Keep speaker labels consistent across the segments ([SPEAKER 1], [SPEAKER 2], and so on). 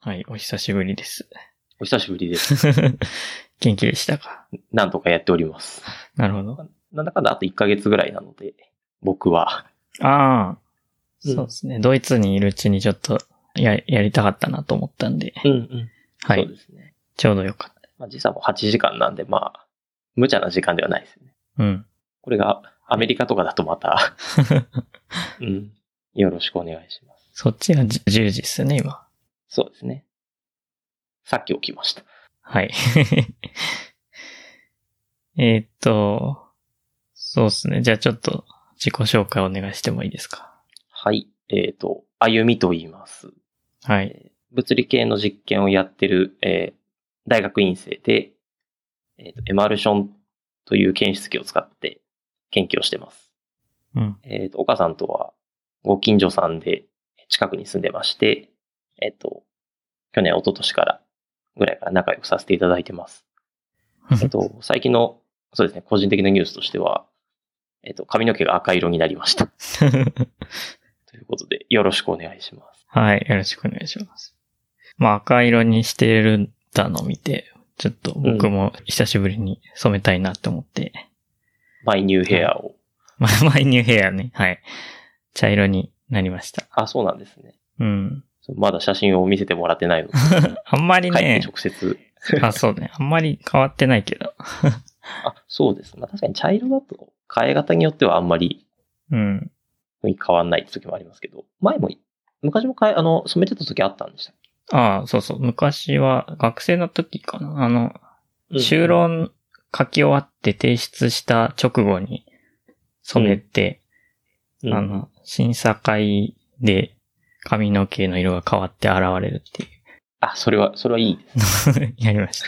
[SPEAKER 1] はい、お久しぶりです。
[SPEAKER 2] お久しぶりです。
[SPEAKER 1] 元気でしたか
[SPEAKER 2] なんとかやっております。
[SPEAKER 1] なるほど。
[SPEAKER 2] なんだかんだあと1ヶ月ぐらいなので、僕は。
[SPEAKER 1] ああ、
[SPEAKER 2] うん
[SPEAKER 1] そうですね。ドイツにいるうちにちょっとややりたかったなと思ったんで、
[SPEAKER 2] うんうん。
[SPEAKER 1] は
[SPEAKER 2] そう
[SPEAKER 1] い、
[SPEAKER 2] ですね。
[SPEAKER 1] ちょうどよかっ
[SPEAKER 2] まあ時差も8時間なんで、まあ、無茶な時間ではないですね。
[SPEAKER 1] た。うん。
[SPEAKER 2] これがアメリカとかだとま た、うん。よろしくお願いします。
[SPEAKER 1] そっちがじ10時っすね、今。
[SPEAKER 2] そうですね。さっき起きました。
[SPEAKER 1] はい。 えーっと、そうですね。じゃあちょっと自己紹介お願いしてもいいですか
[SPEAKER 2] はい。えっ、と、あゆみと言います。
[SPEAKER 1] はい。
[SPEAKER 2] 物理系の実験をやってる、えー大学院生で、えーと、エマルションという検出器を使って研究をしてます。
[SPEAKER 1] うん。
[SPEAKER 2] えっ、と、岡さんとはご近所さんで近くに住んでまして、えっ、と、去年、一昨年からぐらいから仲良くさせていただいてます。えっと、最近の、そうですね、個人的なニュースとしては、えっ、と、髪の毛が赤色になりました。ということで、よろしくお願いします。
[SPEAKER 1] はい、よろしくお願いします。まあ、赤色にしてるたのを見て、ちょっと僕も久しぶりに染めたいなって思って、
[SPEAKER 2] マイニューヘアを。
[SPEAKER 1] まあ、マイニューヘアね、はい。茶色になりました。
[SPEAKER 2] あ、そうなんですね。
[SPEAKER 1] うん。
[SPEAKER 2] そうまだ写真を見せてもらってないので、
[SPEAKER 1] あんまり
[SPEAKER 2] 帰って
[SPEAKER 1] ね、
[SPEAKER 2] 直接。
[SPEAKER 1] あ、そうね、あんまり変わってないけど。
[SPEAKER 2] あ、そうです。まあ、確かに茶色だと、変え方によってはあんまり
[SPEAKER 1] うん。
[SPEAKER 2] 雰囲気変わんないって時もありますけど、前も、昔も変え、あの、染めてた時あったんでしたっ
[SPEAKER 1] ああ、そうそう、昔は学生の時かな、あの、
[SPEAKER 2] け
[SPEAKER 1] 修。論書き終わって提出した直後に染めて、
[SPEAKER 2] うん
[SPEAKER 1] あの、審査会で髪の毛の色が変わって現れるって
[SPEAKER 2] あ、それは、それはいいです。
[SPEAKER 1] いう やりました。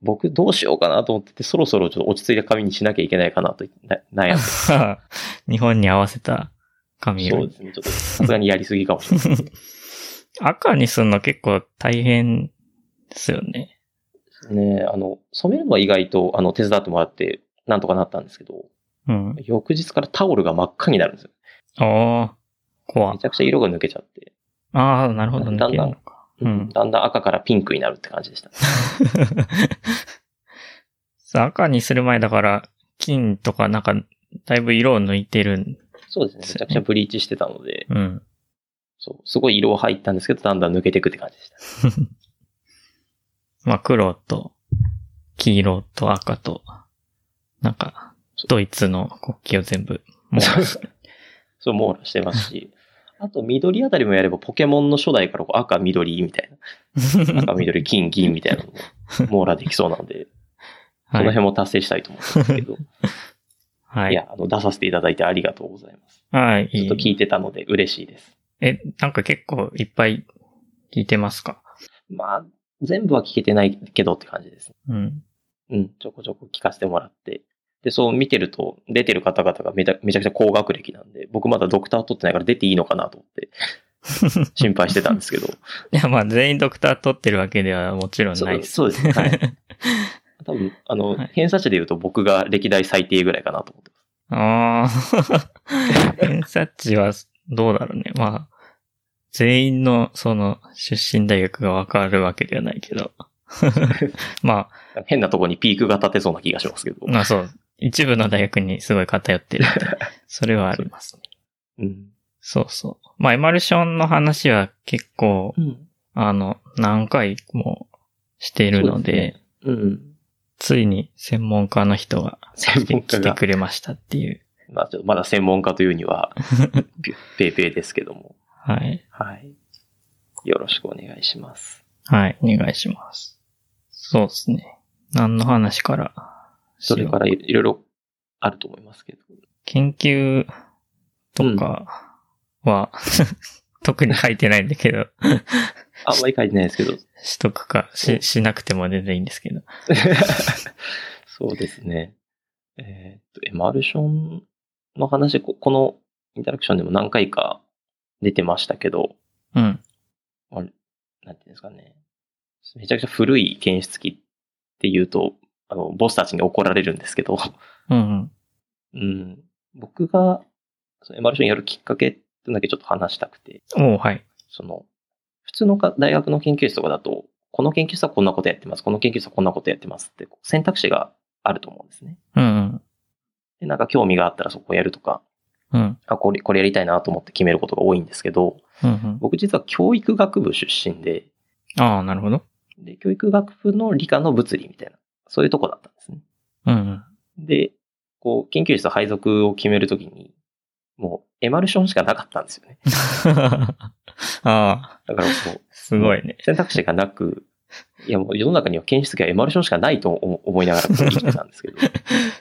[SPEAKER 2] 僕どうしようかなと思ってて、そろそろちょっと落ち着いた髪にしなきゃいけないかなと、な悩んで。
[SPEAKER 1] 日本に合わせた髪
[SPEAKER 2] そう
[SPEAKER 1] 色
[SPEAKER 2] で。すね。ちょっと、さすがにやりすぎかもしれない。
[SPEAKER 1] 赤にするの結構大変ですよね。
[SPEAKER 2] ね あの、染めるのは意外と、あの、手伝ってもらって、なんとかなったんですけど、
[SPEAKER 1] うん。
[SPEAKER 2] 翌日からタオルが真っ赤になるんですよ。
[SPEAKER 1] ああ、怖
[SPEAKER 2] め。ちゃくちゃ色が抜けちゃって。
[SPEAKER 1] ああ、なるほど。
[SPEAKER 2] だんだ
[SPEAKER 1] 抜
[SPEAKER 2] ん
[SPEAKER 1] けるのか
[SPEAKER 2] だんだん赤からピンクになるって感じでした。
[SPEAKER 1] うん。 そう赤にする前だから、金とかなんか、だいぶ色を抜いてるん。
[SPEAKER 2] そうですね。めちゃくちゃブリーチしてたので、
[SPEAKER 1] うん。
[SPEAKER 2] そう、すごい色入ったんですけど、だんだん抜けていくって感じでした。
[SPEAKER 1] まあ、黒と、黄色と赤と、なんか、ドイツの国旗を全部、も う、
[SPEAKER 2] そう、網羅してますし、あと緑あたりもやれば、ポケモンの初代からこう赤、緑みたいな、赤、緑、金、銀みたいなのも 網羅できそうなので、
[SPEAKER 1] は
[SPEAKER 2] その
[SPEAKER 1] い。
[SPEAKER 2] 辺も達成したいと思うんですけど、、
[SPEAKER 1] はいい。
[SPEAKER 2] や、あの、出させていただいてありがとうございます。
[SPEAKER 1] はい。
[SPEAKER 2] ずっと聞いてたので嬉しいです。
[SPEAKER 1] え、なんか結構いっぱい聞いてますか
[SPEAKER 2] まあ、全部は聞けてないけどって感じですね
[SPEAKER 1] うん。
[SPEAKER 2] うん、ちょこちょこ聞かせてもらって。で、そう見てると、出てる方々がめちゃめちゃくちゃ高学歴なんで、僕まだドクター取ってないから出ていいのかなと思 って、心配してたんですけど。
[SPEAKER 1] いや、まあ、全員ドクター取ってるわけではもちろん
[SPEAKER 2] そ
[SPEAKER 1] ないうです。
[SPEAKER 2] そうですね。はい。 多分、あの、
[SPEAKER 1] はい
[SPEAKER 2] 偏差値で言うと僕が歴代最低ぐらいかなと思ってま
[SPEAKER 1] ああ、偏差値はどうだろうね。まあ、全員の、その、出身大学がわかるわけではないけど。 まあ、
[SPEAKER 2] す。変なとこにピークが立てそうな気がしますけ ど。
[SPEAKER 1] まあそう。一部の大学にすごい偏って るって。それはありますね。
[SPEAKER 2] うん。
[SPEAKER 1] そうそう。まあ、エマルションの話は結構、
[SPEAKER 2] うん。
[SPEAKER 1] あの、何回もしているので、
[SPEAKER 2] うん。
[SPEAKER 1] ついに専門家の人が
[SPEAKER 2] 専門家
[SPEAKER 1] 来て
[SPEAKER 2] が。
[SPEAKER 1] くれましたっていう。
[SPEAKER 2] まあ、ちょっとまだ専門家というに は、ペーペーですけども。
[SPEAKER 1] はい。
[SPEAKER 2] はい。よろしくお願いします。
[SPEAKER 1] はい。お願いします。そうですね。何の話からし
[SPEAKER 2] そ
[SPEAKER 1] よう
[SPEAKER 2] れからいいろいろあると思いますけど。
[SPEAKER 1] 研究とか は、特に書いてないんだけど、
[SPEAKER 2] あんまり書いてないです けど。
[SPEAKER 1] しとくか、し、しなくても全然いいんですけど。
[SPEAKER 2] そうですね。えーっと、エマルションの話こ、このインタラクションでも何回か出てましたけど、
[SPEAKER 1] うん。
[SPEAKER 2] まあなんていうんですかね。めちゃくちゃ古い検出機っていうと、あの、ボスたちに怒られるんですけど、
[SPEAKER 1] うんうん。
[SPEAKER 2] うん。僕が、そのエマルションやるきっかけっていうのだけちょっと話したくて、
[SPEAKER 1] おうはい。
[SPEAKER 2] その、普通のか大学の研究室とかだと、この研究室はこんなことやってます、この研究室はこんなことやってますってこう選択肢があると思うんですね。
[SPEAKER 1] うん。
[SPEAKER 2] で、なんか興味があったらそこをやるとか、
[SPEAKER 1] うん。
[SPEAKER 2] あ、これ、これやりたいなと思って決めることが多いんですけど、
[SPEAKER 1] うんうん。
[SPEAKER 2] 僕実は教育学部出身で、
[SPEAKER 1] ああ、なるほど。
[SPEAKER 2] で、教育学部の理科の物理みたいな、そういうとこだったんですね。
[SPEAKER 1] うん
[SPEAKER 2] で、こう、研究室配属を決めるときに、もう、エマルションしかなかったんですよね。
[SPEAKER 1] うん。あ あ、
[SPEAKER 2] だからこう、
[SPEAKER 1] すごいね。
[SPEAKER 2] 選択肢がなく、いやもう世の中には検出器はエマルションしかないと思思いな がら生きてたんですけど、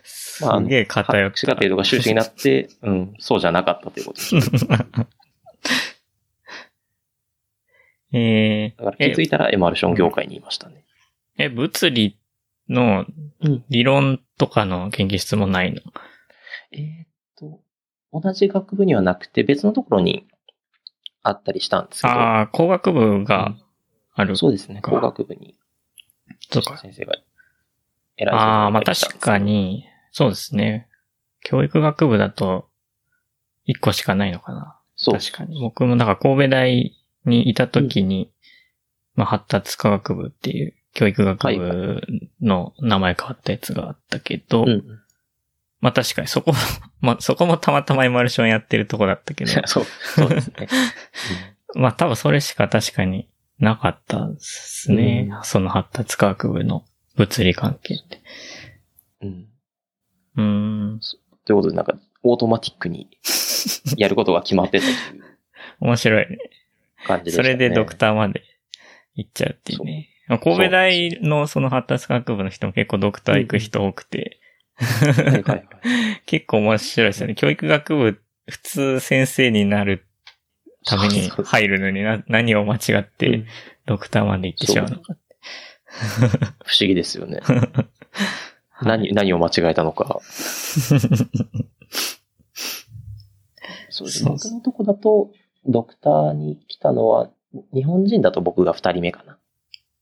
[SPEAKER 1] すげえ偏っ
[SPEAKER 2] 博士課程とか修士になって、うん、そうじゃなかったということです。
[SPEAKER 1] た。 え
[SPEAKER 2] だから気づいたらエマルション業界にいましたね。
[SPEAKER 1] ー、え、物理の
[SPEAKER 2] うん
[SPEAKER 1] 理論とかの研究室もないの
[SPEAKER 2] えーっと、同じ学部にはなくて別のところにあったりしたんですけど、
[SPEAKER 1] ああ、工学部がある。
[SPEAKER 2] そうですね、
[SPEAKER 1] か
[SPEAKER 2] 工学部に
[SPEAKER 1] そうか。
[SPEAKER 2] 先生が偉い先生
[SPEAKER 1] ああ、ま
[SPEAKER 2] だ
[SPEAKER 1] あ
[SPEAKER 2] ったりしたんで
[SPEAKER 1] 確
[SPEAKER 2] すけど
[SPEAKER 1] か。に、そうですね。教育学部だと、一個しかないのかな。
[SPEAKER 2] そう。
[SPEAKER 1] 確かに。僕もなんか神戸大にいた時に、まあ発達科学部っていう教育学部の名前変わったやつがあったけど、
[SPEAKER 2] うん。
[SPEAKER 1] まあ確かにそこも、 まあそこもたまたまエマルションやってるとこだった けど、
[SPEAKER 2] そう、そうで すね。
[SPEAKER 1] まあ多分それしか確かになかったですね。
[SPEAKER 2] う
[SPEAKER 1] その発達科学部の物理関係って。
[SPEAKER 2] うんうん
[SPEAKER 1] うーん、
[SPEAKER 2] ということで、なんか、オートマティックにやることが決まってたという
[SPEAKER 1] 面白いね。
[SPEAKER 2] 感じでし
[SPEAKER 1] そ
[SPEAKER 2] たね。
[SPEAKER 1] れでドクターまで行っちゃうっていうね。まあ神戸大のその発達科学部の人も結構ドクター行く人多くて、
[SPEAKER 2] はいはいはい。
[SPEAKER 1] 結構面白いですよね。教育学部、普通先生になるために
[SPEAKER 2] そうそう
[SPEAKER 1] 入るのにな、何を間違っ
[SPEAKER 2] う
[SPEAKER 1] て
[SPEAKER 2] ん
[SPEAKER 1] ドクターまで行ってしまうのか。
[SPEAKER 2] 不思議で すよね。
[SPEAKER 1] はい
[SPEAKER 2] 何、何を間違えた のか。そうです。
[SPEAKER 1] そう
[SPEAKER 2] 僕のとこだと、ドクターに来たのは、日本人だと僕が二人目かなっ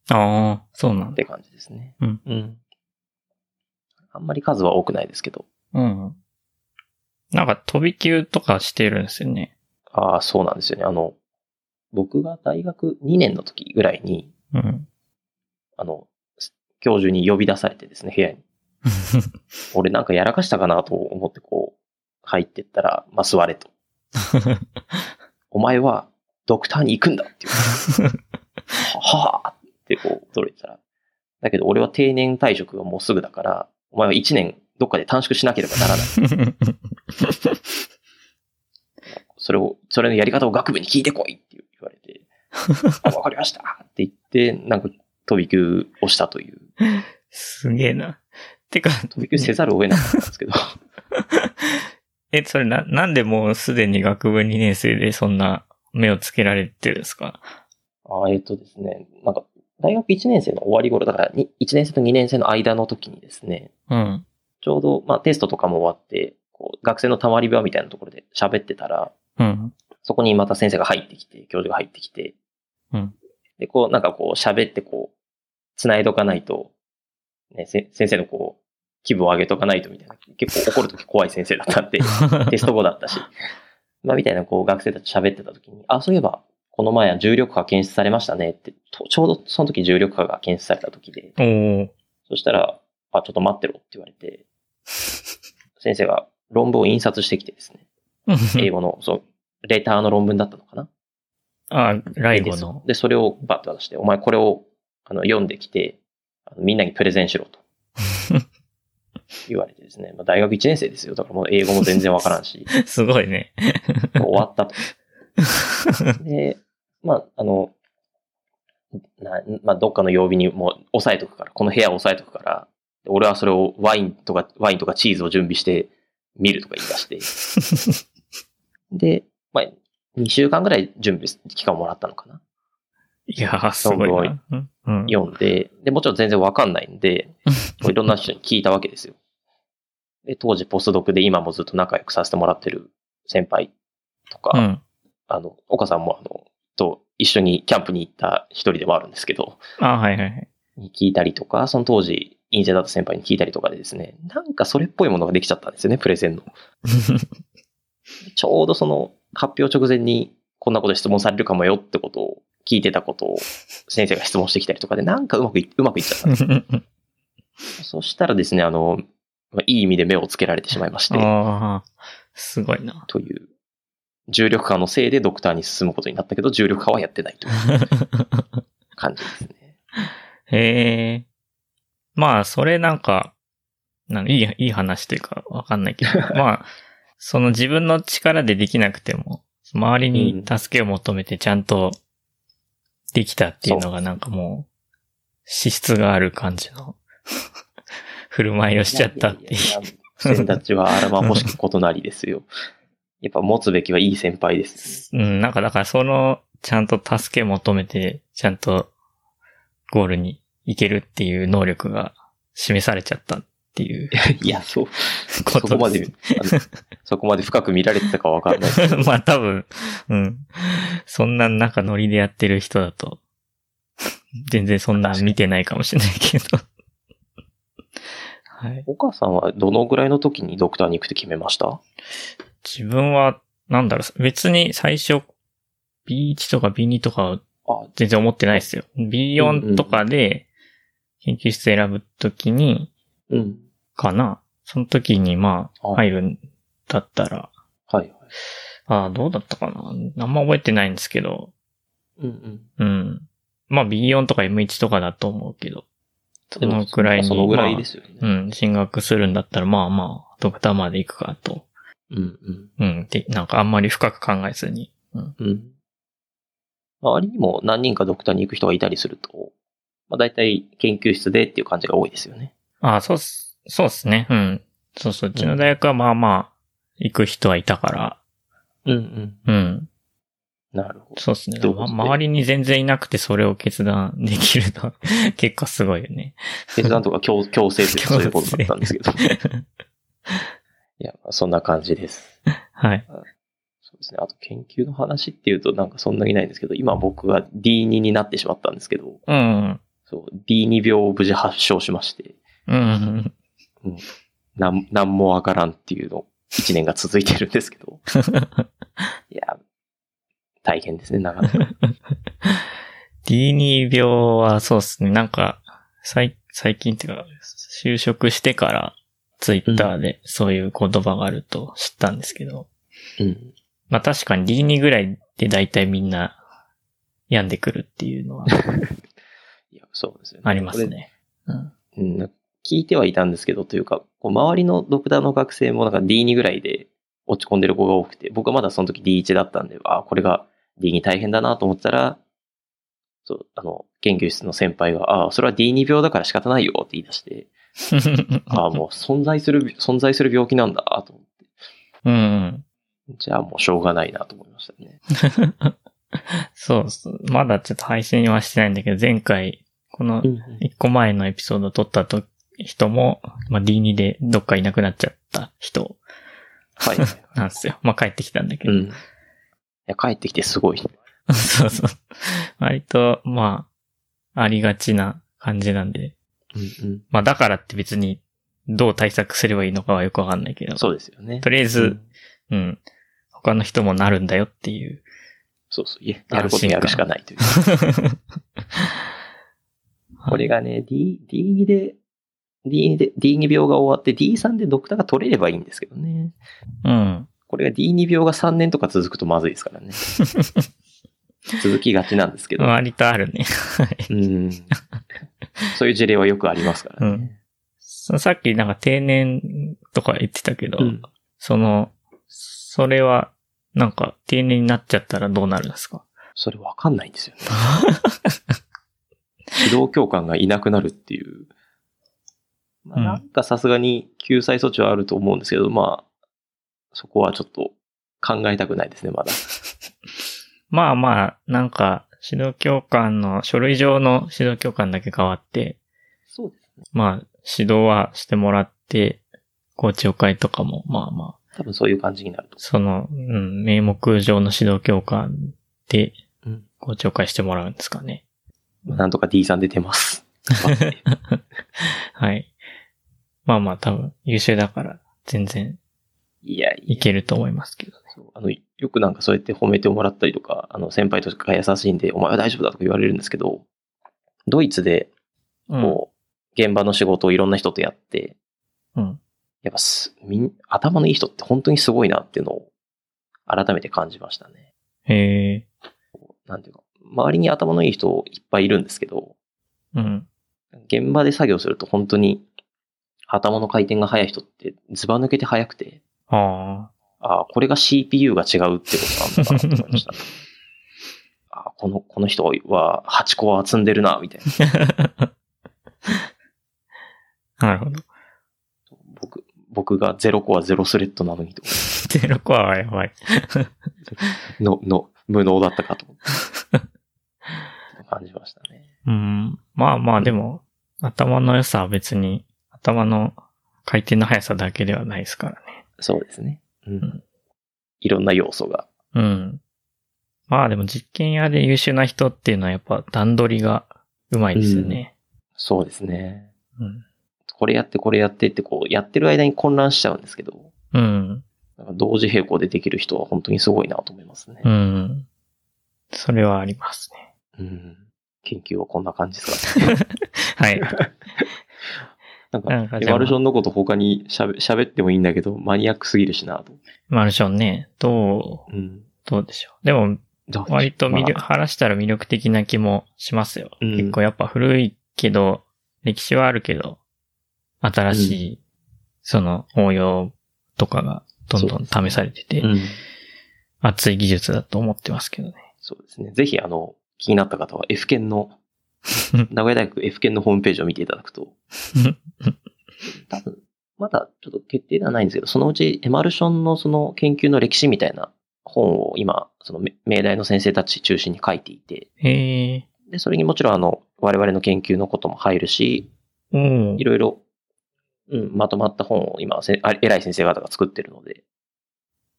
[SPEAKER 1] ああ、そうなんだ。
[SPEAKER 2] て感じですね。
[SPEAKER 1] うん。
[SPEAKER 2] あんまり数は多くないですけど。
[SPEAKER 1] うん。なんか飛び級とかしてるんですよね。
[SPEAKER 2] ああ、そうなんですよね。あの、僕が大学2年の時ぐらいに、
[SPEAKER 1] うん。
[SPEAKER 2] あの、教授に呼び出されてですね、部屋に。 俺なんかやらかしたかなと思ってこう、入ってったら、まあ、座れと。お前はドクターに行くんだっ ていう。ははぁってこう、驚いてたら。だけど俺は定年退職がもうすぐだから、お前は1年どっかで短縮しなければならない。それを、それのやり方を学部に聞いてこいって言われて、あわかりましたって言って、なんか飛び級をしたという。
[SPEAKER 1] すげえな。てか、
[SPEAKER 2] 飛び級せざるを得なかったんですけど。
[SPEAKER 1] え、それな、なんでもうすでに学部2年生でそんな目をつけられてるんですか
[SPEAKER 2] あえっ、とですね、なんか、大学1年生の終わり頃、だからに1年生と2年生の間の時にですね、
[SPEAKER 1] うん。
[SPEAKER 2] ちょうど、まあ、テストとかも終わって、こう学生のたまり場みたいなところで喋ってたら、
[SPEAKER 1] うん。
[SPEAKER 2] そこにまた先生が入ってきて、教授が入ってきて、
[SPEAKER 1] うん
[SPEAKER 2] で、こう、なんかこう、喋ってこう、繋いどかないと、ね、せ先生のこう、気分を上げとかないとみたいな、結構怒るとき怖い先生だった んで、テスト後だったし。まあ、みたいな、こう、学生たちと喋ってた時に、あ、そういえば、この前は重力波検出されましたねって、とちょうどその時重力波が検出された時で、
[SPEAKER 1] おー。
[SPEAKER 2] そしたら、あ、ちょっと待ってろって言われて、先生が論文を印刷してきてですね、英語の、そう、レターの論文だったのかな
[SPEAKER 1] あ、ライ
[SPEAKER 2] で
[SPEAKER 1] ゴ
[SPEAKER 2] そ
[SPEAKER 1] の。
[SPEAKER 2] で、それをバッと渡して、お前これをあの読んできて、あのみんなにプレゼンしろと言われてですね、まあ、大学1年生ですよ。だからもう英語も全然わからんし、
[SPEAKER 1] すごいね。
[SPEAKER 2] もう終わったと。で、まあ、あの、なまあ、どっかの曜日にもう押さえとくから、この部屋を押さえとくから、で俺はそれをワインとか、ワインとかチーズを準備して見るとか言い出して、で、まあ、2週間ぐらい準備期間をもらったのかな。
[SPEAKER 1] いやー、すごいな。うんうん。
[SPEAKER 2] 読んで、で、もちろん全然わかんない んで、こういろんな人に聞いたわけですよ。で、当時ポスドクで今もずっと仲良くさせてもらってる先輩とか、
[SPEAKER 1] うん。
[SPEAKER 2] あの、岡さんもあの、と一緒にキャンプに行った一人でもあるんですけど、
[SPEAKER 1] あ、はいはい はい。
[SPEAKER 2] に聞いたりとか、その当時、陰性だった先輩に聞いたりとかでですね、なんかそれっぽいものができちゃったんですよね、プレゼンの。ちょうどその、発表直前に、こんなこと質問されるかもよってことを聞いてたことを先生が質問してきたりとかで、なんかうまくい、うまくいっちゃったんですそしたらですね、あの、まあいい意味で目をつけられてしまいまして、
[SPEAKER 1] ああ、すごいな。
[SPEAKER 2] という、重力化のせいでドクターに進むことになったけど、重力化はやってないという感じですね。
[SPEAKER 1] へえ。まあ、それなんか、なんかいい、いい話というか、わかんないけ ど、まあ、その自分の力でできなくても、周りに助けを求めてちゃんとできたっていうのがなんかもう、資質がある感じ の振る舞いをしちゃったっていう。
[SPEAKER 2] 先たちはあらま欲しきことなりですよ。やっぱ持つべきはいい先輩です。
[SPEAKER 1] うん、なんかだからその、ちゃんと助け求めて、ちゃんとゴールに行けるっていう能力が示されちゃったっていう
[SPEAKER 2] いや、そう、
[SPEAKER 1] こ
[SPEAKER 2] そ
[SPEAKER 1] と
[SPEAKER 2] こまで、あのそこまで深く見られてたかわかんないですけど
[SPEAKER 1] まあ多分、うん。そんななんかノリでやってる人だと、全然そんな見てないかもしれないけど。はい。
[SPEAKER 2] お母さんはどのぐらいの時にドクターに行くって決めました
[SPEAKER 1] 自分は、なんだろう、別に最初、B1 とか B2 とかは
[SPEAKER 2] あ、
[SPEAKER 1] 全然思ってないですよ。B4 とかで、研究室選ぶときに、
[SPEAKER 2] うん。
[SPEAKER 1] かな。その時に、まあ、
[SPEAKER 2] あ
[SPEAKER 1] 入るんだったら、
[SPEAKER 2] はいはい。
[SPEAKER 1] ああ、どうだったかな。あんま覚えてないんですけど、
[SPEAKER 2] うんう
[SPEAKER 1] う
[SPEAKER 2] ん。
[SPEAKER 1] ん。まあ B4 とか M1 とかだと思うけど、
[SPEAKER 2] そ
[SPEAKER 1] のくらいに
[SPEAKER 2] そのぐらいですよね。
[SPEAKER 1] うん、進学するんだったらまあまあ、ドクターまで行くかと。
[SPEAKER 2] うんう
[SPEAKER 1] う
[SPEAKER 2] ん。
[SPEAKER 1] ん、で、なんかあんまり深く考えずに。うん。
[SPEAKER 2] うん。周りにも何人かドクターに行く人がいたりすると、まあ大体研究室でっていう感じが多いですよね。
[SPEAKER 1] ああ、そうっす、そうっすね。うん。そうそう、うちの大学はまあまあ、行く人はいたか
[SPEAKER 2] うんうん。
[SPEAKER 1] ら、うん。
[SPEAKER 2] なるほど。
[SPEAKER 1] そうっすね。
[SPEAKER 2] どういうこ
[SPEAKER 1] ま
[SPEAKER 2] とで
[SPEAKER 1] 周りに全然いなくてそれを決断できるのは 結構すごいよね。
[SPEAKER 2] 決断とか 強強制というかそういうことだったんですけど。い や、まあそんな感じです。
[SPEAKER 1] はい。
[SPEAKER 2] そうですね。あと研究の話っていうとなんかそんなにないんですけど、今僕が D2 になってしまったんですけど、
[SPEAKER 1] うん。
[SPEAKER 2] そう、D2 病を無事発症しまして、
[SPEAKER 1] うん。
[SPEAKER 2] なん、なんもわからんっていうの、一年が続いてるんですけど。 いや、大変ですね、なかなか。
[SPEAKER 1] D2 病はそうっすね。なんか、最最近っていうか、就職してから、ツイッターでそういう言葉があると知ったんですけど、
[SPEAKER 2] うん。
[SPEAKER 1] まあ確かに D2 ぐらいで大体みんな病んでくるっていうのは
[SPEAKER 2] いや、そうですよね。
[SPEAKER 1] ありますね。うん、
[SPEAKER 2] これ。うん、聞いてはいたんですけど、というか、こう周りのドクターの学生もなんか D2 ぐらいで落ち込んでる子が多くて、僕はまだその時 D1 だったんで、ああ、これが D2 大変だなと思ったら、そう、あの、研究室の先輩が、ああ、それは D2 病だから仕方ないよって言い出して、ああ、もう存在する、存在する病気なんだと思って。
[SPEAKER 1] うんうん。
[SPEAKER 2] じゃあもうしょうがないなと思いましたね。
[SPEAKER 1] そうそう。まだちょっと配信はしてないんだけど、前回、この 一個前のエピソード撮ったと人も、まあ、D2 でどっかいなくなっちゃった人
[SPEAKER 2] はい。
[SPEAKER 1] なんですよ。まあ帰ってきたんだけ
[SPEAKER 2] う
[SPEAKER 1] ど。
[SPEAKER 2] ん。いや、帰ってきてすごい。
[SPEAKER 1] そうそう。割と、まあ、ありがちな感じなんで。
[SPEAKER 2] うん
[SPEAKER 1] まあだからって別にどう対策すればいいのかはよくわかんないけど。
[SPEAKER 2] そうですよね。
[SPEAKER 1] とりあえ
[SPEAKER 2] う
[SPEAKER 1] ず、
[SPEAKER 2] ん
[SPEAKER 1] うん、他の人もなるんだよっていう。
[SPEAKER 2] そうそう。いや、やることやるしかないという。 これがね、D、D で、D で、D2 病が終わって D3 でドクターが取れればいいんですけどね。
[SPEAKER 1] うん。
[SPEAKER 2] これが D2 病が3年とか続くとまずいです からね。続きがちなんですけど。
[SPEAKER 1] 割とあるね。
[SPEAKER 2] うん。そういう事例はよくありますからね。
[SPEAKER 1] そさっきなんか定年とか言ってたけど、
[SPEAKER 2] うん。
[SPEAKER 1] その、それは、なんか定年になっちゃったらどうなるんですか
[SPEAKER 2] それわかんないんですよ ね。指導教官がいなくなるっていう。まあ
[SPEAKER 1] うん
[SPEAKER 2] なんかさすがに救済措置はあると思うんですけど、まあ、そこはちょっと考えたくないですね、まだ。
[SPEAKER 1] まあまあ、なんか、指導教官の、書類上の指導教官だけ変わって、
[SPEAKER 2] そうです。
[SPEAKER 1] まあ、指導はしてもらって、校長会とかも、まあまあ、
[SPEAKER 2] 多分そういう感じになると。
[SPEAKER 1] その、うん、名目上の指導教官で
[SPEAKER 2] うん、
[SPEAKER 1] 校長会してもらうんですかね。
[SPEAKER 2] まあなんとか D さん出て ます。
[SPEAKER 1] はい。まあまあ、多分、優秀だから、全然
[SPEAKER 2] いやい
[SPEAKER 1] いけると思いますけどね。
[SPEAKER 2] あの、よくなんかそうやって褒めてもらったりとか、あの、先輩とか優しいんで、お前は大丈夫だとか言われるんですけど、ドイツで、
[SPEAKER 1] うん。
[SPEAKER 2] こう、現場の仕事をいろんな人とやって、
[SPEAKER 1] うん。
[SPEAKER 2] やっぱす、みん、頭のいい人って本当にすごいなっていうのを、改めて感じましたね。
[SPEAKER 1] へえ。
[SPEAKER 2] なんていうか、周りに頭のいい人いっぱいいるんですけど、
[SPEAKER 1] うん。
[SPEAKER 2] 現場で作業すると本当に、頭の回転が速い人って、ズバ抜けて速くて、
[SPEAKER 1] あ
[SPEAKER 2] ああ、これが CPU が違うってことなんだなと思いました。ああ、この、この人は8コア積んでるな、みたいな。
[SPEAKER 1] あ。 なるほど。
[SPEAKER 2] 僕、僕が0コア0スレッドなのにと、
[SPEAKER 1] ゼロコアはやばい。
[SPEAKER 2] の、の、無能だったかと思って。感じましたね。
[SPEAKER 1] うん。まあまあ、でも、頭の良さは別に、頭の回転の速さだけではないですからね。
[SPEAKER 2] そうですね。うんん。いろんな要素が。
[SPEAKER 1] うん。まあでも実験屋で優秀な人っていうのはやっぱ段取りが上手いですよね。
[SPEAKER 2] そうですね。
[SPEAKER 1] うん。
[SPEAKER 2] これやって、これやってって、こう、やってる間に混乱しちゃうんですけど、
[SPEAKER 1] うん。
[SPEAKER 2] なんか同時並行でできる人は本当にすごいなと思いますね
[SPEAKER 1] う。ん。それはありますね。
[SPEAKER 2] うん。研究はこんな感じですかね。
[SPEAKER 1] はい。
[SPEAKER 2] なん
[SPEAKER 1] なんか
[SPEAKER 2] か、
[SPEAKER 1] じ
[SPEAKER 2] エ
[SPEAKER 1] ゃあ
[SPEAKER 2] バルションのこと他に喋喋ってもいいんだけど、マニアックすぎるしなと。
[SPEAKER 1] マルションね、どう、
[SPEAKER 2] うん。
[SPEAKER 1] どうでしょう。でも、
[SPEAKER 2] どうでしょう
[SPEAKER 1] 割と魅力、
[SPEAKER 2] まあ
[SPEAKER 1] 話したら魅力的な気もしますよ。
[SPEAKER 2] うん
[SPEAKER 1] 結構やっぱ古いけど、歴史はあるけど、新しい、その応用とかがどんどん試されてて、
[SPEAKER 2] うん。
[SPEAKER 1] 熱い技術だと思ってますけどね。
[SPEAKER 2] そうですね。ぜひ、あの、気になった方は F 県の、名古屋大学 F 県のホームページを見ていただくと、多分、まだちょっと決定ではないんですけど、そのうちエマルションのその研究の歴史みたいな本を今、そのめ命題の先生たち中心に書いていて、
[SPEAKER 1] へえ
[SPEAKER 2] で、それにもちろんあの、我々の研究のことも入るし、
[SPEAKER 1] ー、お
[SPEAKER 2] い
[SPEAKER 1] ー
[SPEAKER 2] ろいろ、うん、まとまった本を今、せあ偉い先生方が作ってるので、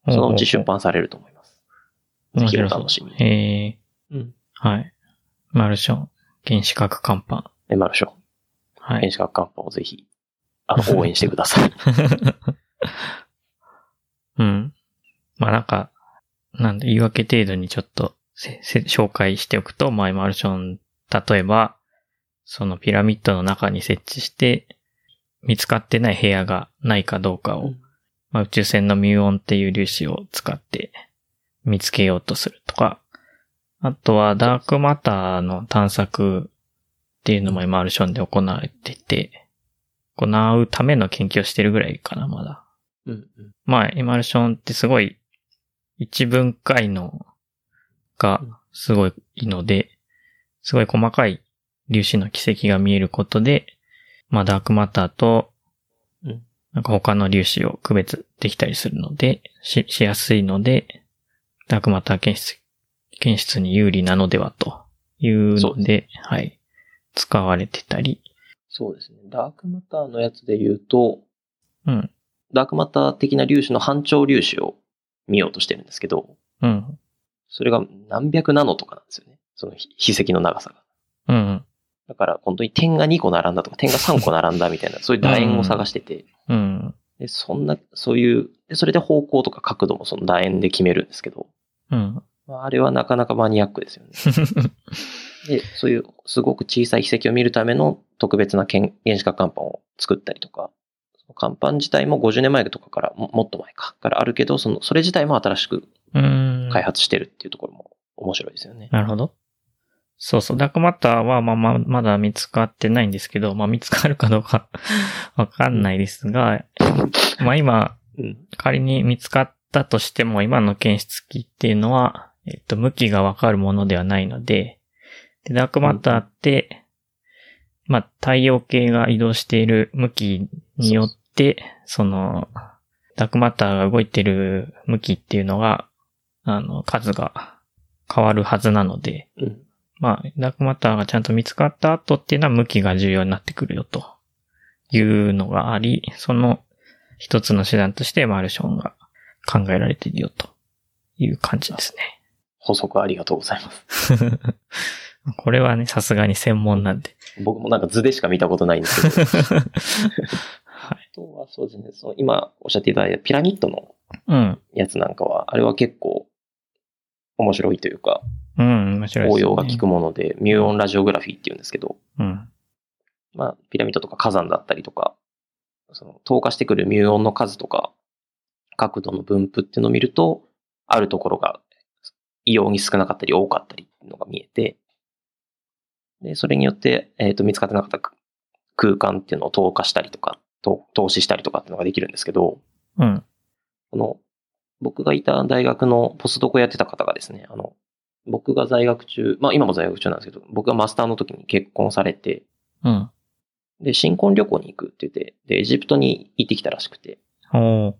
[SPEAKER 2] そのうち出版されると思います。
[SPEAKER 1] 面白
[SPEAKER 2] ぜひ
[SPEAKER 1] そ
[SPEAKER 2] お
[SPEAKER 1] う
[SPEAKER 2] 楽しみに
[SPEAKER 1] へえ
[SPEAKER 2] うん。
[SPEAKER 1] ー、はい。マルション、原子核乾板。
[SPEAKER 2] エマルション、
[SPEAKER 1] は
[SPEAKER 2] 原
[SPEAKER 1] い。
[SPEAKER 2] 子核カンパをぜひ、あの、応援してください。
[SPEAKER 1] うん。まあなんか、なんで言い訳程度にちょっとせせ紹介しておくと、まあマルション、例えば、そのピラミッドの中に設置して、見つかってない部屋がないかどうかを、
[SPEAKER 2] うん
[SPEAKER 1] まあ宇宙船のミュオンっていう粒子を使って見つけようとするとか、あとはダークマターの探索っていうのもマルションで行われてて、行うための研究をしてるぐらいかな、まだ。
[SPEAKER 2] うん、うん。
[SPEAKER 1] まあ、エマルションってすごい、一分解のがすごいので、すごい細かい粒子の軌跡が見えることで、まあ、ダークマターと
[SPEAKER 2] うん、
[SPEAKER 1] なんか他の粒子を区別できたりするので、し、しやすいので、ダークマター検出、検出に有利なのではという
[SPEAKER 2] そ
[SPEAKER 1] の
[SPEAKER 2] う
[SPEAKER 1] で、はい、使われてたり、
[SPEAKER 2] そうですね。ダークマターのやつで言うと、
[SPEAKER 1] うん、
[SPEAKER 2] ダークマター的な粒子の半長粒子を見ようとしてるんですけど、
[SPEAKER 1] うん、
[SPEAKER 2] それが何百ナノとかなんですよね。そのひ筆跡の長さが。
[SPEAKER 1] うん、
[SPEAKER 2] だから、本当に点が2個並んだとか、点が3個並んだみ たいな、そういう楕円を探してて、
[SPEAKER 1] うん、
[SPEAKER 2] で、そんな、そういう、で、それで方向とか角度もその楕円で決めるんですけど、
[SPEAKER 1] うん、
[SPEAKER 2] まあ、あれはなかなかマニアックです よね。で、そういうすごく小さい秘跡を見るための特別なけん原子核乾板を作ったりとか、その乾板自体も50年前とかから、ももっと前か、からあるけど、その、それ自体も新しく
[SPEAKER 1] うん。
[SPEAKER 2] 開発してるっていうところも面白いですよね。
[SPEAKER 1] なるほど。そうそう。ダークマターは、まあまあ、まだ見つかってないんですけど、まあ見つかるかどうか、わかんないですが、まあ今、
[SPEAKER 2] うん。
[SPEAKER 1] 仮に見つかったとしても、今の検出器っていうのは、えっと、向きがわかるものではないので、で、ダークマターって、まあ、太陽系が移動している向きによって、その、ダークマターが動いている向きっていうのが、あの、数が変わるはずなので、
[SPEAKER 2] うん。
[SPEAKER 1] まあ、ダークマターがちゃんと見つかった後っていうのは向きが重要になってくるよというのがあり、その一つの手段としてマルションが考えられているよという感じです
[SPEAKER 2] 補足ありがとうございます。
[SPEAKER 1] ね。これはね、さすがに専門なんで。
[SPEAKER 2] 僕もなんか図でしか見たことないんです けど、あ
[SPEAKER 1] はい。
[SPEAKER 2] とはそうですね、その今おっしゃっていただいたピラミッドの
[SPEAKER 1] うん。
[SPEAKER 2] やつなんかは、あれは結構面白いというか、
[SPEAKER 1] うん、面白いです、ね。
[SPEAKER 2] 応用が効くもので、ミューオンラジオグラフィーっていうんですけど、
[SPEAKER 1] うん。
[SPEAKER 2] まあ、ピラミッドとか火山だったりとか、その、透過してくるミューオンの数とか、角度の分布っていうのを見ると、あるところが異様に少なかったり多かったりっていうのが見えて、で、それによって、えっ、と、見つかってなかったく空間っていうのを透過したりとか、と透視したりとかっていうのができるんですけど、
[SPEAKER 1] うん。
[SPEAKER 2] この、僕がいた大学のポスドクをやってた方がですね、あの、僕が在学中、まあ今も在学中なんですけど、僕がマスターの時に結婚されて、
[SPEAKER 1] うん。
[SPEAKER 2] で、新婚旅行に行くって言って、で、エジプトに行ってきたらしくて、
[SPEAKER 1] おー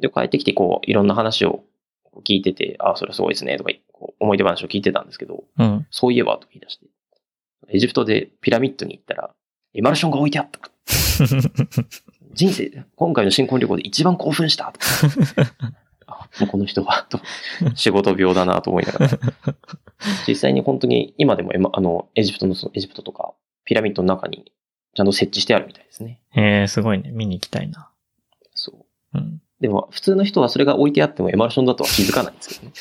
[SPEAKER 2] で、帰ってきて、こう、いろんな話を聞いてて、ああ、それすごいですね、とか、こう思い出話を聞いてたんですけど、
[SPEAKER 1] うん。
[SPEAKER 2] そういえば、と言い出して、エジプトでピラミッドに行ったら、エマルションが置いてあった。人生、今回の新婚旅行で一番興奮した。と あもうこの人は、と、仕事病だなと思いながら。実際に本当に今でもエマあの、エジプトのその、エジプトとか、ピラミッドの中にちゃんと設置してあるみたいですね。
[SPEAKER 1] えー、すごいね。見に行きたいな。
[SPEAKER 2] そう。
[SPEAKER 1] うん。
[SPEAKER 2] でも、普通の人はそれが置いてあってもエマルションだとは気づかないんですけどね。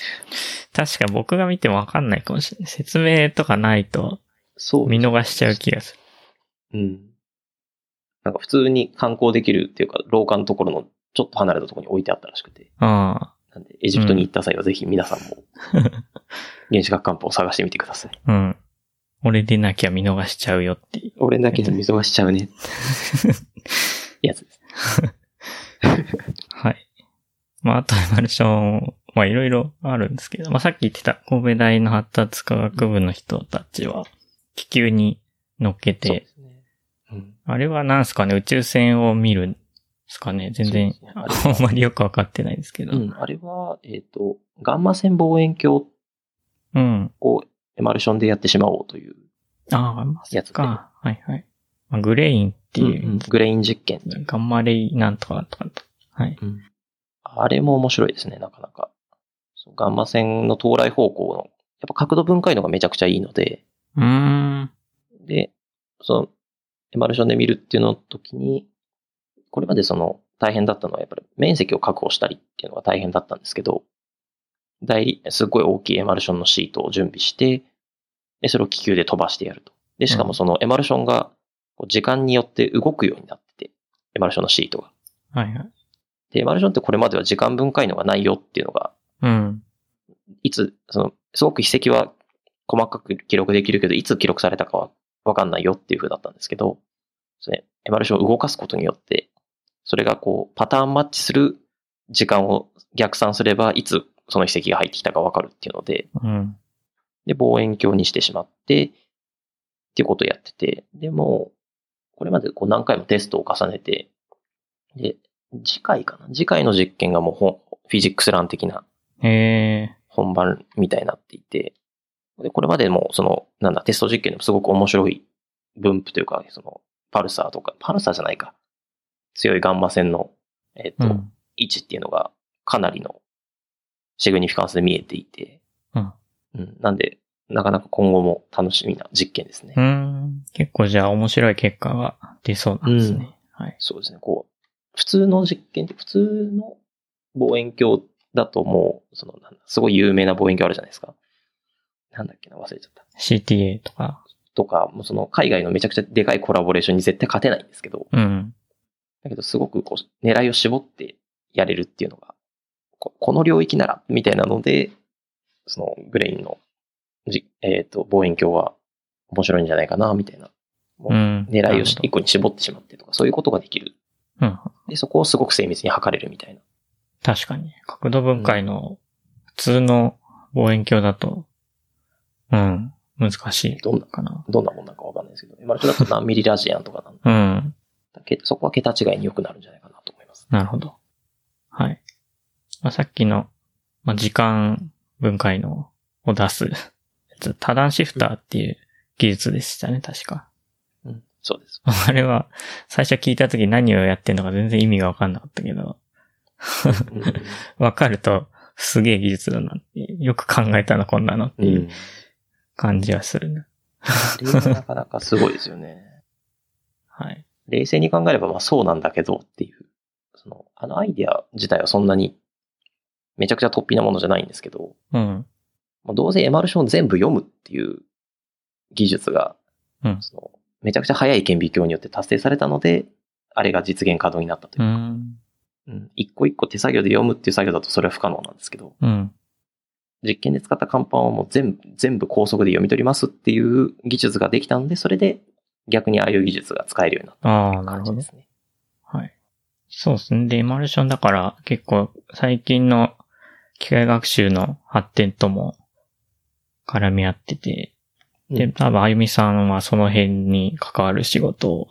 [SPEAKER 1] 確か僕が見てもわかんないかもしれない。説明とかないと
[SPEAKER 2] そう。
[SPEAKER 1] 見逃しちゃう気がする。
[SPEAKER 2] うん。なんか普通に観光できるっていうか、廊下のところのちょっと離れたところに置いてあったらしくて。
[SPEAKER 1] あ
[SPEAKER 2] なんで、エジプトに行った際はぜひ皆さんも、原子核乾布を探してみてください。
[SPEAKER 1] あ。うん。俺でなきゃ見逃しちゃうよっていう。
[SPEAKER 2] 俺だけで見逃しちゃうね。やつです。
[SPEAKER 1] はい。まあ、あとエマルション、まあいろいろあるんですけど、まあさっき言ってた神戸大の発達科学部の人たちは、気球に乗っけ
[SPEAKER 2] そう
[SPEAKER 1] て、
[SPEAKER 2] すね。うん。
[SPEAKER 1] あれはなんすかね、宇宙船を見るんですかね。全然
[SPEAKER 2] そうですね、あれは
[SPEAKER 1] あんまりよくわかってないんですけど。
[SPEAKER 2] うん、あれは、えっ、と、ガンマ線望遠鏡
[SPEAKER 1] うん。
[SPEAKER 2] をエマルションでやってしまおうという
[SPEAKER 1] ああ、ま
[SPEAKER 2] やつ
[SPEAKER 1] あ、
[SPEAKER 2] で。
[SPEAKER 1] か。はいはい。まあ、グレインっていうう、
[SPEAKER 2] んうんグレイン実験っていう
[SPEAKER 1] ガンマレイなんとかとかと。はい。
[SPEAKER 2] あれも面白いですね、なかなか。そうガンマ線の到来方向の、やっぱ角度分解のがめちゃくちゃいいので、
[SPEAKER 1] うーん。
[SPEAKER 2] で、その、エマルションで見るっていうの時に、これまでその、大変だったのはやっぱり面積を確保したりっていうのが大変だったんですけど、代理、すっごい大きいエマルションのシートを準備して、で、それを気球で飛ばしてやると。で、しかもそのエマルションが、こう時間によって動くようになってて、エマルションのシートが。
[SPEAKER 1] はいはい。
[SPEAKER 2] で、エマルションってこれまでは時間分解のがないよっていうのが
[SPEAKER 1] うん。
[SPEAKER 2] いつ、その、すごく筆跡は細かく記録できるけど、いつ記録されたかはわかんないよっていう風だったんですけど、それ、エマルションを動かすことによって、それがこう、パターンマッチする時間を逆算すれば、いつその筆跡が入ってきたかわかるっていうので、
[SPEAKER 1] うん。
[SPEAKER 2] で、望遠鏡にしてしまって、っていうことをやってて、でもう、これまでこう何回もテストを重ねて、で、次回かな次回の実験がもうほんフィジックスラン的な
[SPEAKER 1] へえ。
[SPEAKER 2] 本番みたいになっていて、で、これまでも、その、なんだ、テスト実験でもすごく面白い分布というか、その、パルサーとか、パルサーじゃないか。強いガンマ線の、えっ、
[SPEAKER 1] う
[SPEAKER 2] と、
[SPEAKER 1] ん。
[SPEAKER 2] 位置っていうのが、かなりの、シグニフィカンスで見えていて、
[SPEAKER 1] うん。
[SPEAKER 2] うん。なんで、なかなか今後も楽しみな実験ですね。
[SPEAKER 1] うーん。結構じゃあ面白い結果が出そうなんですね。はい。
[SPEAKER 2] そうですね、こう、普通の実験って、普通の望遠鏡だともう、その、なんだ、すごい有名な望遠鏡あるじゃないですか。なんだっけな、忘れちゃった。
[SPEAKER 1] CTA とか。
[SPEAKER 2] とか、もうその海外のめちゃくちゃでかいコラボレーションに絶対勝てないんですけど、
[SPEAKER 1] うん。
[SPEAKER 2] だけどすごくこう、狙いを絞ってやれるっていうのが、ここの領域なら、みたいなので、そのグレインのじ、えっ、と、望遠鏡は面白いんじゃないかな、みたいな。もう
[SPEAKER 1] うん。
[SPEAKER 2] 狙いをし
[SPEAKER 1] なる
[SPEAKER 2] 一個に絞ってしまってとか、そういうことができる。
[SPEAKER 1] ほどうん。
[SPEAKER 2] で、そこをすごく精密に測れるみたいな。
[SPEAKER 1] 確かに。角度分解の普通の望遠鏡だと、うん。難しい
[SPEAKER 2] どんな、
[SPEAKER 1] かな。
[SPEAKER 2] どんなもんなんかわかんないですけど、今の人だと何ミリラジアンとかなん
[SPEAKER 1] うん。
[SPEAKER 2] だけど、そこは桁違いに良くなるんじゃないかなと思います。
[SPEAKER 1] なるほど。はい。まあ、さっきの、まあ、時間分解のを出すやつ、多段シフターっていう技術でしたね、確か。
[SPEAKER 2] うん、そうです。
[SPEAKER 1] あれは、最初聞いた時何をやってんのか全然意味がわかんなかったけど、
[SPEAKER 2] うん
[SPEAKER 1] わかるとすげえ技術だなって、よく考えたな、こんなのって
[SPEAKER 2] う
[SPEAKER 1] いうん感じはするね。
[SPEAKER 2] あれはなかなかすごいですよね。
[SPEAKER 1] はい。
[SPEAKER 2] 冷静に考えればまあそうなんだけどっていう。その、あのアイディア自体はそんなにめちゃくちゃ突飛なものじゃないんですけど、
[SPEAKER 1] うん。
[SPEAKER 2] まあ、どうせエマルションを全部読むっていう技術が、
[SPEAKER 1] うん
[SPEAKER 2] そのめちゃくちゃ速い顕微鏡によって達成されたので、あれが実現可能になったといううか、
[SPEAKER 1] ん。
[SPEAKER 2] うん一個一個手作業で読むっていう作業だとそれは不可能なんですけど、
[SPEAKER 1] うん。
[SPEAKER 2] 実験で使った看板をもう全部、全部高速で読み取りますっていう技術ができたので、それで逆にああいう技術が使えるようになっ
[SPEAKER 1] ああ、
[SPEAKER 2] た
[SPEAKER 1] なる
[SPEAKER 2] 感
[SPEAKER 1] ほ
[SPEAKER 2] じ
[SPEAKER 1] ど
[SPEAKER 2] で。すね。
[SPEAKER 1] はい。そうですね。で、エマルションだから結構最近の機械学習の発展とも絡み合ってて、
[SPEAKER 2] う
[SPEAKER 1] で、
[SPEAKER 2] ん
[SPEAKER 1] 多分あゆみさんはその辺に関わる仕事を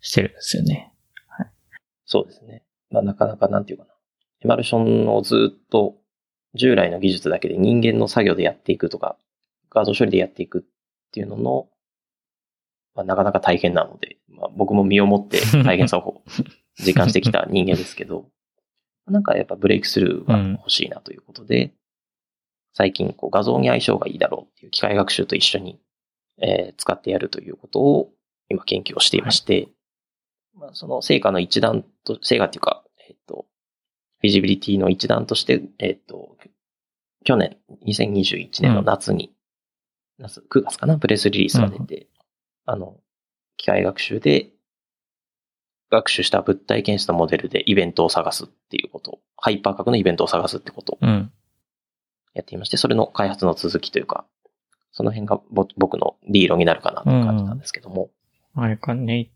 [SPEAKER 1] してるんですよね。
[SPEAKER 2] そうですね。まあなかなかなんていうかな。エマルションをずっと従来の技術だけで人間の作業でやっていくとか、画像処理でやっていくっていうのの、まあ、なかなか大変なので、まあ、僕も身をもって大変さを実感してきた人間ですけど、なんかやっぱブレイクスルーが欲しいなということで、最近こう画像に相性がいいだろうっていう機械学習と一緒に、えー使ってやるということを今研究をしていまして、まあ、その成果の一段と、成果っていうか、えっ、と、フィジビリティの一段として、えっ、と、去年、2021年の夏に、夏、9月かな、プレスリリースが出て、あの、機械学習で、学習した物体検出のモデルでイベントを探すっていうこと、ハイパー核のイベントを探すってことを
[SPEAKER 1] うん。
[SPEAKER 2] やっていまして、それの開発の続きというか、その辺がぼ僕のリードになるかなって感じなんですけども。
[SPEAKER 1] あれか、ネイ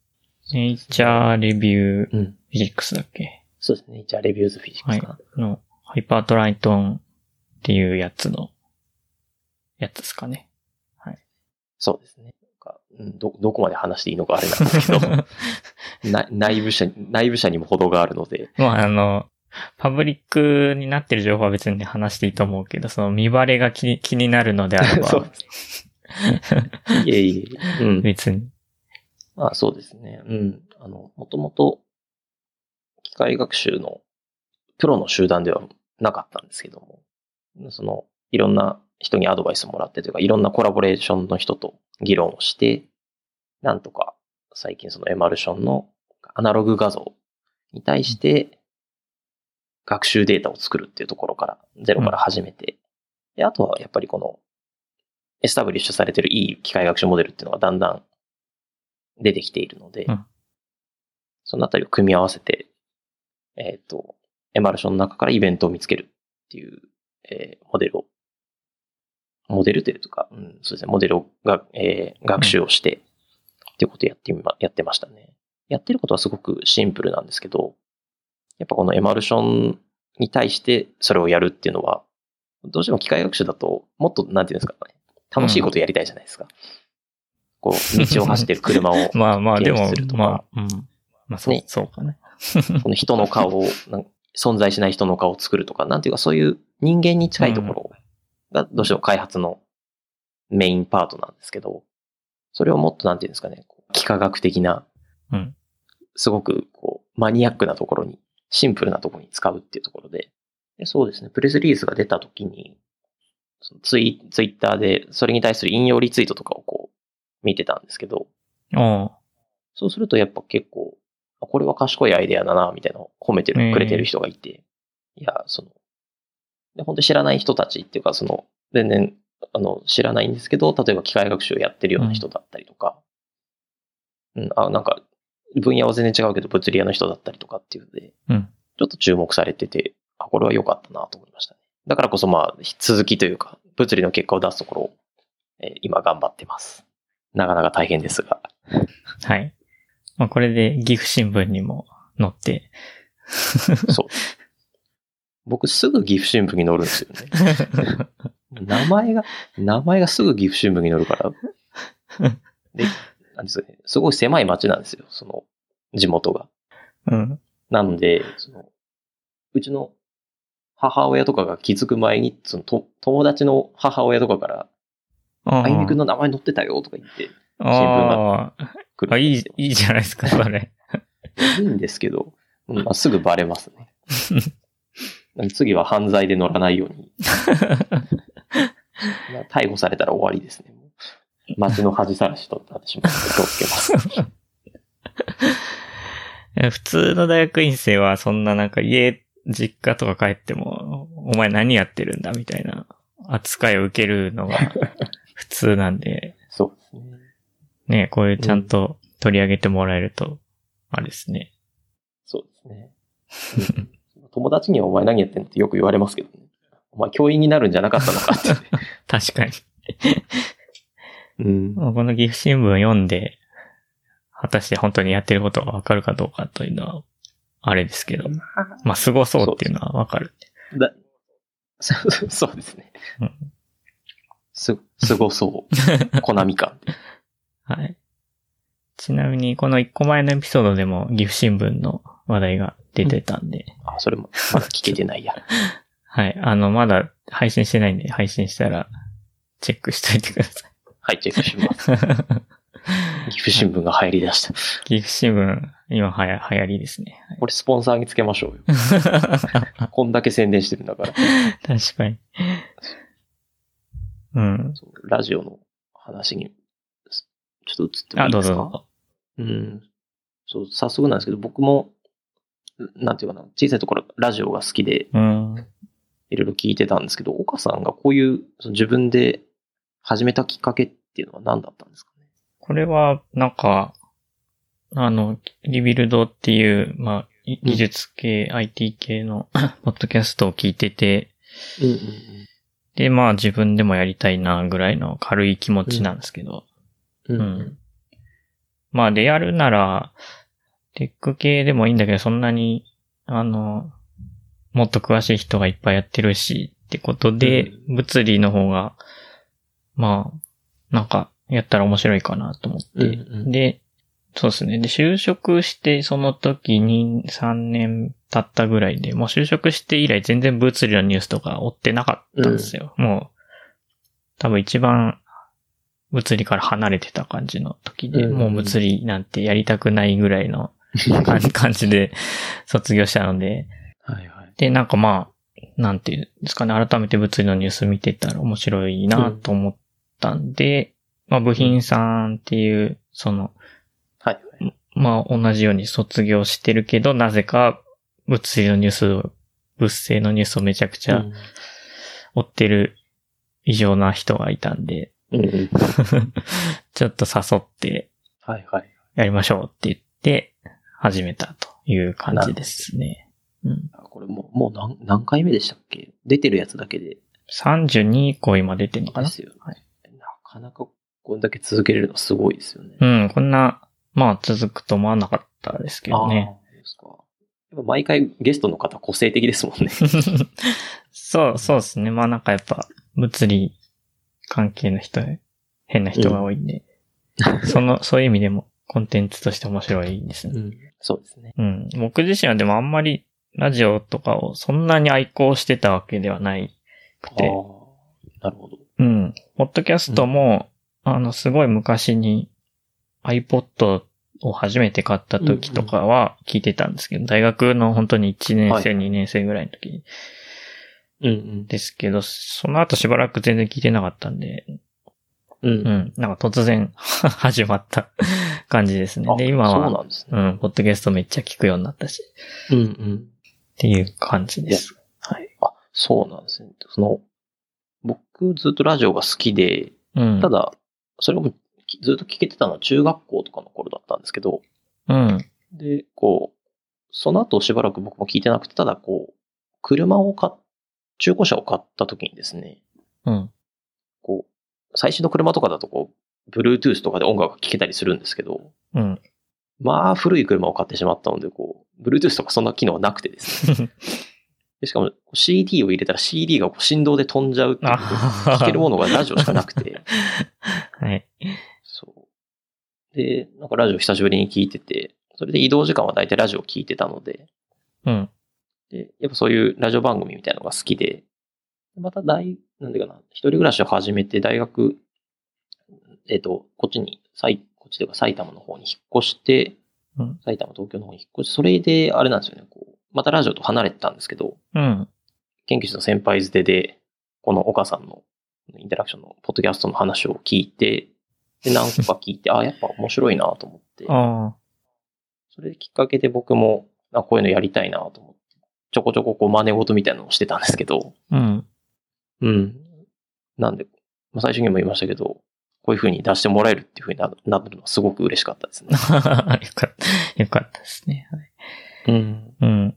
[SPEAKER 1] ネイチャーレビューフ
[SPEAKER 2] うん。
[SPEAKER 1] ィジックスだっけ
[SPEAKER 2] そうですね。じゃあ、レビューズフィジックスかな。
[SPEAKER 1] の、ハイパートライトンっていうやつの、やつですかね。
[SPEAKER 2] そうですね。なんかうんど、どこまで話していいのかあれなんですけど な、内部者、内部者にも程があるので、
[SPEAKER 1] まあ、あの、パブリックになってる情報は別に話していいと思うけど、その見バレが気に気になるのであれ
[SPEAKER 2] そ
[SPEAKER 1] ば
[SPEAKER 2] う、いえいえ、うん。
[SPEAKER 1] 別に。
[SPEAKER 2] まあそうですね。うん。あの、もともと、機械学習のプロの集団ではなかったんですけども、その、いろんな人にアドバイスをもらってというか、いろんなコラボレーションの人と議論をして、なんとか最近そのエマルションのアナログ画像に対して、学習データを作るっていうところから、ゼロから始めて、で、あとはやっぱりこの、エスタブリッシュされてるいい機械学習モデルっていうのがだんだん出てきているので、
[SPEAKER 1] うん
[SPEAKER 2] そのあたりを組み合わせて、えっ、と、エマルションの中からイベントを見つけるっていう、えーモデルを、モデルというか、うん、そうですね、モデルをが、えー学習をして、っていうことをやってみま、やってましたね。やってることはすごくシンプルなんですけど、やっぱこのエマルションに対してそれをやるっていうのは、どうしても機械学習だと、もっと、なんていうんですかね、楽しいことやりたいじゃないですか。こう、道を走ってる車を、
[SPEAKER 1] まあまあ、で
[SPEAKER 2] 検
[SPEAKER 1] も
[SPEAKER 2] 出する、とか
[SPEAKER 1] まあ、うん。まあ、そう、
[SPEAKER 2] ね
[SPEAKER 1] そうかね。
[SPEAKER 2] この人の顔を、なん存在しない人の顔を作るとか、なんていうかそういう人間に近いところがどうしても開発のメインパートなんですけど、それをもっとなんていうんですかね、こう幾何学的な
[SPEAKER 1] うん、
[SPEAKER 2] すごくこうマニアックなところに、シンプルなところに使うっていうところで、でそうですね、プレスリリースが出た時に、そのツイツイッターでそれに対する引用リツイートとかをこう見てたんですけど、
[SPEAKER 1] おう
[SPEAKER 2] そうするとやっぱ結構、あこれは賢いアイデアだな、みたいなのを褒めて
[SPEAKER 1] うん
[SPEAKER 2] るくれてる人がいて、いや、その、で本当に知らない人たちっていうか、その、全然、あの、知らないんですけど、例えば機械学習をやってるような人だったりとか、うん、あ、なんか、分野は全然違うけど、物理屋の人だったりとかっていうので、
[SPEAKER 1] うん
[SPEAKER 2] ちょっと注目されてて、あ、これは良かったなと思いましたね。だからこそ、まあ、続きというか、物理の結果を出すところを、えー今頑張ってます。なかなか大変ですが。
[SPEAKER 1] はい。まあ、これで岐阜新聞にも載って、
[SPEAKER 2] そう。僕すぐ岐阜新聞に載るんですよね。 名前が、名前がすぐ岐阜新聞に載るから。 で、なんですかね、すごい狭い町なんですよ、その、地元が。
[SPEAKER 1] うん。
[SPEAKER 2] なので、その、うちの母親とかが気づく前に、その、と友達の母親とかから、
[SPEAKER 1] あ
[SPEAKER 2] あいみくんの名前載ってたよとか言って
[SPEAKER 1] あー
[SPEAKER 2] くる
[SPEAKER 1] あ、
[SPEAKER 2] ん
[SPEAKER 1] い
[SPEAKER 2] で
[SPEAKER 1] い
[SPEAKER 2] すよ、。
[SPEAKER 1] いいじゃないですか、それ。
[SPEAKER 2] いいんですけど、うんまあ、すぐバレますね。次は犯罪で乗らないように。まあ逮捕されたら終わりですね。街の恥さらしとなってしまうので気をつけます。
[SPEAKER 1] 普通の大学院生はそんななんか家、実家とか帰っても、お前何やってるんだみたいな扱いを受けるの が普通なんで、
[SPEAKER 2] そうですね。
[SPEAKER 1] ね、こういうちゃんと取り上げてもらえると、あれですね。
[SPEAKER 2] そうですね。うん友達にはお前何やってんのってよく言われますけどね。お前教員になるんじゃなかったのかって。
[SPEAKER 1] 確かに。
[SPEAKER 2] うん。
[SPEAKER 1] まあこの岐阜新聞読んで、果たして本当にやってることがわかるかどうかというのは、あれですけど。まあ、凄そうっていうのはわかる。
[SPEAKER 2] だそうそうですね
[SPEAKER 1] うん。
[SPEAKER 2] す、すごそう。コナミ感。
[SPEAKER 1] はい。ちなみに、この一個前のエピソードでも岐阜新聞の話題が出てたんで、
[SPEAKER 2] あ、それも、まだ聞けてないや。
[SPEAKER 1] はい。あの、まだ配信してないんで、配信したら、チェックしといてください。
[SPEAKER 2] はい、チェックします。岐阜新聞が入り出した。
[SPEAKER 1] 岐阜新聞、今はや、流行りですね。
[SPEAKER 2] これスポンサーにつけましょうよ。
[SPEAKER 1] 確
[SPEAKER 2] こんだけ宣伝してるんだから。
[SPEAKER 1] かに。うん。
[SPEAKER 2] そうラジオの話に、すちょっと移ってもい
[SPEAKER 1] あ、
[SPEAKER 2] い
[SPEAKER 1] ど
[SPEAKER 2] で
[SPEAKER 1] う
[SPEAKER 2] す
[SPEAKER 1] ぞ
[SPEAKER 2] か
[SPEAKER 1] どうぞ。
[SPEAKER 2] うん。そう、早速なんですけど、僕も、んなんていうかな、小さいところラジオが好きで、
[SPEAKER 1] うん。
[SPEAKER 2] いろいろ聞いてたんですけど、岡さんがこういう、その自分で始めたきっかけっていうのは何だったんですかね
[SPEAKER 1] これは、なんか、あの、リビルドっていう、まあ、い技術系、IT 系の、 ポッドキャストを聞いてて、
[SPEAKER 2] うん
[SPEAKER 1] で、まあ自分でもやりたいな、ぐらいの軽い気持ちなんですけど、
[SPEAKER 2] うん
[SPEAKER 1] うんまあ、でやるなら、テック系でもいいんだけど、そんなに、あの、もっと詳しい人がいっぱいやってるし、ってことで、物理の方が、まあ、なんか、やったら面白いかなと思って、
[SPEAKER 2] うん
[SPEAKER 1] で、そうですね。で、就職して、その時に3年経ったぐらいで、もう就職して以来全然物理のニュースとか追ってなかったんですよ。もう、多分一番物理から離れてた感じの時で、
[SPEAKER 2] うん
[SPEAKER 1] もう物理なんてやりたくないぐらいの感 感じで卒業したので、
[SPEAKER 2] はいはい。
[SPEAKER 1] で、なんかまあ、なんていうんですかね、改めて物理のニュース見てたら面白いなと思ったんで、まあ部品さんっていう、その、
[SPEAKER 2] はいはい。
[SPEAKER 1] まあ同じように卒業してるけど、なぜか物理のニュースを、物性のニュースをめちゃくちゃ
[SPEAKER 2] うん
[SPEAKER 1] 追ってる異常な人がいたんで、
[SPEAKER 2] うんうん
[SPEAKER 1] ちょっと誘って
[SPEAKER 2] はいはい。
[SPEAKER 1] やりましょうって言って始めたという感じですね。うん、
[SPEAKER 2] あこれもう、もう何何回目でしたっけ出てるやつだけで。
[SPEAKER 1] 32個今出てるのか
[SPEAKER 2] で
[SPEAKER 1] な
[SPEAKER 2] すよね
[SPEAKER 1] はい
[SPEAKER 2] なかなかこんだけ続けれるのすごいですよね。
[SPEAKER 1] うん、こんな、まあ続くと思わなかったですけどね。
[SPEAKER 2] ああ、そうですか。やっぱ毎回ゲストの方個性的ですもんね。
[SPEAKER 1] そう、そうですね。まあなんかやっぱ、物理関係の人、変な人が多いんで、その、そういう意味でもコンテンツとして面白いですね。
[SPEAKER 2] そうですね。
[SPEAKER 1] うん。僕自身はでもあんまりラジオとかをそんなに愛好してたわけではないく
[SPEAKER 2] ああ
[SPEAKER 1] て、
[SPEAKER 2] なるほど。
[SPEAKER 1] うん。ポッドキャストも、あの、すごい昔に iPod を初めて買った時とかは聞いてたんですけど、大学の本当に1年生、
[SPEAKER 2] はい
[SPEAKER 1] 2年生ぐらいの時に
[SPEAKER 2] うん
[SPEAKER 1] ですけど、その後しばらく全然聞いてなかったんで、
[SPEAKER 2] うん。うん
[SPEAKER 1] うん。なんか突然 始まった感じですね。
[SPEAKER 2] あ
[SPEAKER 1] で、今
[SPEAKER 2] そう
[SPEAKER 1] は、
[SPEAKER 2] なんです
[SPEAKER 1] う
[SPEAKER 2] ね。
[SPEAKER 1] ん、ポッドキャストめっちゃ聞くようになったし、
[SPEAKER 2] うんうん。
[SPEAKER 1] っていう感じです。
[SPEAKER 2] あ、そうなんですね。その、僕ずっとラジオが好きで、
[SPEAKER 1] うん。
[SPEAKER 2] ただ、それもきずっと聞けてたのは中学校とかの頃だったんですけど、
[SPEAKER 1] うん。
[SPEAKER 2] で、こう、その後しばらく僕も聞いてなくて、ただこう、車を買っ、中古車を買った時にですね、
[SPEAKER 1] うん。
[SPEAKER 2] こう、最新の車とかだとこう、Bluetooth とかで音楽が聴けたりするんですけど、
[SPEAKER 1] うん。
[SPEAKER 2] まあ古い車を買ってしまったので、こう、Bluetooth とかそんな機能はなくてですね。でしかも CD を入れたら CD がこう振動で飛んじゃうっていう、
[SPEAKER 1] あ
[SPEAKER 2] 聴けるものがラジオしかなくて、
[SPEAKER 1] はい。
[SPEAKER 2] そう。で、なんかラジオ久しぶりに聞いてて、それで移動時間は大体ラジオ聞いてたので、
[SPEAKER 1] うん。
[SPEAKER 2] で、やっぱそういうラジオ番組みたいなのが好きで、また大、なんていうかな、一人暮らしを始めて大学、えっ、と、こっちに、埼こっちというか埼玉の方に引っ越して、
[SPEAKER 1] うん
[SPEAKER 2] 埼玉、東京の方に引っ越して、それで、あれなんですよね、こう、またラジオと離れてたんですけど、
[SPEAKER 1] うん。
[SPEAKER 2] 研究室の先輩捨てで、この岡さんのインタラクションのポッドキャストの話を聞いて、で、何個か聞いて、あ、やっぱ面白いなと思って、
[SPEAKER 1] ああ。
[SPEAKER 2] それきっかけで僕も、あこういうのやりたいなと思って、ちょこちょここう真似事みたいなのをしてたんですけど、
[SPEAKER 1] うん。
[SPEAKER 2] うん。なんで、まあ、最初にも言いましたけど、こういう風に出してもらえるっていう風にななるのはすごく嬉しかったですね
[SPEAKER 1] よ。かった、よかったですね。はい
[SPEAKER 2] うん。
[SPEAKER 1] うん。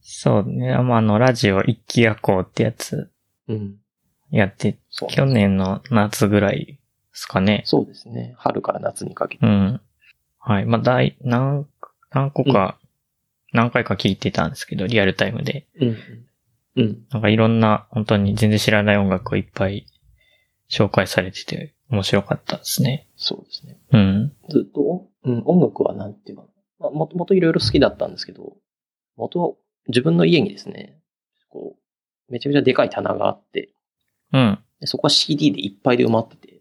[SPEAKER 1] そうね。まあ、あの、ラジオ一気夜行ってやつ
[SPEAKER 2] うん。
[SPEAKER 1] やって、
[SPEAKER 2] そう。
[SPEAKER 1] 去年の夏ぐらいですかね。
[SPEAKER 2] そうですね。春から夏にかけて。
[SPEAKER 1] うん。はい。まあ、大、何、何個か、何回か聞いてたんですけど、リアルタイムで。
[SPEAKER 2] うん。うん。
[SPEAKER 1] なんかいろんな、本当に全然知らない音楽をいっぱい紹介されてて、面白かったですね。
[SPEAKER 2] そうですね。
[SPEAKER 1] うん。
[SPEAKER 2] ずっと、うん、音楽はなんていうかな、まあ、もともといろいろ好きだったんですけど、元は自分の家にですね、こう、めちゃめちゃでかい棚があって、
[SPEAKER 1] うん。
[SPEAKER 2] でそこは CD でいっぱいで埋まってて、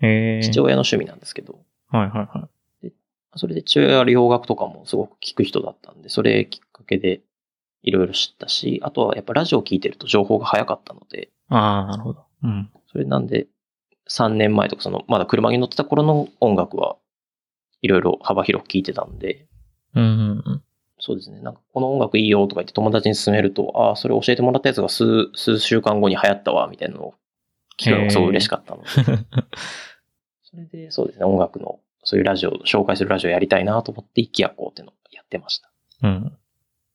[SPEAKER 1] ええ
[SPEAKER 2] 父親の趣味なんですけど、
[SPEAKER 1] はいはいはい。
[SPEAKER 2] それで父親は洋楽とかもすごく聞く人だったんで、それきっかけでいろいろ知ったし、あとはやっぱラジオ聞いてると情報が早かったので、
[SPEAKER 1] ああ、なるほど。うん。
[SPEAKER 2] それなんで3年前とかその、まだ車に乗ってた頃の音楽はいろいろ幅広く聞いてたんで、
[SPEAKER 1] うんうん
[SPEAKER 2] そうですね。なんか、この音楽いいよとか言って友達に勧めると、ああ、それ教えてもらったやつが数、数週間後に流行ったわ、みたいなのを聞くのがすごい嬉しか ったので。
[SPEAKER 1] うん。
[SPEAKER 2] それで、そうですね、音楽の、そういうラジオ、紹介するラジオやりたいなと思って、一気やこうっていうのをやってました。
[SPEAKER 1] うん。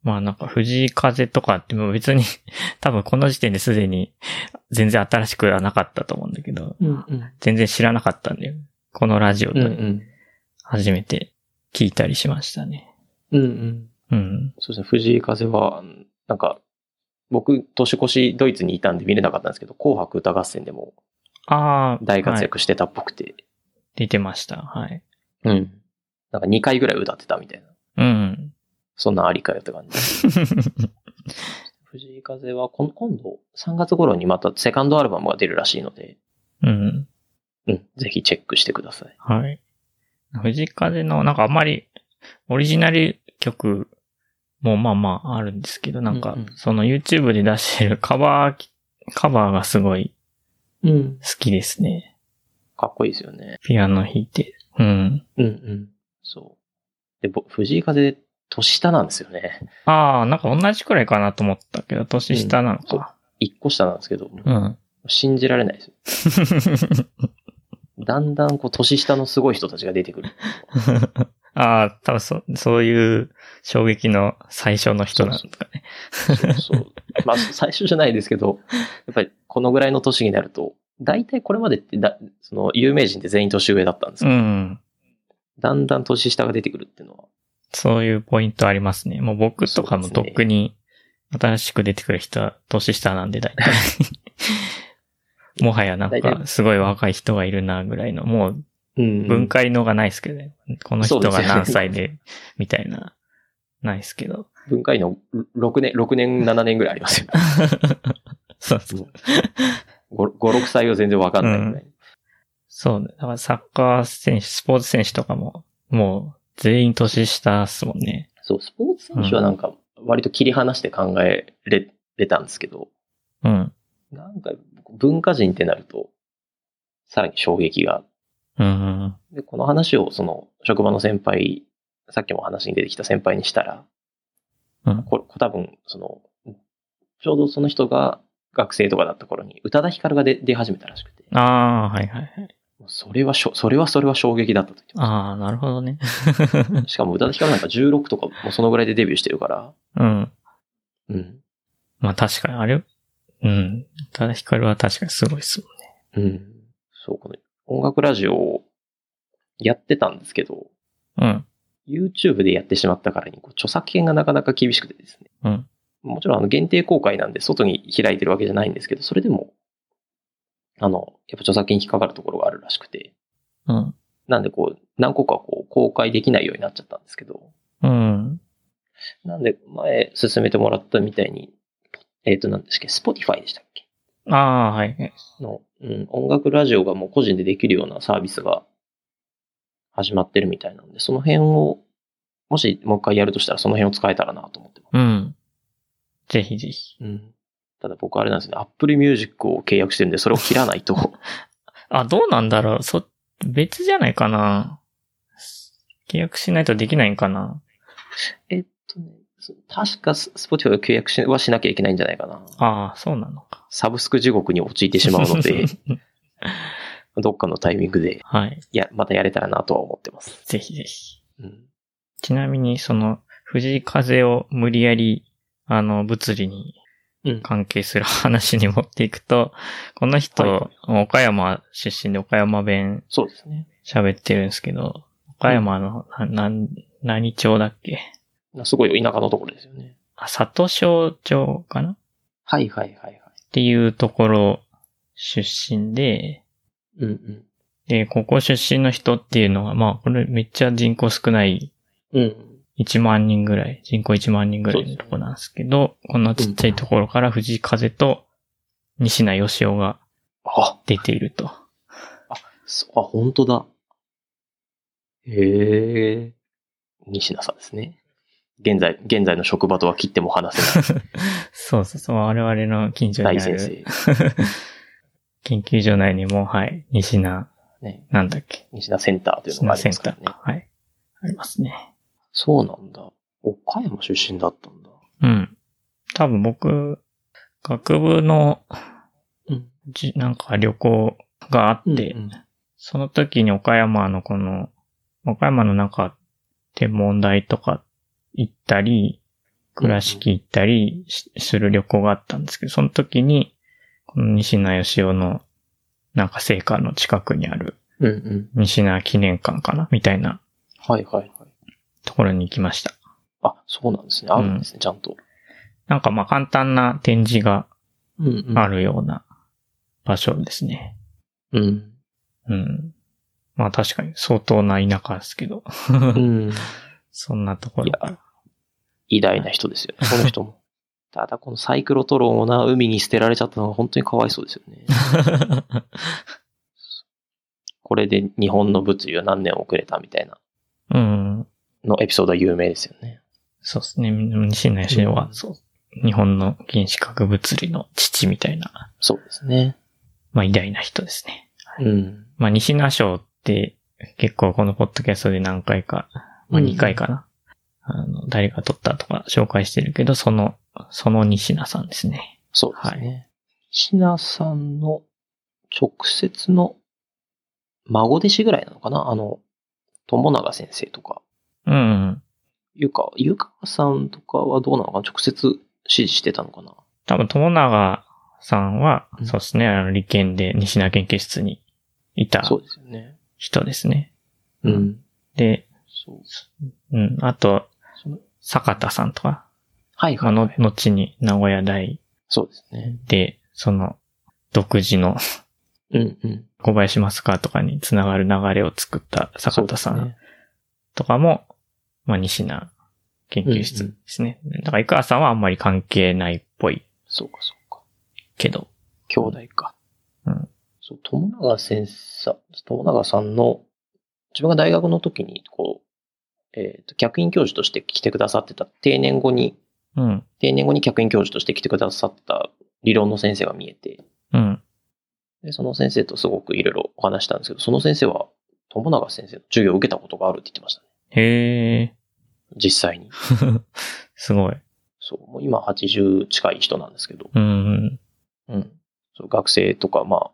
[SPEAKER 1] まあなんか藤井風とかってもう別に 多分この時点ですでに全然新しくはなかったと思うんだけど、
[SPEAKER 2] うんうん。
[SPEAKER 1] 全然知らなかったんで、このラジオ
[SPEAKER 2] うんう
[SPEAKER 1] で
[SPEAKER 2] ん。
[SPEAKER 1] 初めて聞いたりしましたね。
[SPEAKER 2] うんうん。
[SPEAKER 1] うん。
[SPEAKER 2] そうですね、藤井風は、なんか、僕、年越しドイツにいたんで見れなかったんですけど、紅白歌合戦でも
[SPEAKER 1] ああ、
[SPEAKER 2] 大活
[SPEAKER 1] はい
[SPEAKER 2] 躍してたっぽくて、
[SPEAKER 1] 出てました。はい。
[SPEAKER 2] うん。なんか2回ぐらい歌ってたみたいな。
[SPEAKER 1] うん。
[SPEAKER 2] そんなんありかよって感じ。藤井風はこの今度3月頃にまたセカンドアルバムが出るらしいので、
[SPEAKER 1] うん。
[SPEAKER 2] うん、ぜひチェックしてください。
[SPEAKER 1] はい。藤井風の、なんかあんまり、オリジナル曲もまあまああるんですけど、なんか
[SPEAKER 2] うんうん、
[SPEAKER 1] その YouTube で出してるカバー、カバーがすごい
[SPEAKER 2] うん。
[SPEAKER 1] 好きですね。
[SPEAKER 2] かっこいいですよね。
[SPEAKER 1] ピアノ弾いて。うん。
[SPEAKER 2] うんうん。そう。で、ぼ藤井風、年下なんですよね。
[SPEAKER 1] ああ、なんか同じくらいかなと思ったけど、年下なのか。
[SPEAKER 2] 一個下なんですけど、
[SPEAKER 1] うん。
[SPEAKER 2] 信じられないですよ。だんだんこう年下のすごい人たちが出てく る。
[SPEAKER 1] ああ、多分そ、そういう衝撃の最初の人なんですかね。
[SPEAKER 2] そうそう。まあ最初じゃないですけど、やっぱりこのぐらいの年になると、大体これまでってだ、その有名人って全員年上だったんです
[SPEAKER 1] う
[SPEAKER 2] けど、
[SPEAKER 1] ん。
[SPEAKER 2] だんだん年下が出てくるっていうのは、
[SPEAKER 1] そういうポイントありますね。もう僕とかも
[SPEAKER 2] そうです
[SPEAKER 1] と
[SPEAKER 2] ね
[SPEAKER 1] っくに新しく出てくる人は年下なんで大 体。もはやなん
[SPEAKER 2] 大
[SPEAKER 1] か
[SPEAKER 2] 体
[SPEAKER 1] すごい若い人がいるなぐらいの、もう
[SPEAKER 2] うん
[SPEAKER 1] 分解のがないですけどね。この人
[SPEAKER 2] そうで
[SPEAKER 1] が
[SPEAKER 2] すよね
[SPEAKER 1] 何歳で、みたいな、ないですけ ど。
[SPEAKER 2] 文化医の6年、6年、7年ぐらいありますよ。
[SPEAKER 1] そうそう。
[SPEAKER 2] 5、6歳は全然わかんないぐらい。
[SPEAKER 1] そうね。だからサッカー選手、スポーツ選手とかも、もう全員年下っすもんね。
[SPEAKER 2] そう、スポーツ選手はなんか、割と切り離して考えれれたんですけど、
[SPEAKER 1] うん。
[SPEAKER 2] なんか、文化人ってなると、さらに衝撃が。
[SPEAKER 1] うん。
[SPEAKER 2] で、この話を、その、職場の先輩、さっきも話に出てきた先輩にしたら、
[SPEAKER 1] うん
[SPEAKER 2] ここ多分、その、ちょうどその人が学生とかだった頃に、宇多田ヒカルが出出始めたらしくて、
[SPEAKER 1] ああ、はいはいはい。
[SPEAKER 2] もうそれはしょ、それはそれは衝撃だったと言ってました
[SPEAKER 1] ああ、なるほどね。
[SPEAKER 2] しかも宇多田ヒカルなんか16とかもうそのぐらいでデビューしてるから、
[SPEAKER 1] うん。
[SPEAKER 2] うん。
[SPEAKER 1] まあ確かに、あれうん。ただ光は確かにすごいっすもんね。
[SPEAKER 2] うん。そう、この音楽ラジオをやってたんですけど、
[SPEAKER 1] うん。
[SPEAKER 2] YouTube でやってしまったからに、こう著作権がなかなか厳しくてですね。
[SPEAKER 1] うん。
[SPEAKER 2] もちろんあの限定公開なんで外に開いてるわけじゃないんですけど、それでも、あの、やっぱ著作権引っかかるところがあるらしくて、
[SPEAKER 1] うん。
[SPEAKER 2] なんでこう、何個かこう公開できないようになっちゃったんですけど、
[SPEAKER 1] うん。
[SPEAKER 2] なんで前進めてもらったみたいに、えっ、と、なんですっけ、Spotify でしたっけ
[SPEAKER 1] ああ、はい。
[SPEAKER 2] の、うん、音楽ラジオがもう個人でできるようなサービスが始まってるみたいなので、その辺を、もしもう一回やるとしたらその辺を使えたらなと思ってます。
[SPEAKER 1] うん。ぜひぜひ。
[SPEAKER 2] うん。ただ僕あれなんですね、Apple Music を契約してるんで、それを切らないと。
[SPEAKER 1] あ、どうなんだろう。そ、別じゃないかな。契約しないとできないんかな。
[SPEAKER 2] えっとね、そす確かス Spotify を契約しはしなきゃいけないんじゃないかな。
[SPEAKER 1] ああ、そうなのか。
[SPEAKER 2] サブスク地獄に陥ってしまうの で、どっかのタイミングで、
[SPEAKER 1] はい。
[SPEAKER 2] いや、またやれたらなとは思ってます。
[SPEAKER 1] ぜひぜひ。
[SPEAKER 2] うん、
[SPEAKER 1] ちなみに、その、藤井風を無理やり、あの、物理に
[SPEAKER 2] うん
[SPEAKER 1] 関係する話に持っていくと、この人、
[SPEAKER 2] はいは
[SPEAKER 1] 岡山出身で岡山弁
[SPEAKER 2] そうですね。
[SPEAKER 1] 喋ってるんですけど、岡山の、な、なん、何町だっけ
[SPEAKER 2] すごい田舎のところですよね。
[SPEAKER 1] あ、里小町かなっ
[SPEAKER 2] はいはいはいはい。
[SPEAKER 1] ていうところ出身で、
[SPEAKER 2] うんうん。
[SPEAKER 1] で、ここ出身の人っていうのは、まあ、これめっちゃ人口少ない、
[SPEAKER 2] うん。
[SPEAKER 1] 1万人ぐらい、人口1万人ぐらいのとこなんですけど、こんなちっちゃいところから藤井風と西名義雄が
[SPEAKER 2] あ、
[SPEAKER 1] 出ていると。
[SPEAKER 2] そあ、本当だ。へえ。西名さんですね。現在、現在の職場とは切っても話せ
[SPEAKER 1] そうそうそう、我々の近所
[SPEAKER 2] ない
[SPEAKER 1] に
[SPEAKER 2] 大
[SPEAKER 1] あ
[SPEAKER 2] 先
[SPEAKER 1] る
[SPEAKER 2] 生。
[SPEAKER 1] 研究所内にも、はい、西名、
[SPEAKER 2] ね、
[SPEAKER 1] なんだっけ、
[SPEAKER 2] 西名センターという
[SPEAKER 1] 西
[SPEAKER 2] のがあ
[SPEAKER 1] 名
[SPEAKER 2] り
[SPEAKER 1] セ
[SPEAKER 2] ま
[SPEAKER 1] ン
[SPEAKER 2] す
[SPEAKER 1] タ
[SPEAKER 2] から
[SPEAKER 1] ー
[SPEAKER 2] ね。
[SPEAKER 1] か。はい。ありますね。
[SPEAKER 2] そうなんだ。岡山出身だったんだ。
[SPEAKER 1] うん。多分僕、学部の、
[SPEAKER 2] うん。
[SPEAKER 1] じなんか旅行があって、
[SPEAKER 2] うん
[SPEAKER 1] その時に岡山のこの、岡山のなんか、天文台とか行ったり、倉敷行ったりしする旅行があったんですけど、その時に、この西名義雄の、なんか聖火の近くにある、
[SPEAKER 2] うんうん。
[SPEAKER 1] 西名記念館かなみたいな
[SPEAKER 2] はいはいはい。
[SPEAKER 1] ところに行きました。
[SPEAKER 2] あ、そうなんですね。あるんですね、ちゃんと。
[SPEAKER 1] なんかまあ簡単な展示が
[SPEAKER 2] うん、うん。
[SPEAKER 1] あるような場所ですね。
[SPEAKER 2] うん。
[SPEAKER 1] うん。まあ確かに相当な田舎ですけど、
[SPEAKER 2] うん。
[SPEAKER 1] そんなところ
[SPEAKER 2] い。や、偉大な人ですよね、この人 も。ただ、このサイクロトロンをな、海に捨てられちゃったのが本当にかわいそうですよね。これで日本の物理は何年遅れたみたいな
[SPEAKER 1] うん。
[SPEAKER 2] のエピソードは有名ですよね。
[SPEAKER 1] そうですね。西野義雄は、
[SPEAKER 2] うん
[SPEAKER 1] そう。日本の原子核物理の父みたいな、
[SPEAKER 2] そうですね。
[SPEAKER 1] まあ偉大な人ですね。
[SPEAKER 2] うん。
[SPEAKER 1] まあ西名賞って結構このポッドキャストで何回か、まあ
[SPEAKER 2] うん
[SPEAKER 1] 2回かな。あの、誰が取ったとか紹介してるけど、その、その西名さんですね。
[SPEAKER 2] そうですね。シナさんの直接の孫弟子ぐらいなのかなあの、友永先生とか、
[SPEAKER 1] うんうん。
[SPEAKER 2] ゆか、ゆかさんとかはどうなのかな直接指示してたのかな
[SPEAKER 1] 多分友永さんは、
[SPEAKER 2] うん
[SPEAKER 1] そうですね、あの、理研で西名研究室にいた
[SPEAKER 2] そうですよね。
[SPEAKER 1] 人ですね。
[SPEAKER 2] う。
[SPEAKER 1] うんで、
[SPEAKER 2] そう。
[SPEAKER 1] うん、あと、
[SPEAKER 2] その
[SPEAKER 1] 坂田さんとか、
[SPEAKER 2] はい
[SPEAKER 1] ま
[SPEAKER 2] は
[SPEAKER 1] あ
[SPEAKER 2] い、は
[SPEAKER 1] の
[SPEAKER 2] い。、
[SPEAKER 1] 後に名古屋大
[SPEAKER 2] そうですね。
[SPEAKER 1] で、その、独自の
[SPEAKER 2] うんうん。
[SPEAKER 1] 小林マスカーとかにつながる流れを作った坂田さ
[SPEAKER 2] そうです
[SPEAKER 1] ん
[SPEAKER 2] ね
[SPEAKER 1] とかも、まあ、西名研究室ですね。だから、井川さんはあんまり関係ないっぽい
[SPEAKER 2] そうかそうか。
[SPEAKER 1] けど、
[SPEAKER 2] 兄弟か。
[SPEAKER 1] うん
[SPEAKER 2] そう、友永先生、友永さんの、自分が大学の時に、こう、えっ、と、客員教授として来てくださってた、定年後に、
[SPEAKER 1] うん、
[SPEAKER 2] 定年後に客員教授として来てくださった理論の先生が見えて、
[SPEAKER 1] うん、
[SPEAKER 2] で、その先生とすごくいろいろお話したんですけど、その先生は、友永先生の授業を受けたことがあるって言ってましたね。
[SPEAKER 1] へえ、
[SPEAKER 2] 実際に。
[SPEAKER 1] すごい。
[SPEAKER 2] そう、もう今80近い人なんですけど、
[SPEAKER 1] うん、
[SPEAKER 2] うん。そう学生とか、まあ、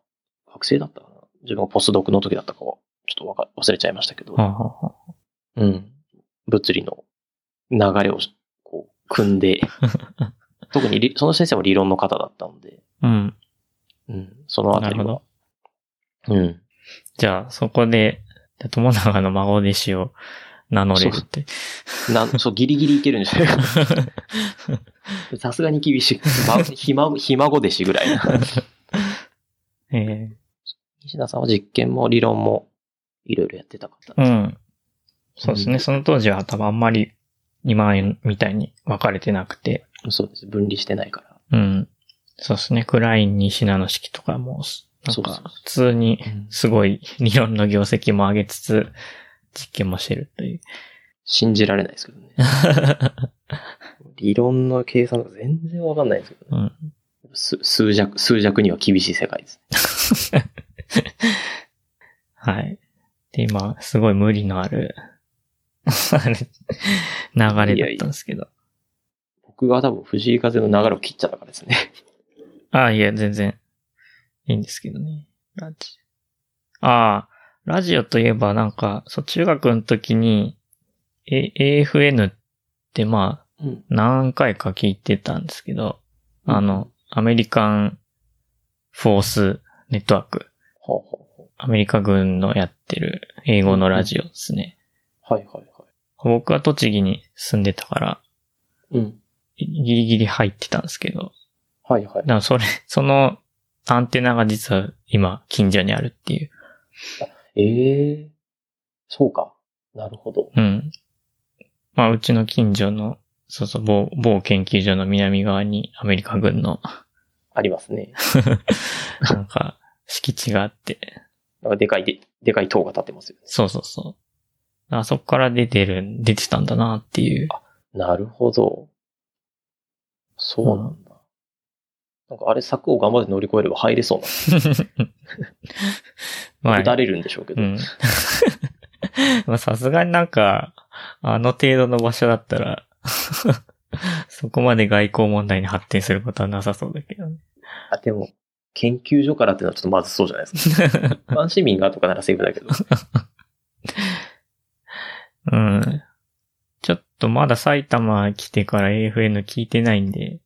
[SPEAKER 2] 学生だったかな。自分がポスドクの時だったかは、ちょっとわか忘れちゃいましたけど
[SPEAKER 1] は、あはあはあ
[SPEAKER 2] うん。物理の流れをしこう組ん で、特にりその先生も理論の方だったので、
[SPEAKER 1] うん、
[SPEAKER 2] うん。そのあた
[SPEAKER 1] な
[SPEAKER 2] り
[SPEAKER 1] るほど
[SPEAKER 2] は。。うん。
[SPEAKER 1] じゃあ、そこで、じゃあ友永の孫弟子を名乗れるって。
[SPEAKER 2] なん、そう、ギリギリいけるんじゃ ないかな。 さすがに厳しい。ま、ひま、ひ孫弟子ぐらい な。
[SPEAKER 1] ええ
[SPEAKER 2] 西田さんは実験も理論もいろいろやってた方。
[SPEAKER 1] うん。そうですね。その当時は多分あんまり今みたいに分かれてなくて。
[SPEAKER 2] そうです。分離してないから。
[SPEAKER 1] うん。そうですね。クライン西名の式とかも、なん
[SPEAKER 2] そうそう
[SPEAKER 1] か
[SPEAKER 2] そう
[SPEAKER 1] 普通に
[SPEAKER 2] うん
[SPEAKER 1] すごい理論の業績も上げつつ、実験もしてると いう。
[SPEAKER 2] 信じられないですけどね。理論の計算が全然わかんないですけどね。
[SPEAKER 1] うん。
[SPEAKER 2] す数弱、数弱には厳しい世界です。
[SPEAKER 1] はい。で、今、す ごい無理のある、流れだったんですけど。
[SPEAKER 2] 僕が多分藤井風の流れを切っちゃったからですね。
[SPEAKER 1] ああ、いや、全然、いいんですけどね。ラジオ。ああ、ラジオといえばなんか、そう、中学の時に、A、AFN ってまあ、
[SPEAKER 2] うん。
[SPEAKER 1] 何回か聞いてたんですけど、あの、アメリカンフォースネットワーク。
[SPEAKER 2] ほうほうほ
[SPEAKER 1] アメリカ軍のやってる英語のラジオですね。
[SPEAKER 2] う。はいはいは
[SPEAKER 1] 僕は栃木に住んでたから、
[SPEAKER 2] い。うん。
[SPEAKER 1] ギリギリ入ってたんですけど、
[SPEAKER 2] はいはい
[SPEAKER 1] だ。からそれ、 そのアンテナが実は今近所にあるっていう。
[SPEAKER 2] ええそうか。なるほど。
[SPEAKER 1] うん。まあ、うちの近所の、そうそう、某、某研究所の南側にアメリカ軍の、
[SPEAKER 2] ありますね。
[SPEAKER 1] なんか、敷地があって、
[SPEAKER 2] なんかでかいで、でかい塔が立ってますよね。
[SPEAKER 1] そうそうそう。あそこから出てる、出てたんだなっていう。
[SPEAKER 2] なるほど。そうなんだ。なんかあれ柵を頑張って乗り越えれば入れそう
[SPEAKER 1] ま
[SPEAKER 2] な。
[SPEAKER 1] あ
[SPEAKER 2] 打、たれるんでしょうけ
[SPEAKER 1] う
[SPEAKER 2] ど。
[SPEAKER 1] ん。まあ、さすがになんか、あの程度の場所だったら、 そこまで外交問題に発展することはなさそうだけどね。
[SPEAKER 2] あ、でも、研究所からっていうのはちょっとまずそうじゃないです か。一般市民がとかならセーフだけど。
[SPEAKER 1] うん。ちょっとまだ埼玉来てから AFN 聞いてないんで、
[SPEAKER 2] うん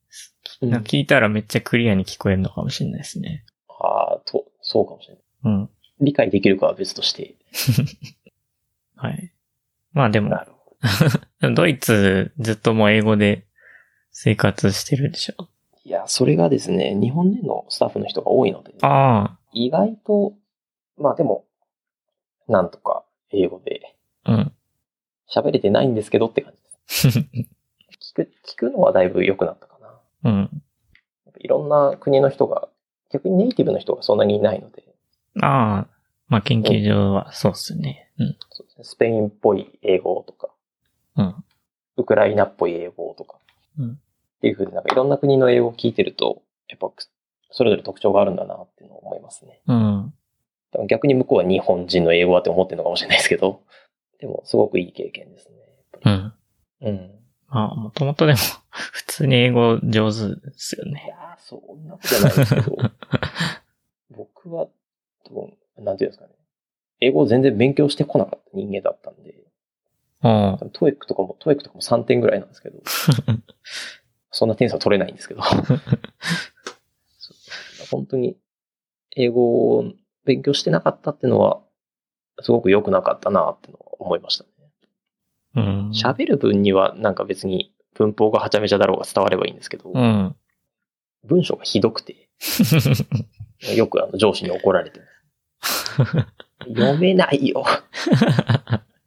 [SPEAKER 1] なんか聞いたらめっちゃクリアに聞こえるのかもしれないですね。
[SPEAKER 2] ああ、と、そうかもしれない。
[SPEAKER 1] うん。
[SPEAKER 2] 理解できるかは別として。
[SPEAKER 1] はい。まあでも
[SPEAKER 2] な、るほど。
[SPEAKER 1] ドイツずっともう英語で生活してるでしょ。
[SPEAKER 2] いや、それがですね、日本でのスタッフの人が多いので、
[SPEAKER 1] あ
[SPEAKER 2] 意外と、まあでも、なんとか英語で
[SPEAKER 1] あ、うん。
[SPEAKER 2] 喋れてないんですけどって感じ です。聞く、聞くのはだいぶ良くなったかな。
[SPEAKER 1] うん。
[SPEAKER 2] いろんな国の人が、逆にネイティブの人がそんなにいないので、
[SPEAKER 1] ああ、まあ研究所はそうっすね。うん。
[SPEAKER 2] そうですねスペインっぽい英語とか、
[SPEAKER 1] うん。
[SPEAKER 2] ウクライナっぽい英語とか、
[SPEAKER 1] うん
[SPEAKER 2] っていう風で、なんかいろんな国の英語を聞いてると、やっぱくそれぞれ特徴があるんだなっていうのを思いますね。
[SPEAKER 1] うん。
[SPEAKER 2] 多分逆に向こうは日本人の英語だって思ってるのかもしれないですけど、でもすごくいい経験ですね。
[SPEAKER 1] う
[SPEAKER 2] やっ
[SPEAKER 1] ん。
[SPEAKER 2] ぱりうん。
[SPEAKER 1] まあ、もともとでも、 普通に英語上手ですよ
[SPEAKER 2] い
[SPEAKER 1] ね。
[SPEAKER 2] やー、そんなことじゃないですけ ど、僕は、多分、なんていうんですかね。英語を全然勉強してこなかった人間だったんで、
[SPEAKER 1] うん。
[SPEAKER 2] 多分トエックとかも、トエックとかも3点ぐらいなんですけど、そんな点数は取れないんで すけど。そう本当に、英語を勉強してなかったっていうのは、すごく良くなかったなっていうのは思いましたね。
[SPEAKER 1] うん。
[SPEAKER 2] 喋る分にはなんか別に文法がはちゃめちゃだろうが伝わればいいんですけど、
[SPEAKER 1] うん。
[SPEAKER 2] 文章がひどくて、よくあの上司に怒られてます。読めな いよ。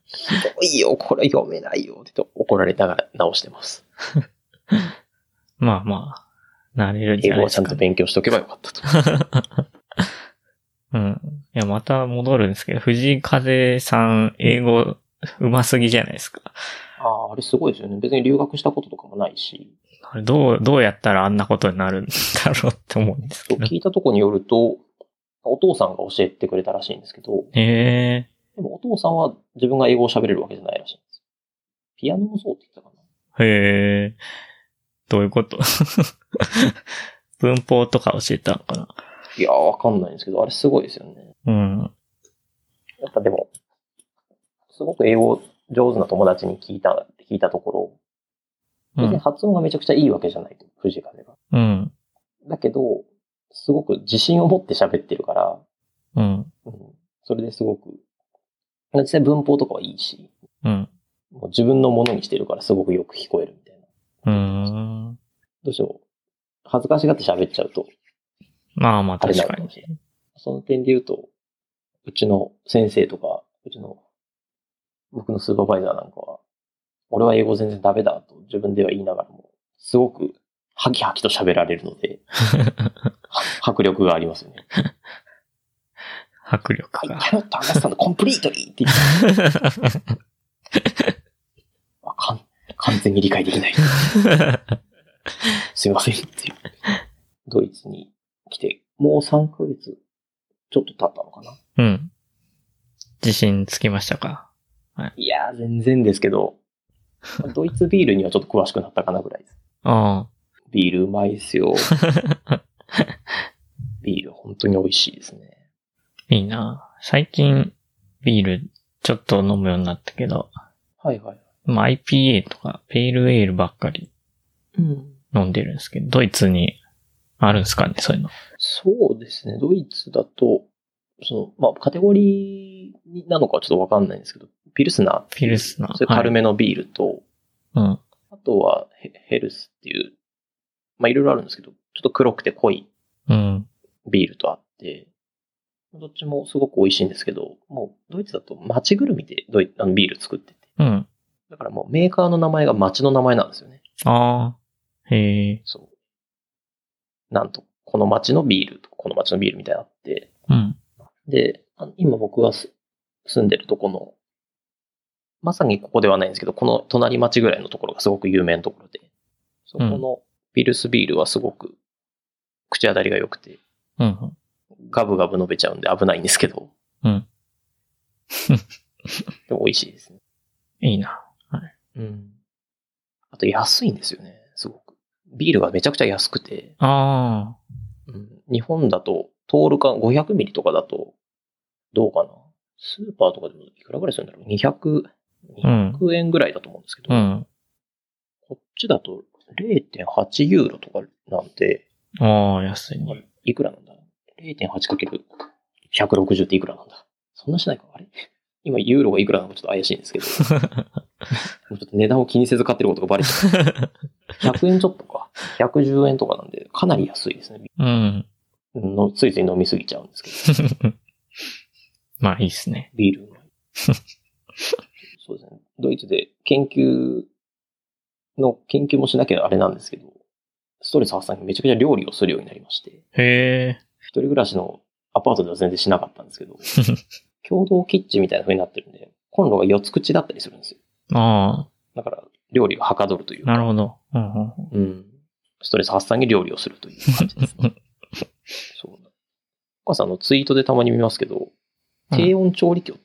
[SPEAKER 2] ひどいよ、これ読めないよ。って怒られながら直してます。
[SPEAKER 1] まあまあ、なれるんじ
[SPEAKER 2] 英
[SPEAKER 1] ゃない
[SPEAKER 2] 語は
[SPEAKER 1] で
[SPEAKER 2] ちゃ
[SPEAKER 1] す
[SPEAKER 2] ん
[SPEAKER 1] か、
[SPEAKER 2] と
[SPEAKER 1] ね。
[SPEAKER 2] 勉強しておけばよかったと。
[SPEAKER 1] うん。いや、また戻るんですけど、藤井風さん、英語、うますぎじゃないですか。
[SPEAKER 2] ああ、あれすごいですよね。別に留学したこととかもないし、
[SPEAKER 1] あれどう、どうやったらあんなことになるんだろうって思うんですけど。
[SPEAKER 2] 聞いたとこによると、お父さんが教えてくれたらしいんですけど、
[SPEAKER 1] へえ
[SPEAKER 2] でもお父さんは自分が英語を喋れるわけじゃないらしいんです。ピアノもそうって言ってたかな。
[SPEAKER 1] へえどういうこと 文法とか教えたのかない
[SPEAKER 2] やー、わかんないんですけど、あれすごいですよね。
[SPEAKER 1] うん。
[SPEAKER 2] やっぱでも、すごく英語上手な友達に聞いた、聞いたとこ
[SPEAKER 1] う
[SPEAKER 2] ろ、別に
[SPEAKER 1] ん。
[SPEAKER 2] 発音がめちゃくちゃいいわけじゃないと、藤井風が。
[SPEAKER 1] うん。
[SPEAKER 2] だけど、すごく自信を持って喋ってるから、
[SPEAKER 1] うん。
[SPEAKER 2] うん、それですごく、実際文法とかはいいし、
[SPEAKER 1] うん。
[SPEAKER 2] もう自分のものにしてるからすごくよく聞こえるみたいな。
[SPEAKER 1] うーん。
[SPEAKER 2] どうしても、恥ずかしがって喋っちゃうと、
[SPEAKER 1] まあまあ、
[SPEAKER 2] あれ
[SPEAKER 1] 確
[SPEAKER 2] なの
[SPEAKER 1] か
[SPEAKER 2] かも
[SPEAKER 1] に。
[SPEAKER 2] しれない。その点で言うと、うちの先生とか、うちの、僕のスーパーバイザーなんかは、俺は英語全然ダメだと自分では言いながらも、すごくハキハキと喋られる ので、は迫力がありますよね。
[SPEAKER 1] 迫力
[SPEAKER 2] はい、
[SPEAKER 1] が。
[SPEAKER 2] キャノット話したのコンプリートリーって言って、あかん、完全に理解できない。すいませんっていう。ドイツに来て、もう3ヶ月ちょっと経ったのかな
[SPEAKER 1] うん。自信つきましたか
[SPEAKER 2] いやー、全然ですけど、ドイツビールにはちょっと詳しくなったかなぐらいです。
[SPEAKER 1] あ
[SPEAKER 2] ビールうまいですよ。
[SPEAKER 1] あ。
[SPEAKER 2] ビール本当に美味しいですね。
[SPEAKER 1] いいな。最近、ビール、ちょっと飲むようになったけど、
[SPEAKER 2] はいはい。
[SPEAKER 1] まあ、IPA とか、ペールエールばっかり
[SPEAKER 2] うん。
[SPEAKER 1] 飲んでるんですけど、ドイツにあるんですかね、そういうの。
[SPEAKER 2] そうですね。ドイツだと、その、まあ、カテゴリーなのかはちょっとわかんないんですけど、ピルスナーっていう。
[SPEAKER 1] ピルスナー
[SPEAKER 2] そういう軽めのビールと、
[SPEAKER 1] うん。
[SPEAKER 2] あとはヘヘルスっていう、まあ、いろいろあるんですけど、ちょっと黒くて濃い
[SPEAKER 1] うん。
[SPEAKER 2] ビールとあって、どっちもすごく美味しいんですけど、もうドイツだと街ぐるみでドイあのビール作ってて、
[SPEAKER 1] うん。
[SPEAKER 2] だからもうメーカーの名前が街の名前なんですよね。
[SPEAKER 1] ああ。へえ。
[SPEAKER 2] そう。なんと、この街のビールとこの街のビールみたいなのあって、
[SPEAKER 1] うん。
[SPEAKER 2] で、あの今僕がす住んでるとこの、まさにここではないんですけど、この隣町ぐらいのところがすごく有名なところで、そこのピルスビールはすごく口当たりが良くて、
[SPEAKER 1] うん。
[SPEAKER 2] ガブガブ飲めちゃうんで危ないんですけど。
[SPEAKER 1] うん。
[SPEAKER 2] でも美味しいですね。
[SPEAKER 1] いいな。
[SPEAKER 2] うん。あと安いんですよね、すごく。ビールがめちゃくちゃ安くて、
[SPEAKER 1] ああ。
[SPEAKER 2] うん、日本だと、トール缶500ミリとかだと、どうかな。スーパーとかでもいくらぐらいするんだろう ?200、
[SPEAKER 1] うん
[SPEAKER 2] 200円ぐらいだと思うんですけど、
[SPEAKER 1] うん。
[SPEAKER 2] こっちだと0.8ユーロとかなんて、
[SPEAKER 1] ああ、安いね。
[SPEAKER 2] いくらなんだ ?0.8×160 っていくらなんだそんなしないかあれ今、ユーロがいくらなのかちょっと怪しいんですけど。もうちょっと値段を気にせず買ってることがバレちゃう。100円ちょっとか。110円とかなんで、かなり安いですね。
[SPEAKER 1] うん。
[SPEAKER 2] のついつい飲みすぎちゃうんですけど。
[SPEAKER 1] まあ、いいっすね。
[SPEAKER 2] ビー ルうまい。そうですね。ドイツで研究の、研究もしなきゃあれなんですけど、ストレス発散にめちゃくちゃ料理をするようになりまして、
[SPEAKER 1] へえ。
[SPEAKER 2] 一人暮らしのアパートでは全然しなかったんです けど、共同キッチンみたいな風になってるんで、コンロが四つ口だったりするんですよ。
[SPEAKER 1] あ
[SPEAKER 2] だから、料理がはかどるとい
[SPEAKER 1] あ。
[SPEAKER 2] う
[SPEAKER 1] なる
[SPEAKER 2] か、
[SPEAKER 1] ほど。うんうんうん。
[SPEAKER 2] うん。ストレス発散に料理をするという感じです ね。そうなんお母さんのツイートでたまに見ますけど、
[SPEAKER 1] うん
[SPEAKER 2] 低温調理器を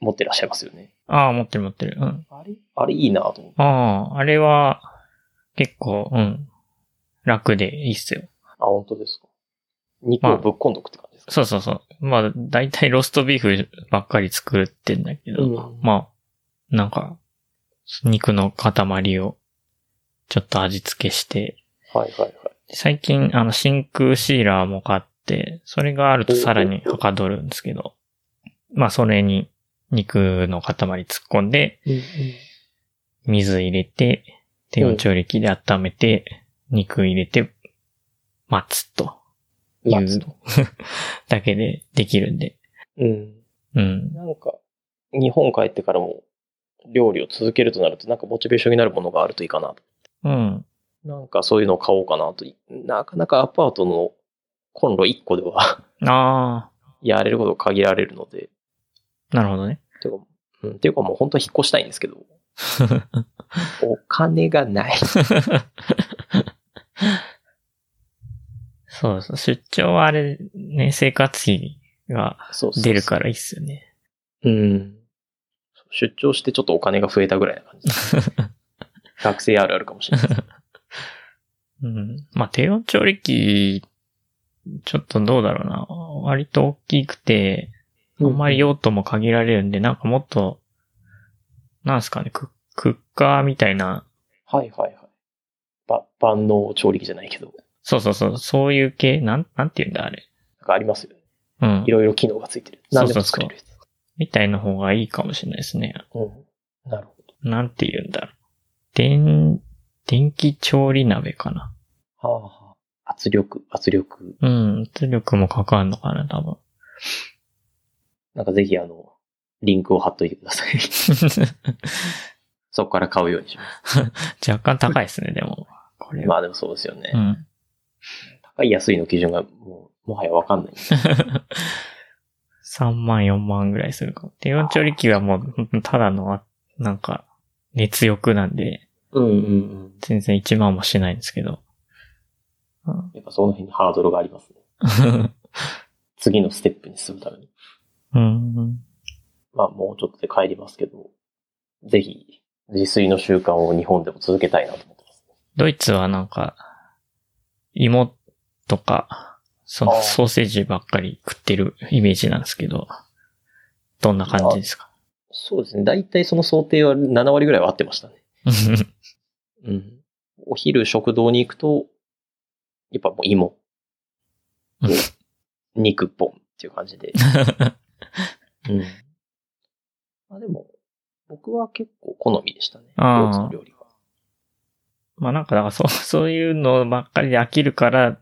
[SPEAKER 2] 持ってらっしゃいますよね。
[SPEAKER 1] ああ、持ってる持ってる。うん。
[SPEAKER 2] あれあれいいなと思って。
[SPEAKER 1] ああ、あれは、結構、うん。楽でいいっすよ。
[SPEAKER 2] あ、本当ですか。肉をぶっこんどくって感じですか、
[SPEAKER 1] そうそうそう。まあ、だいたいローストビーフばっかり作ってんだけど、
[SPEAKER 2] うん
[SPEAKER 1] まあ、なんか、肉の塊をちょっと味付けして、
[SPEAKER 2] はいはいはい。
[SPEAKER 1] 最近、あの、真空シーラーも買って、それがあるとさらにはかどるんですけど、まあ、それに肉の塊突っ込んで、水入れて、低温調理器で温めて、肉入れて、待つとい
[SPEAKER 2] まあ
[SPEAKER 1] う だけでできるんで、
[SPEAKER 2] うん。
[SPEAKER 1] うん。
[SPEAKER 2] なんか、日本帰ってからも料理を続けるとなると、なんかモチベーションになるものがあるといいかなと。
[SPEAKER 1] うん。
[SPEAKER 2] なんかそういうのを買おうかなと。なかなかアパートのコンロ1個では
[SPEAKER 1] あ
[SPEAKER 2] やれることが限られるので。
[SPEAKER 1] あ、なるほどね。
[SPEAKER 2] ていうか、うん、ていうかもう本当は引っ越したいんですけど、お金が ない。
[SPEAKER 1] そうそう。出張はあれ、ね、生活費が
[SPEAKER 2] そうそう
[SPEAKER 1] 出るからいいっすよね。
[SPEAKER 2] うん。出張してちょっとお金が増えたぐらいな感じです。 学生あるあるかもしれないです。
[SPEAKER 1] うん。まあ、低温調理器、ちょっとどうだろうな。割と大きくて、あんまり用途も限られるんで、なんかもっと、なんすかね、ククッカーみたいな、
[SPEAKER 2] はいはいはい。ば、万能調理器じゃないけど、
[SPEAKER 1] そうそうそう、そういう系、なん、なんて言うんだ、あれ。
[SPEAKER 2] なんかありますよね。
[SPEAKER 1] うん
[SPEAKER 2] い。ろいろ機能がついてる。何でも作れるやつ。
[SPEAKER 1] みたいな方がいいかもしれないですね。
[SPEAKER 2] うん。なるほ
[SPEAKER 1] なんて言うんだろう。電、電気調理鍋かな。
[SPEAKER 2] ど。はあはあ、圧力、圧力。
[SPEAKER 1] うん、圧力もかかるのかな、多分。
[SPEAKER 2] なんかぜひあの、リンクを貼っといてください。 そこから買うようにしま
[SPEAKER 1] 若干高いですね、でも。これ
[SPEAKER 2] す。
[SPEAKER 1] は。
[SPEAKER 2] まあでもそうですよね。
[SPEAKER 1] うん。
[SPEAKER 2] 高い安いの基準がもう、もはやわかんない。
[SPEAKER 1] 3万、4万ぐらいするかも。低温調理器はもう、ただの、あなんか、熱欲なんで、
[SPEAKER 2] うんうんうん。
[SPEAKER 1] 全然1万もしないんですけど。うん、
[SPEAKER 2] やっぱその辺にハードルがありますね。次のステップに進むために。
[SPEAKER 1] うん。
[SPEAKER 2] まあもうちょっとで帰りますけど、ぜひ自炊の習慣を日本でも続けたいなと思ってます。
[SPEAKER 1] ドイツはなんか、芋とか、そ
[SPEAKER 2] あ
[SPEAKER 1] の
[SPEAKER 2] ー
[SPEAKER 1] ソーセージばっかり食ってるイメージなんですけど、どんな感じで すか
[SPEAKER 2] そうですね。だいたいその想定は7割ぐらいは合ってましたね。うん。お昼食堂に行くと、やっぱもう芋
[SPEAKER 1] うん。
[SPEAKER 2] 肉ポンっていう 感じで。うん。まあでも、僕は結構好みでしたね。
[SPEAKER 1] あー
[SPEAKER 2] ドイツの料理は。
[SPEAKER 1] まあなんか、だからそう、そういうのばっかりで飽きるから、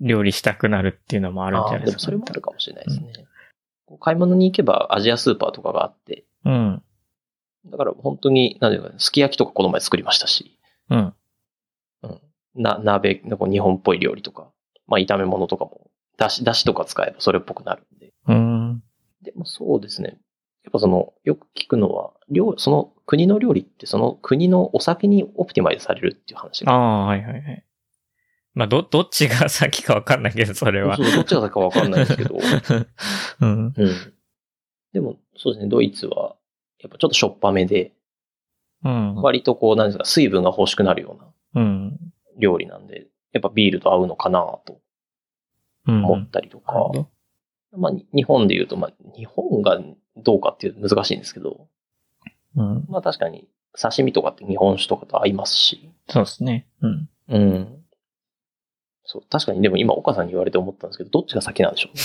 [SPEAKER 1] 料理したくなるっていうのもあるんじゃ
[SPEAKER 2] あ
[SPEAKER 1] な
[SPEAKER 2] あ
[SPEAKER 1] い
[SPEAKER 2] ー、
[SPEAKER 1] で
[SPEAKER 2] ですも
[SPEAKER 1] か。
[SPEAKER 2] それもあるかもしれないですね。こう買い物に行けばアジアスーパーとかがあって、
[SPEAKER 1] うん。
[SPEAKER 2] だから本当に、なんていうか、すき焼きとかこの前作りましたし、
[SPEAKER 1] うん。
[SPEAKER 2] な、鍋、なんか日本っぽい料理とか、まあ炒め物とかも、だし、だしとか使えばそれっぽくなるんで。
[SPEAKER 1] うん。
[SPEAKER 2] でもそうですね。やっぱその、よく聞くのは、料その国の料理ってその国のお酒にオプティマイズされるっていう話
[SPEAKER 1] あ
[SPEAKER 2] が。
[SPEAKER 1] あ、はいはいはい。まあ、ど、どっちが先かわかんないけど、それ は。
[SPEAKER 2] そうどっちが先かわかんないで すけど。
[SPEAKER 1] うん。
[SPEAKER 2] うん。でも、そうですね、ドイツは、やっぱちょっとしょっぱめで、
[SPEAKER 1] うん。
[SPEAKER 2] 割とこう、なんですか、水分が欲しくなるような
[SPEAKER 1] うん。
[SPEAKER 2] 料理なんで、やっぱビールと合うのかなと
[SPEAKER 1] うん。
[SPEAKER 2] 思ったりとか。まあ、に日本で言うと、まあ、日本がどうかっていうと難しいんですけど、
[SPEAKER 1] うん。
[SPEAKER 2] まあ確かに刺身とかって日本酒とかと合いますし、
[SPEAKER 1] そうですね。うん。
[SPEAKER 2] うん。そう、確かにでも今岡さんに言われて思ったんですけど、どっちが先なんでしょう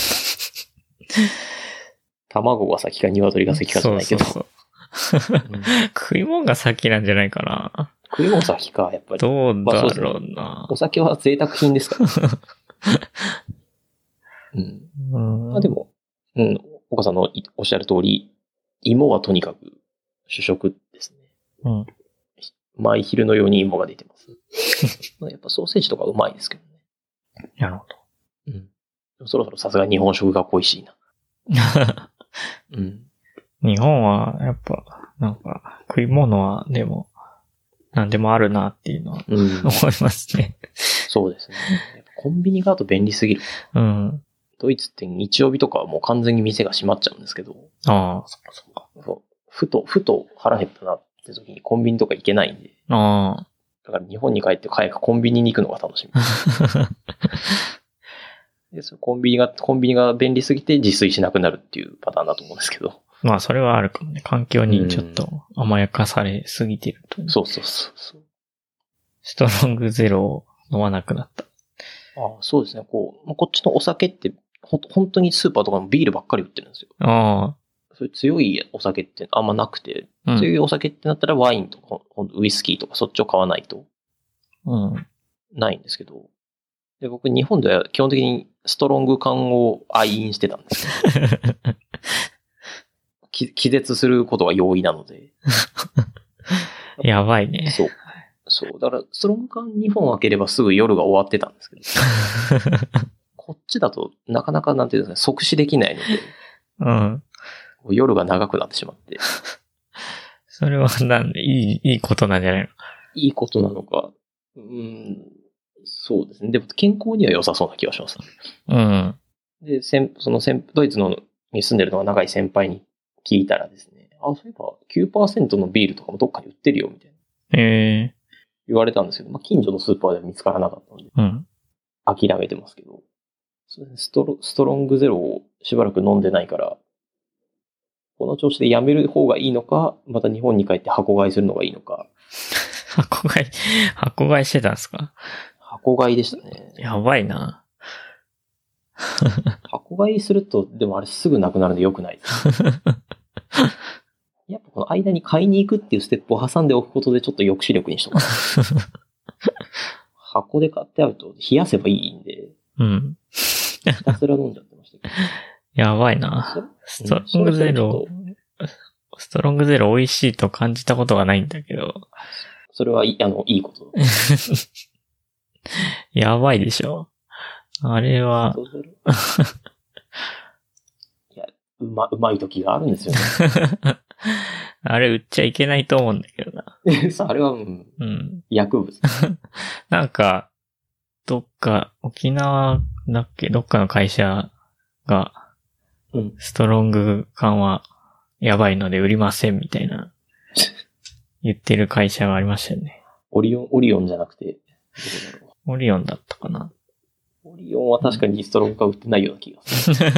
[SPEAKER 2] ね 卵が先か鶏が先かじゃないけど。
[SPEAKER 1] そうそうそう
[SPEAKER 2] うん
[SPEAKER 1] 食い物が先なんじゃないかな。
[SPEAKER 2] 食い物先か、やっぱり。
[SPEAKER 1] どうだ
[SPEAKER 2] まあそ
[SPEAKER 1] ろ
[SPEAKER 2] う
[SPEAKER 1] うな。
[SPEAKER 2] お酒は贅沢 品ですから。うん。
[SPEAKER 1] うん
[SPEAKER 2] まあでも、うん、岡さんのいおっしゃる通り、芋はとにかく主食ですね。
[SPEAKER 1] うん。
[SPEAKER 2] 毎昼のように芋が出て ます。やっぱソーセージとかうまいですけどね。
[SPEAKER 1] なるほ
[SPEAKER 2] うん。でもそろそろさすがに日本食が恋しいな。
[SPEAKER 1] ど。
[SPEAKER 2] うん。
[SPEAKER 1] 日本は、やっぱ、なんか、食い物は、でも、なんでもあるなっていうのは
[SPEAKER 2] うん
[SPEAKER 1] 思いますね。
[SPEAKER 2] そうですね。やっぱコンビニがあと便利すぎる。
[SPEAKER 1] うん。
[SPEAKER 2] ドイツって日曜日とかはもう完全に店が閉まっちゃうんですけど、
[SPEAKER 1] ああ、そっかそっか。
[SPEAKER 2] そうふと、ふと腹減ったなって時にコンビニとか行けないんで、
[SPEAKER 1] あ
[SPEAKER 2] だから日本に帰って早くコンビニに行くのが楽しみ。
[SPEAKER 1] あ。
[SPEAKER 2] で、そのコンビニが、コンビニが便利すぎて自炊しなくなるっていうパターンだと思うんですけど。
[SPEAKER 1] まあ、それはあるかもね。環境にちょっと甘やかされすぎてるという。
[SPEAKER 2] そうそうそうそう。
[SPEAKER 1] ストロングゼロを飲まなくなった。
[SPEAKER 2] あそうですね。こう、まあこっちのお酒って、ほん本当にスーパーとかのビールばっかり売ってるんですよ。
[SPEAKER 1] あ
[SPEAKER 2] そういう強いお酒ってあんまなくて、
[SPEAKER 1] あ。うん。
[SPEAKER 2] 強いお酒ってなったらワインとか、ほんとウイスキーとかそっちを買わないと
[SPEAKER 1] うん。
[SPEAKER 2] ないんですけど、で僕日本では基本的にストロング缶を愛飲してたんですよ き気絶することが容易なので。
[SPEAKER 1] やばいね。
[SPEAKER 2] そう。そう。だから、ストロング缶2本開ければすぐ夜が終わってたんですけど、 こっちだとなかなかなんていうんですかね、即死できないので、
[SPEAKER 1] うん。
[SPEAKER 2] こう夜が長くなってしまって、
[SPEAKER 1] それは、なんで、いい、いいことなんじゃないの
[SPEAKER 2] いいことなのか、うん、そうですね。でも健康には良さそうな気がします。
[SPEAKER 1] うん。
[SPEAKER 2] で、先その先ドイツのに住んでるのが長い先輩に聞いたらですね、あ、そういえば9%のビールとかもどっかに売ってるよ、みたいな
[SPEAKER 1] ええ
[SPEAKER 2] 言われたんですけど、まあ、近所のスーパーでは見つからなかったので、
[SPEAKER 1] うん。
[SPEAKER 2] 諦めてますけど、そうですねストロストロングゼロをしばらく飲んでないから、この調子でやめる方がいいのか、また日本に帰って箱買いするのがいいのか、
[SPEAKER 1] 箱買い、 箱買いしてたんですか
[SPEAKER 2] 箱買いでしたね。
[SPEAKER 1] やばいな。
[SPEAKER 2] 箱買いすると、でもあれすぐなくなるんで良くないです。やっぱこの間に買いに行くっていうステップを挟んでおくことでちょっと抑止力にしとかないと箱で買ってあると冷やせばいいんで、
[SPEAKER 1] うん。
[SPEAKER 2] ひたすら飲んじゃってましたけど。
[SPEAKER 1] やばいな。
[SPEAKER 2] それ
[SPEAKER 1] ストロングゼロ
[SPEAKER 2] う、
[SPEAKER 1] ストロングゼロ美味しいと感じたことがないんだけど、
[SPEAKER 2] それはいい、あの、いいこと。
[SPEAKER 1] やばいでしょ。あれは、
[SPEAKER 2] そうするいや、うま、うまい時があるんですよ
[SPEAKER 1] あれ売っちゃいけないと思うんだけどな。
[SPEAKER 2] ね。 さあ、あれは、うん、
[SPEAKER 1] うん。
[SPEAKER 2] 薬物。
[SPEAKER 1] なんか、どっか、沖縄だっけ、どっかの会社が、
[SPEAKER 2] うん。
[SPEAKER 1] ストロング缶はやばいので売りませんみたいな、言ってる会社がありましたよね。
[SPEAKER 2] オリオン、オリオンじゃなくて、どこだろ
[SPEAKER 1] オリオンだったかな。
[SPEAKER 2] うオリオンは確かにリストロンが売ってないような気がする。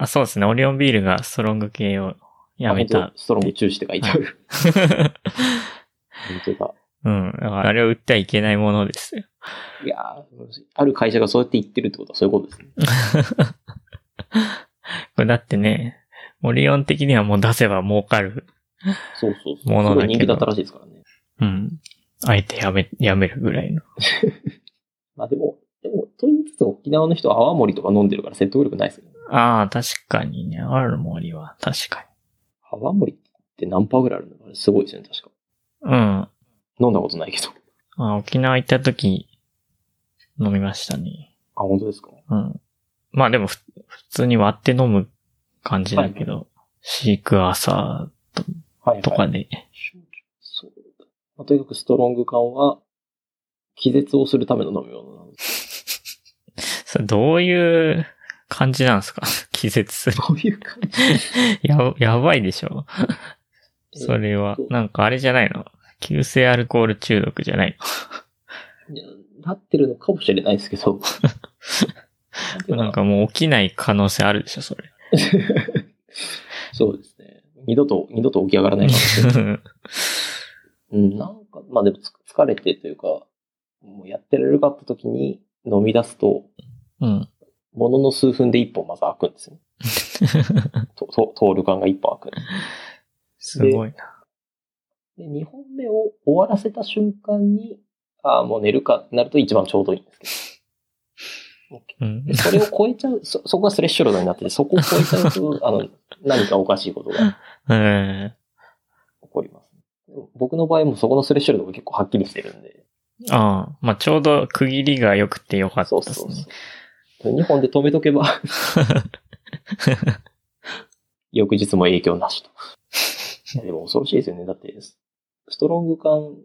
[SPEAKER 1] あ、そうですね。オリオンビールがストロング系をやめ
[SPEAKER 2] あ。本
[SPEAKER 1] た。
[SPEAKER 2] 当ストロング中止って書いてある。 本当だ。
[SPEAKER 1] うん。だからあれを売ってはいけないものですよ。
[SPEAKER 2] いやーある会社がそうやって言ってるってことはそういうことですね。
[SPEAKER 1] これだってね、オリオン的にはもう出せば儲かる。
[SPEAKER 2] そうそうそう。
[SPEAKER 1] ものだ
[SPEAKER 2] すご
[SPEAKER 1] けど
[SPEAKER 2] い人気だったらしいですからね。
[SPEAKER 1] うん。あえてやめ、やめるぐらいの。
[SPEAKER 2] まあでも、でも、と言いつつ沖縄の人は泡盛とか飲んでるから説得力ないですよね。
[SPEAKER 1] ああ、確かにね。ある森は、確か
[SPEAKER 2] 泡盛って何パーぐらいあるのかなすごいですよね、確か。
[SPEAKER 1] に。うん。
[SPEAKER 2] 飲んだことないけど。
[SPEAKER 1] あ沖縄行った時、飲みましたね。
[SPEAKER 2] あ、本当ですか
[SPEAKER 1] うん。まあでもふ、普通に割って飲む感じだけど、シークワーサ
[SPEAKER 2] はい、は
[SPEAKER 1] ー
[SPEAKER 2] い。
[SPEAKER 1] とかで、
[SPEAKER 2] そうだ。まあ、とにかくストロング缶は、気絶をするための飲み物なん です。
[SPEAKER 1] それどういう感じなんですか 気絶する。
[SPEAKER 2] どういう感 じ
[SPEAKER 1] や、やばいでしょそれは
[SPEAKER 2] えっ。と
[SPEAKER 1] なんかあれじゃないの急性アルコール中毒じゃない
[SPEAKER 2] いやなってるのかもしれないですけど。なんてい
[SPEAKER 1] の
[SPEAKER 2] うか
[SPEAKER 1] なんかもう起きない可能性あるでしょそれ。
[SPEAKER 2] そうですね。二度と、二度と起き上がら ないか もしれない。うん、なんか、まあでもつ疲れてというか、もうやってられるかった時に飲み出すと、
[SPEAKER 1] うん。
[SPEAKER 2] ものの数分で一本まず開くんですよ ね。ととトール缶が一本開くんです
[SPEAKER 1] すごいな。
[SPEAKER 2] で、2本目を終わらせた瞬間に、ああ、もう寝るかってなると一番ちょうどいいんです
[SPEAKER 1] うん
[SPEAKER 2] けど。で、それを超えちゃう、そ、そこがスレッシュロードになってて、そこを超えちゃうと、あの、何かおかしいことが
[SPEAKER 1] うん。
[SPEAKER 2] 起こります。でも僕の場合もそこのスレッシュロードが結構はっきりしてるんで。
[SPEAKER 1] ああ、まあちょうど区切りが良くて良かった
[SPEAKER 2] そう
[SPEAKER 1] で
[SPEAKER 2] そう
[SPEAKER 1] す
[SPEAKER 2] そう
[SPEAKER 1] ね。。
[SPEAKER 2] 2本で止め とけば、翌日も影響なしと。いやでも恐ろしいですよね。だって、スストロング缶、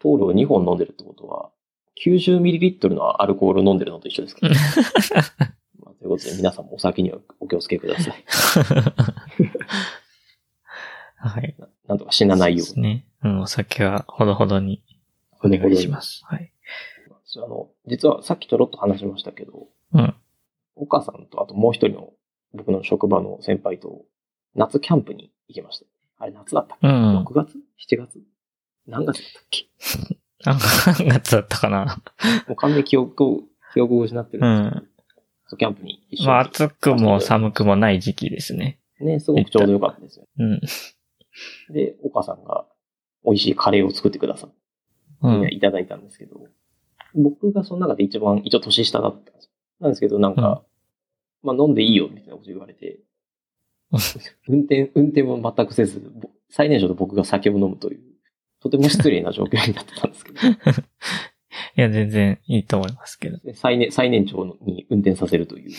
[SPEAKER 2] トールを2本飲んでるってことは、90ml のアルコールを飲んでるのと一緒です けど。まあ、ということで、皆さんもお酒にはお気をつけくださ い。
[SPEAKER 1] はい。
[SPEAKER 2] ななんとか死なないよ
[SPEAKER 1] そうです
[SPEAKER 2] うに。
[SPEAKER 1] ね。うん、お酒はほどほどにお願いします。はい。
[SPEAKER 2] そう。あの、実はさっきちょろっと話しましたけど、
[SPEAKER 1] うん。
[SPEAKER 2] 岡さんとあともう一人の僕の職場の先輩と、夏キャンプに行きました。あれ夏だったっけ
[SPEAKER 1] うん。
[SPEAKER 2] 6月 ?7 月何月だったっけ
[SPEAKER 1] なんか何月だったかな。
[SPEAKER 2] もう完全に記憶を、記憶を失ってるんですけど、そうキャンプに一緒に。
[SPEAKER 1] まあ暑くも寒くもない時期ですね。
[SPEAKER 2] ね、すごくちょうどよかったですよ。
[SPEAKER 1] うん。
[SPEAKER 2] で、お母さんが美味しいカレーを作ってくださっ
[SPEAKER 1] うん。
[SPEAKER 2] て、いただいたんですけど、僕がその中で一番、一応年下だったんですよなんですけど、なんか、まあ飲んでいいよ、みたいなこと言われて
[SPEAKER 1] うん、
[SPEAKER 2] 運転、運転も全くせず、ぼ最年少の僕が酒を飲むという、とても失礼な状況になってたんですけど、
[SPEAKER 1] いや、全然いいと思いますけど。
[SPEAKER 2] で最年最年長に運転させるという。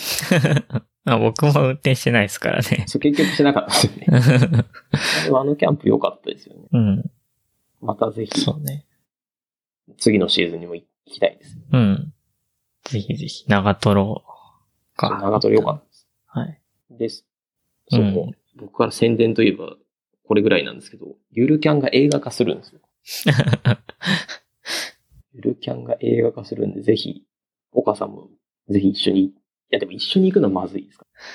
[SPEAKER 1] あ僕も運転してないですからね。
[SPEAKER 2] そう、結局しなかったですよね。でもあのキャンプ良かったですよね。
[SPEAKER 1] うん。
[SPEAKER 2] またぜひ、
[SPEAKER 1] そうね。
[SPEAKER 2] 次のシーズンにも行きたいです。
[SPEAKER 1] うん。ぜひぜひ、長瀞
[SPEAKER 2] そう
[SPEAKER 1] か。
[SPEAKER 2] 長取良かったです。
[SPEAKER 1] はい。
[SPEAKER 2] です。そう、
[SPEAKER 1] うん
[SPEAKER 2] 僕から宣伝といえば、これぐらいなんですけど、ゆるキャンが映画化するんですよ。ゆるキャンが映画化するんで、ぜひ、岡さんも、ぜひ一緒に、いやでも一緒に行くのはまずい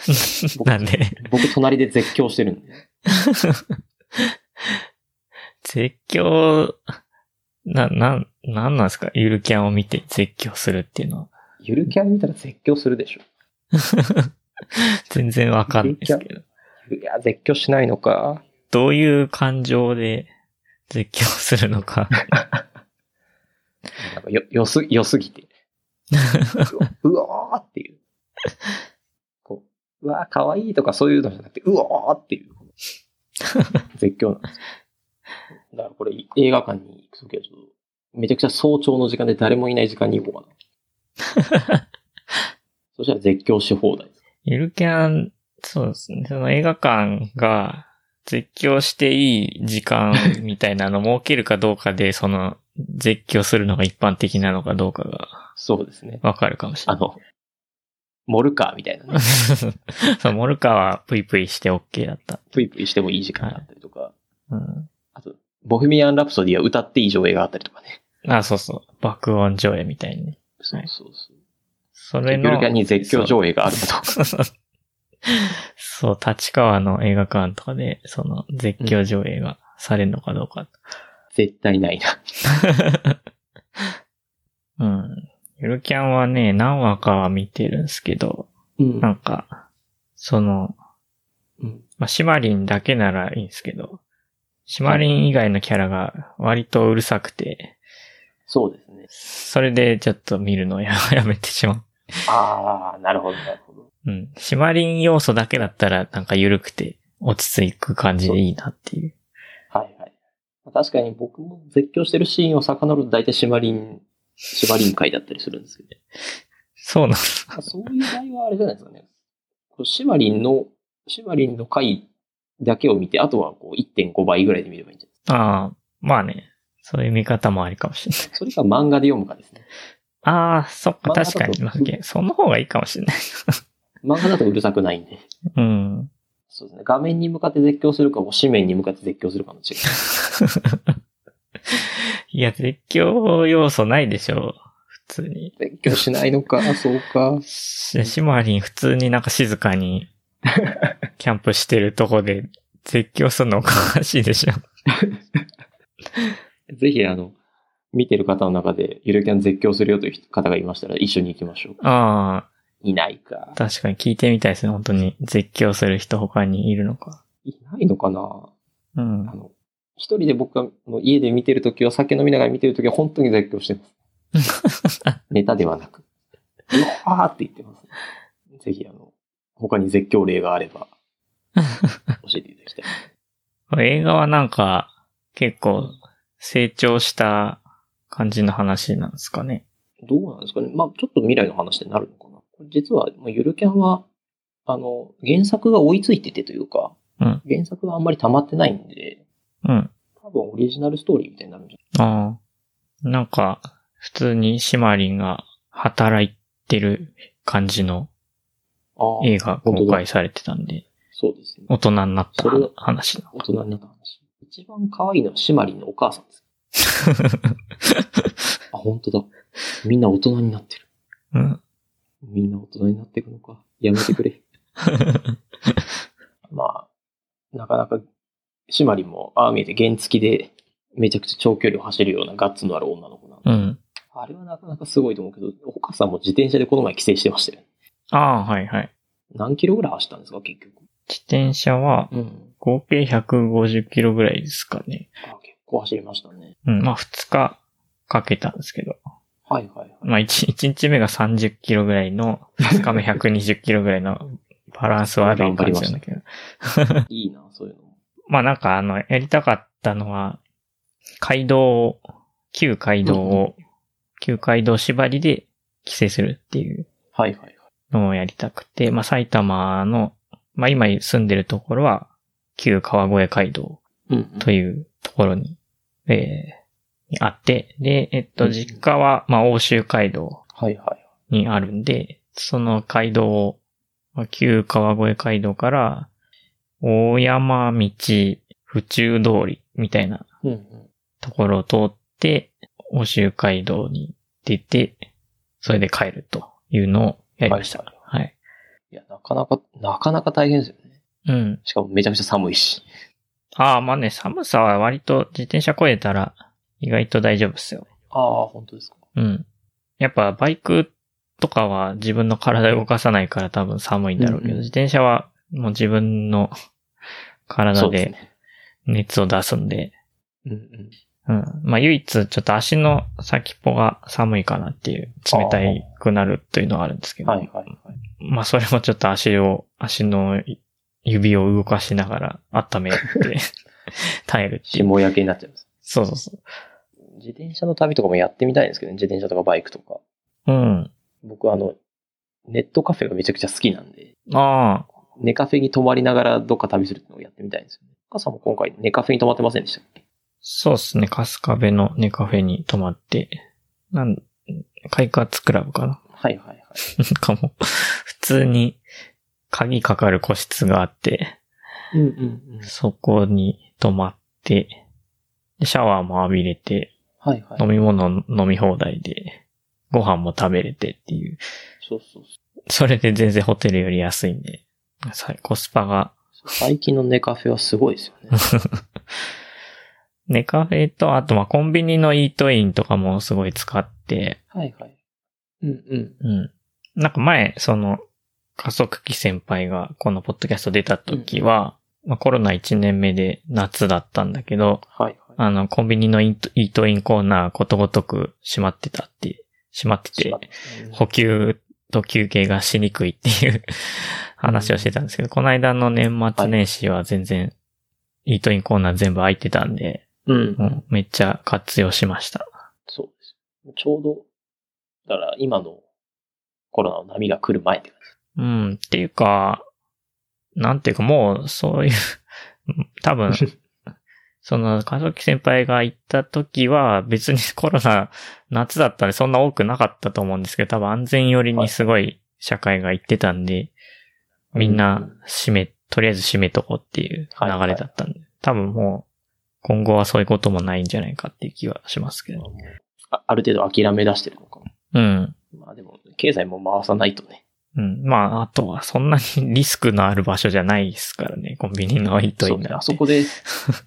[SPEAKER 2] です か
[SPEAKER 1] なんで、
[SPEAKER 2] 僕隣で絶叫してるんで。
[SPEAKER 1] 絶叫、な、なん、なんなんですかゆるキャンを見て絶叫するっていうのは。
[SPEAKER 2] ゆるキャン見たら絶叫するでしょ。
[SPEAKER 1] 全然わかんないですけど。
[SPEAKER 2] いや、絶叫しないのか。
[SPEAKER 1] どういう感情で絶叫するのか。
[SPEAKER 2] なんかよ、よす、よすぎ て。うおーっていう。こう、うわーかわいいとかそういうのじゃなくて、うおーっていう。絶叫なんですよ。だからこれ映画館に行くときはちょっと、めちゃくちゃ早朝の時間で誰もいない時間に行こうかな。 そしたら絶叫し放題です。
[SPEAKER 1] ゆるキャン、そうですね。その映画館が絶叫していい時間みたいなの設けるかどうかで、その絶叫するのが一般的なのかどうかが
[SPEAKER 2] そうですね。
[SPEAKER 1] わかるかもしれ
[SPEAKER 2] あ
[SPEAKER 1] ない。。
[SPEAKER 2] の、モルカーみたいなね
[SPEAKER 1] そう、モルカはプイプイして OK だった。
[SPEAKER 2] プイプイしてもいい時間だったりとか、
[SPEAKER 1] うん。
[SPEAKER 2] あと、ボヘミアン・ラプソディは歌っていい上映があったりとかね。
[SPEAKER 1] あ、そうそう。爆音上映みたいに。
[SPEAKER 2] そうそうそう。
[SPEAKER 1] そ
[SPEAKER 2] それ
[SPEAKER 1] れ
[SPEAKER 2] の。
[SPEAKER 1] の。
[SPEAKER 2] に絶叫上映があるかどうか。
[SPEAKER 1] そうそうそう、立川の映画館とかで、その絶叫上映がされるのかどうか。
[SPEAKER 2] 絶対ないな。
[SPEAKER 1] うん。ゆるキャンはね、何話かは見てるんですけど、
[SPEAKER 2] うん
[SPEAKER 1] なんか、その、
[SPEAKER 2] うん。
[SPEAKER 1] まあ、シマリンだけならいいんですけど、シマリン以外のキャラが割とうるさくて、
[SPEAKER 2] そうですね。
[SPEAKER 1] それでちょっと見るのをや やめてしまう。
[SPEAKER 2] ああ、なるほど、なるほど。
[SPEAKER 1] うん。シマリン要素だけだったらなんか緩くて落ち着く感じでいいなっていう。
[SPEAKER 2] はいはい。確かに僕も絶叫してるシーンを遡ると大体シマリン、シマリン会だったりするんですけど。
[SPEAKER 1] そうなん
[SPEAKER 2] まあそういう場合はあれじゃないですかね。こうシマリンの、シマリンの回だけを見て、あとはこう1.5倍ぐらいで見ればいいんじゃないで
[SPEAKER 1] ああ、まあね。そういう見方もありかもしれない。
[SPEAKER 2] すか。それか漫画で読むかですね。
[SPEAKER 1] ああ、そっか、
[SPEAKER 2] まあ
[SPEAKER 1] 確かに。
[SPEAKER 2] あと
[SPEAKER 1] まあその方がいいかもしれない。
[SPEAKER 2] 漫画だとうるさくないんで。
[SPEAKER 1] うん。
[SPEAKER 2] そうですね。画面に向かって絶叫するか、こう紙面に向かって絶叫するかの違い。
[SPEAKER 1] いや、絶叫要素ないでしょう。普通に。
[SPEAKER 2] 絶叫しないのか、そうか。
[SPEAKER 1] しシマリン普通になんか静か に、キャンプしてるとこで絶叫するのおかしいでしょ。
[SPEAKER 2] ぜひ、あの、見てる方の中で、ゆるキャン絶叫するよという方がいましたら、一緒に行きましょう。
[SPEAKER 1] あ
[SPEAKER 2] いないか
[SPEAKER 1] あ、。確かに聞いてみたいですね。本当に絶叫する人他にいるのか。
[SPEAKER 2] いないのかな
[SPEAKER 1] うん
[SPEAKER 2] あ。の、一人で僕がもう家で見てるときは、酒飲みながら見てるときは本当に絶叫してます。ネタではなく。うわーって言ってます、ぜひ、あの、他に絶叫例があれば、教えていただきたい。
[SPEAKER 1] 映画はなんか、結構成長した感じの話なんですかね。
[SPEAKER 2] どうなんですかね。まあ、ちょっと未来の話になるのかな。これ実は、まあゆるキャンは、あの、原作が追いついててというか、
[SPEAKER 1] うん
[SPEAKER 2] 原作があんまり溜まってないんで、
[SPEAKER 1] うん。
[SPEAKER 2] 多分オリジナルストーリーみたいになるんじゃ
[SPEAKER 1] ああ。なんか、普通にシマリンが働いてる感じの
[SPEAKER 2] ない
[SPEAKER 1] 映
[SPEAKER 2] ああ、
[SPEAKER 1] 画
[SPEAKER 2] 本当
[SPEAKER 1] 公
[SPEAKER 2] だ
[SPEAKER 1] 開されてたんで、
[SPEAKER 2] そうですね。
[SPEAKER 1] 大人になった
[SPEAKER 2] それは
[SPEAKER 1] 話の。
[SPEAKER 2] 大人になった話。一番可愛いのはシマリンのお母さんです。 あ、本当だ。みんな大人になってる。
[SPEAKER 1] うん。
[SPEAKER 2] みんな大人になっていくのか。やめてくれ。まあ、なかなか、シマリンも、ああ見えて原付きで、めちゃくちゃ長距離を走るようなガッツのある女の子なんで
[SPEAKER 1] うん。
[SPEAKER 2] あれはなかなかすごいと思うけど、お母さんも自転車でこの前帰省してましたよね。
[SPEAKER 1] ああ、はいはい。
[SPEAKER 2] 何キロぐらい走ったんですか、結局。
[SPEAKER 1] 自転車は
[SPEAKER 2] うん。
[SPEAKER 1] 合計150キロぐらいですかね。
[SPEAKER 2] あ結構走りましたね。
[SPEAKER 1] うん。まあ2日かけたんですけど。
[SPEAKER 2] はいはいはい。
[SPEAKER 1] まあ1、一日目が30キロぐらいの、2日目120キロぐらいのバランス悪い感じなんだけど。
[SPEAKER 2] いいな、そういうのも。
[SPEAKER 1] まあなんかあの、やりたかったのは、街道を、旧街道を、旧街道縛りで規制するっていう
[SPEAKER 2] はいはいはい。
[SPEAKER 1] のをやりたくて、まあ埼玉の、まあ今住んでるところは、旧川越街道
[SPEAKER 2] うん、
[SPEAKER 1] というところに、えーにあって、で、えっと、実家は、まあ欧州街道
[SPEAKER 2] はいはい。
[SPEAKER 1] にあるんで、その街道を、まあ旧川越街道から、大山道府中通りみたいな
[SPEAKER 2] うんうん。
[SPEAKER 1] ところを通って、欧州街道に出て、それで帰るというのをやりました。
[SPEAKER 2] は
[SPEAKER 1] はいい。
[SPEAKER 2] いや、なかなか、なかなか大変ですよね。
[SPEAKER 1] うん。
[SPEAKER 2] しかもめちゃくちゃ寒いし。
[SPEAKER 1] ああ、まあね、寒さは割と自転車越えたら意外と大丈夫っすよ。
[SPEAKER 2] ああ、本当ですか。
[SPEAKER 1] うん。やっぱバイクとかは自分の体を動かさないから多分寒いんだろうけど、
[SPEAKER 2] うんうん
[SPEAKER 1] 自転車はもう自分の 体
[SPEAKER 2] そうです
[SPEAKER 1] で
[SPEAKER 2] ね。
[SPEAKER 1] 熱を出すんで、
[SPEAKER 2] うんうん。
[SPEAKER 1] うん。まあ唯一ちょっと足の先っぽが寒いかなっていう、冷たいくなるというのはあるんですけど、
[SPEAKER 2] はいはいはい。
[SPEAKER 1] まあそれもちょっと足を、足の指を動かしながら温め て耐えるっていう。
[SPEAKER 2] 霜焼けになっちゃいます。
[SPEAKER 1] そうそうそ
[SPEAKER 2] 自転車の旅とかもやってみたいんですけどね。自転車とかバイクとか。
[SPEAKER 1] う。うん。
[SPEAKER 2] 僕あの、ネットカフェがめちゃくちゃ好きなんで、
[SPEAKER 1] ああ、
[SPEAKER 2] ネカフェに泊まりながらどっか旅するってのをやってみたいんですよね。お母さんも今回ネカフェに泊まってませんでしたっけ
[SPEAKER 1] そうですね。春日部のネカフェに泊まって、なん、快活クラブかな
[SPEAKER 2] はいはいはい。
[SPEAKER 1] なんかもう、普通に鍵かかる個室があって、
[SPEAKER 2] うんうんうん。
[SPEAKER 1] そこに泊まって、シャワーも浴びれて、
[SPEAKER 2] はいはい。
[SPEAKER 1] 飲み物飲み放題で、ご飯も食べれてっていう。
[SPEAKER 2] そうそうそう。
[SPEAKER 1] それで全然ホテルより安いんで、さコスパが。
[SPEAKER 2] 最近のネカフェはすごいですよね。
[SPEAKER 1] ネカフェと、あとまあコンビニのイートインとかもすごい使って、
[SPEAKER 2] はいはい。うんうん。
[SPEAKER 1] うん。なんか前、その、加速器先輩がこのポッドキャスト出た時は、まあコロナ1年目で夏だったんだけど、
[SPEAKER 2] はいはい。
[SPEAKER 1] あの、コンビニのイートイートインコーナーことごとく閉まってたって、閉まってて、補給と休憩がしにくいっていう 話をしてたんですけど、この間の年末年始は全然、イートインコーナー全部空いてたんで、
[SPEAKER 2] うん。
[SPEAKER 1] もうめっちゃ活用しました。
[SPEAKER 2] そうです。ちょうど、だから今のコロナの波が来る前って感
[SPEAKER 1] うん、っていうか、なんていうかもう、そういう、 多分、その、家族先輩が行った時は、別にコロナ、夏だったんでそんな多くなかったと思うんですけど、多分安全寄りにすごい社会が行ってたんで、
[SPEAKER 2] じ。
[SPEAKER 1] みん
[SPEAKER 2] う
[SPEAKER 1] な、閉め、とりあえず閉めとこうっていう流れだったんで、多分もう、今後はそういうこともないんじゃないかっていう気はしますけど。
[SPEAKER 2] あ、ある程度諦め出してるのかも。
[SPEAKER 1] うん。
[SPEAKER 2] まあでも、経済も回さないとね。
[SPEAKER 1] うん。まあ、あとはそんなにリスクのある場所じゃないですから ね、コンビニのイートイ
[SPEAKER 2] そ
[SPEAKER 1] ン
[SPEAKER 2] う
[SPEAKER 1] なん
[SPEAKER 2] ね。
[SPEAKER 1] て
[SPEAKER 2] あそこ で、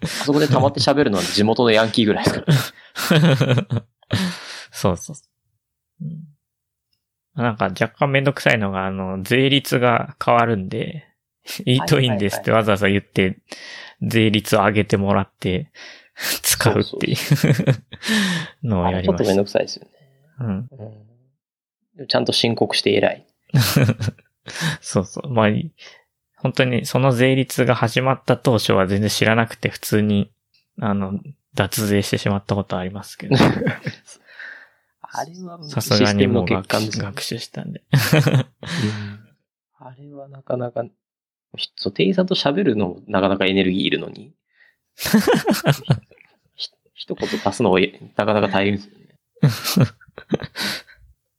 [SPEAKER 2] あそこで溜まって喋るのは地元のヤンキーぐらいですから。
[SPEAKER 1] そうそうそう。うんなんか若干めんどくさいのが、あの、税率が変わるんで、イートインですってわざわざ言って、税率を上げてもらって、 使うっていう のを
[SPEAKER 2] あ
[SPEAKER 1] や
[SPEAKER 2] れ
[SPEAKER 1] り
[SPEAKER 2] ちょ
[SPEAKER 1] ま
[SPEAKER 2] っとめ
[SPEAKER 1] し
[SPEAKER 2] ん
[SPEAKER 1] た
[SPEAKER 2] ど。くさいですよね。
[SPEAKER 1] うん。
[SPEAKER 2] うん、ちゃんと申告して偉い。
[SPEAKER 1] そうそう。まあ、い本当にその税率が始まった当初は全然知らなくて普通に、あの、脱税してしまったことはありますけど。
[SPEAKER 2] あれは
[SPEAKER 1] さすがにもう
[SPEAKER 2] システムの
[SPEAKER 1] 学
[SPEAKER 2] 欠陥ですよね
[SPEAKER 1] 学習したんで。
[SPEAKER 2] あれはなかなか、ひそう店員さんと喋るのもなかなかエネルギーいる のに。ひ一言足すのをえなかなか大変ですよね。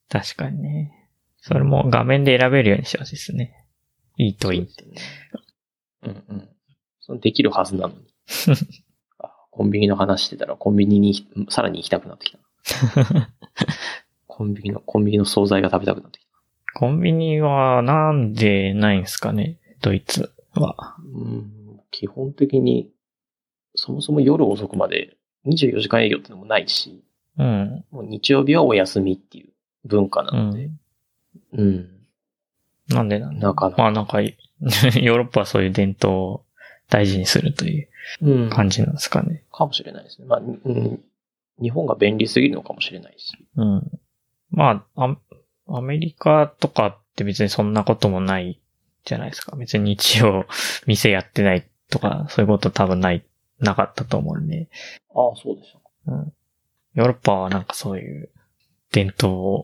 [SPEAKER 1] 確かにね。それも画面で選べるようにしてほしいですね。いいといい。
[SPEAKER 2] そうですよね。うんうん。そのできるはずなの に。あコンビニの話してたらコンビニにさらに行きたくなってきた。 コンビニの、コンビニの惣菜が食べたくなってきた。
[SPEAKER 1] コンビニはなんでないんですかねドイツは。
[SPEAKER 2] うん、基本的に、そもそも夜遅くまで24時間営業ってのもないし、
[SPEAKER 1] うん。
[SPEAKER 2] もう日曜日はお休みっていう文化な
[SPEAKER 1] う
[SPEAKER 2] ので、
[SPEAKER 1] ん。
[SPEAKER 2] うん。
[SPEAKER 1] なんでなんだ
[SPEAKER 2] なかなか
[SPEAKER 1] まあなんかい、 ヨーロッパはそういう伝統を大事にするという
[SPEAKER 2] うん。
[SPEAKER 1] 感じなんですかね。
[SPEAKER 2] かもしれないですね。まあ、にうん。日本が便利すぎるのかもしれないし。
[SPEAKER 1] うん。まあ、アアメリカとかって別にそんなこともないじゃないですか。別に日曜 店やってないとか、そういうこと多分ない、なかったと思うんで。
[SPEAKER 2] ああ、そうでしょ
[SPEAKER 1] ヨーロッパはなんかそういう伝統を
[SPEAKER 2] う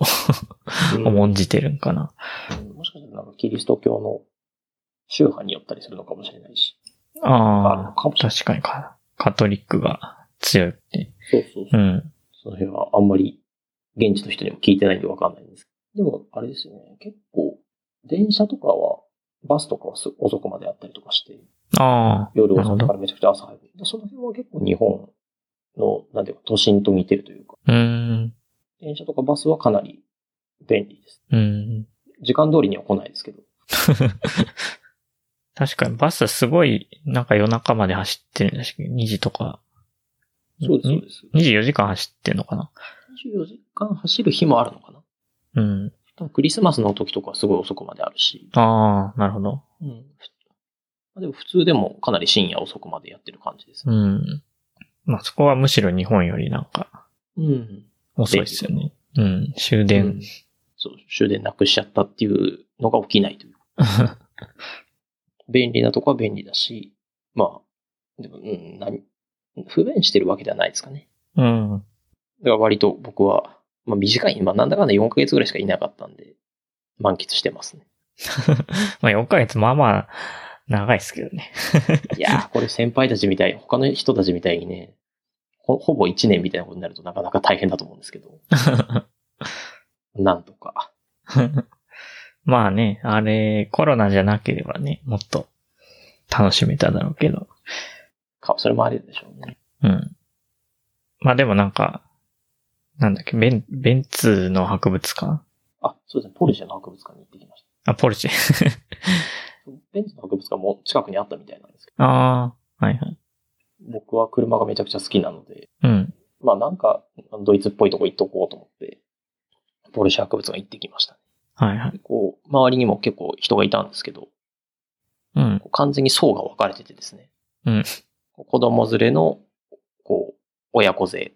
[SPEAKER 2] か。
[SPEAKER 1] 重んじてるんかな。
[SPEAKER 2] うんもしかしたらなんかキリスト教の宗派によったりするのかもしれないし。あるの
[SPEAKER 1] ああ、
[SPEAKER 2] かもしれない。
[SPEAKER 1] 確かにか。カトリックが強いって。
[SPEAKER 2] そうそう
[SPEAKER 1] う
[SPEAKER 2] そう。
[SPEAKER 1] ん。
[SPEAKER 2] その辺はあんまり現地の人にも聞いてないんでわかんないんですけど。でも、あれですよね。結構、電車とかは、バスとかはす遅くまであったりとかして、
[SPEAKER 1] ああ、
[SPEAKER 2] 夜遅くからめちゃくちゃ朝早く。その辺は結構日本の、なんていうか、都心と似てるというか。
[SPEAKER 1] うーん。
[SPEAKER 2] 電車とかバスはかなり便利です。
[SPEAKER 1] うん。
[SPEAKER 2] 時間通りには来ないですけど。
[SPEAKER 1] 確かにバスすごい、なんか夜中まで走ってるんですけど、2時とか。
[SPEAKER 2] そうです、そう
[SPEAKER 1] に
[SPEAKER 2] です。
[SPEAKER 1] 24時間走ってんのかな
[SPEAKER 2] 24時間走る日もあるのかな
[SPEAKER 1] うん。
[SPEAKER 2] 多分クリスマスの時とかはすごい遅くまであるし。
[SPEAKER 1] ああ、なるほど。
[SPEAKER 2] うん。まあでも普通でもかなり深夜遅くまでやってる感じです
[SPEAKER 1] う
[SPEAKER 2] ね。
[SPEAKER 1] ん。まあそこはむしろ日本よりなんか
[SPEAKER 2] うん。
[SPEAKER 1] 遅いですよね。うん。終電、
[SPEAKER 2] うんそう、終電なくしちゃったっていうのが起きないという。便利なとこは便利だし、まあ、でも、うん、何、不便してるわけではないですかね。
[SPEAKER 1] うん。
[SPEAKER 2] だから割と僕は、まあ短い、まあなんだかんだ4ヶ月ぐらいしかいなかったんで、満喫してますね。
[SPEAKER 1] まあ4ヶ月まあまあ長いですけどね。
[SPEAKER 2] いやー、これ先輩たちみたい、他の人たちみたいにね、ほほぼ1年みたいなことになるとなかなか大変だと思うんですけ ど、なんとか。
[SPEAKER 1] まあね、あれコロナじゃなければね、もっと楽しめただろうけど。
[SPEAKER 2] か、それもありでしょうね。
[SPEAKER 1] うん。まあでもなんか、なんだっけ、ベン、ベンツの博物館
[SPEAKER 2] あ、そうですね、ポルシェの博物館に行ってきまし
[SPEAKER 1] あ、ポルシェ。
[SPEAKER 2] た。ベンツの博物館も近くにあったみたいなんですけ
[SPEAKER 1] ああ、はいはい。
[SPEAKER 2] ど、僕は車がめちゃくちゃ好きなので、
[SPEAKER 1] うん。
[SPEAKER 2] まあなんか、ドイツっぽいとこ行っとこうと思って、ポルシェ博物館行ってきました、
[SPEAKER 1] はいはい。
[SPEAKER 2] こう、周りにも結構人がいたんですけど、
[SPEAKER 1] うん。
[SPEAKER 2] こう完全に層が分かれててですね。
[SPEAKER 1] うん
[SPEAKER 2] こう子供連れの、こう、親子勢。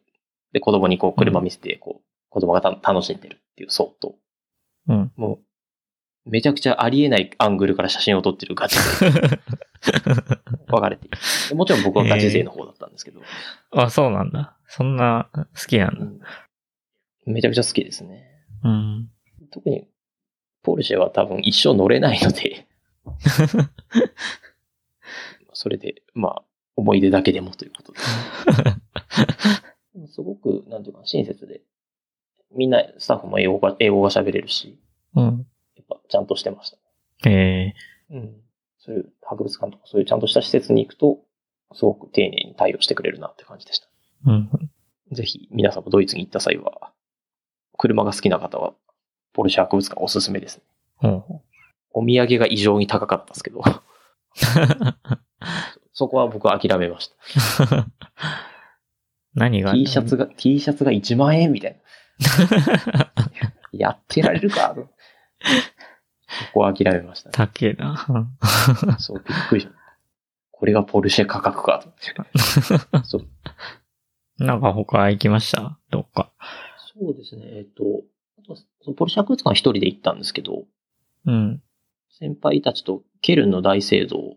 [SPEAKER 2] で、子供にこう、車見せて、こう、子供がた楽しんでるっていう層と、
[SPEAKER 1] うん。
[SPEAKER 2] もう、めちゃくちゃありえないアングルから写真を撮ってるガチ勢分かれているでもちろん僕はガチ勢の方だったんですけど、
[SPEAKER 1] あ、そうなんだ。そんな好きなん
[SPEAKER 2] う
[SPEAKER 1] だ。
[SPEAKER 2] んめちゃくちゃ好きですね。
[SPEAKER 1] うん。
[SPEAKER 2] 特に、ポルシェは多分一生乗れないので、 それで、まあ、思い出だけでもということ です。でもすごく、なんていうか、親切で、みんな、スタッフも英語が、英語が喋れるし、
[SPEAKER 1] うん。
[SPEAKER 2] やっぱ、ちゃんとしてました。
[SPEAKER 1] ええ
[SPEAKER 2] うん。そういう、博物館とか、そういうちゃんとした施設に行くと、すごく丁寧に対応してくれるなって感じでした。
[SPEAKER 1] うん。
[SPEAKER 2] ぜひ、皆さんもドイツに行った際は、車が好きな方は、ポルシェ博物館おすすめですね。
[SPEAKER 1] ほ
[SPEAKER 2] お土産が異常に高かったんです けど、
[SPEAKER 1] う
[SPEAKER 2] そこは僕は諦めまし
[SPEAKER 1] 何
[SPEAKER 2] た。
[SPEAKER 1] が
[SPEAKER 2] T シャツが、T シャツが1万円みたいな。 やってられるか。そこは諦めましたね、
[SPEAKER 1] 高えな。
[SPEAKER 2] そう、びっくりした。これがポルシェ価格か。そう
[SPEAKER 1] なんか他行きましたどっか。
[SPEAKER 2] そうですね。えっ、と、あとそのポルシェ博物館は一人で行ったんですけど、
[SPEAKER 1] うん。
[SPEAKER 2] 先輩たちとケルンの大聖堂を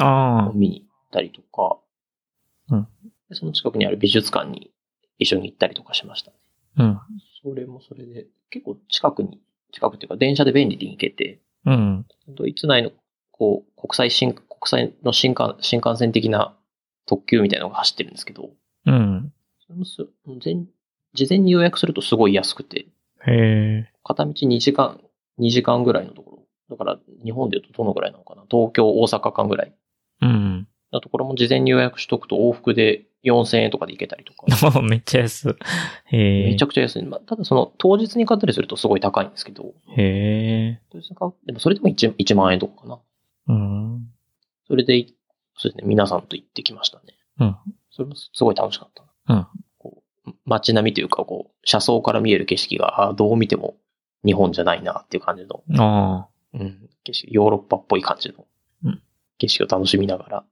[SPEAKER 1] あ
[SPEAKER 2] 見に行ったりとか、
[SPEAKER 1] うん
[SPEAKER 2] でその近くにある美術館に一緒に行ったりとかしました。
[SPEAKER 1] あ。うん。
[SPEAKER 2] それもそれで、結構近くに、近くっていうか電車で便利に行けて、
[SPEAKER 1] うん。
[SPEAKER 2] ドイツ内の、こう、国際新、国際の新幹、新幹線的な特急みたいなのが走ってるんですけど、
[SPEAKER 1] うん。
[SPEAKER 2] それもす前事前に予約するとすごい安くて、
[SPEAKER 1] へえ。
[SPEAKER 2] 片道2時間、2時間ぐらいのところ、だから日本で言うとどのぐらいなのかな、東京、大阪間ぐらい
[SPEAKER 1] うん。
[SPEAKER 2] のところも事前に予約しとくと往復で4000円とかで行けたりとか、
[SPEAKER 1] めっちゃ安い。 へえ。
[SPEAKER 2] めちゃくちゃ安い。まあ、ただその当日に買ったりするとすごい高いんですけど、
[SPEAKER 1] へえ。
[SPEAKER 2] 当日に買うでもそれでも 1, 1万円とかかな。
[SPEAKER 1] うん。
[SPEAKER 2] それで、そうですね、皆さんと行ってきましたね。
[SPEAKER 1] うん。
[SPEAKER 2] それもすごい楽しかった。
[SPEAKER 1] うん。
[SPEAKER 2] こう街並みというか、こう、車窓から見える景色が、ああどう見ても日本じゃないなっていう感じの、
[SPEAKER 1] ああ。
[SPEAKER 2] うん、景色、ヨーロッパっぽい感じの
[SPEAKER 1] うん
[SPEAKER 2] 景色を楽しみながら、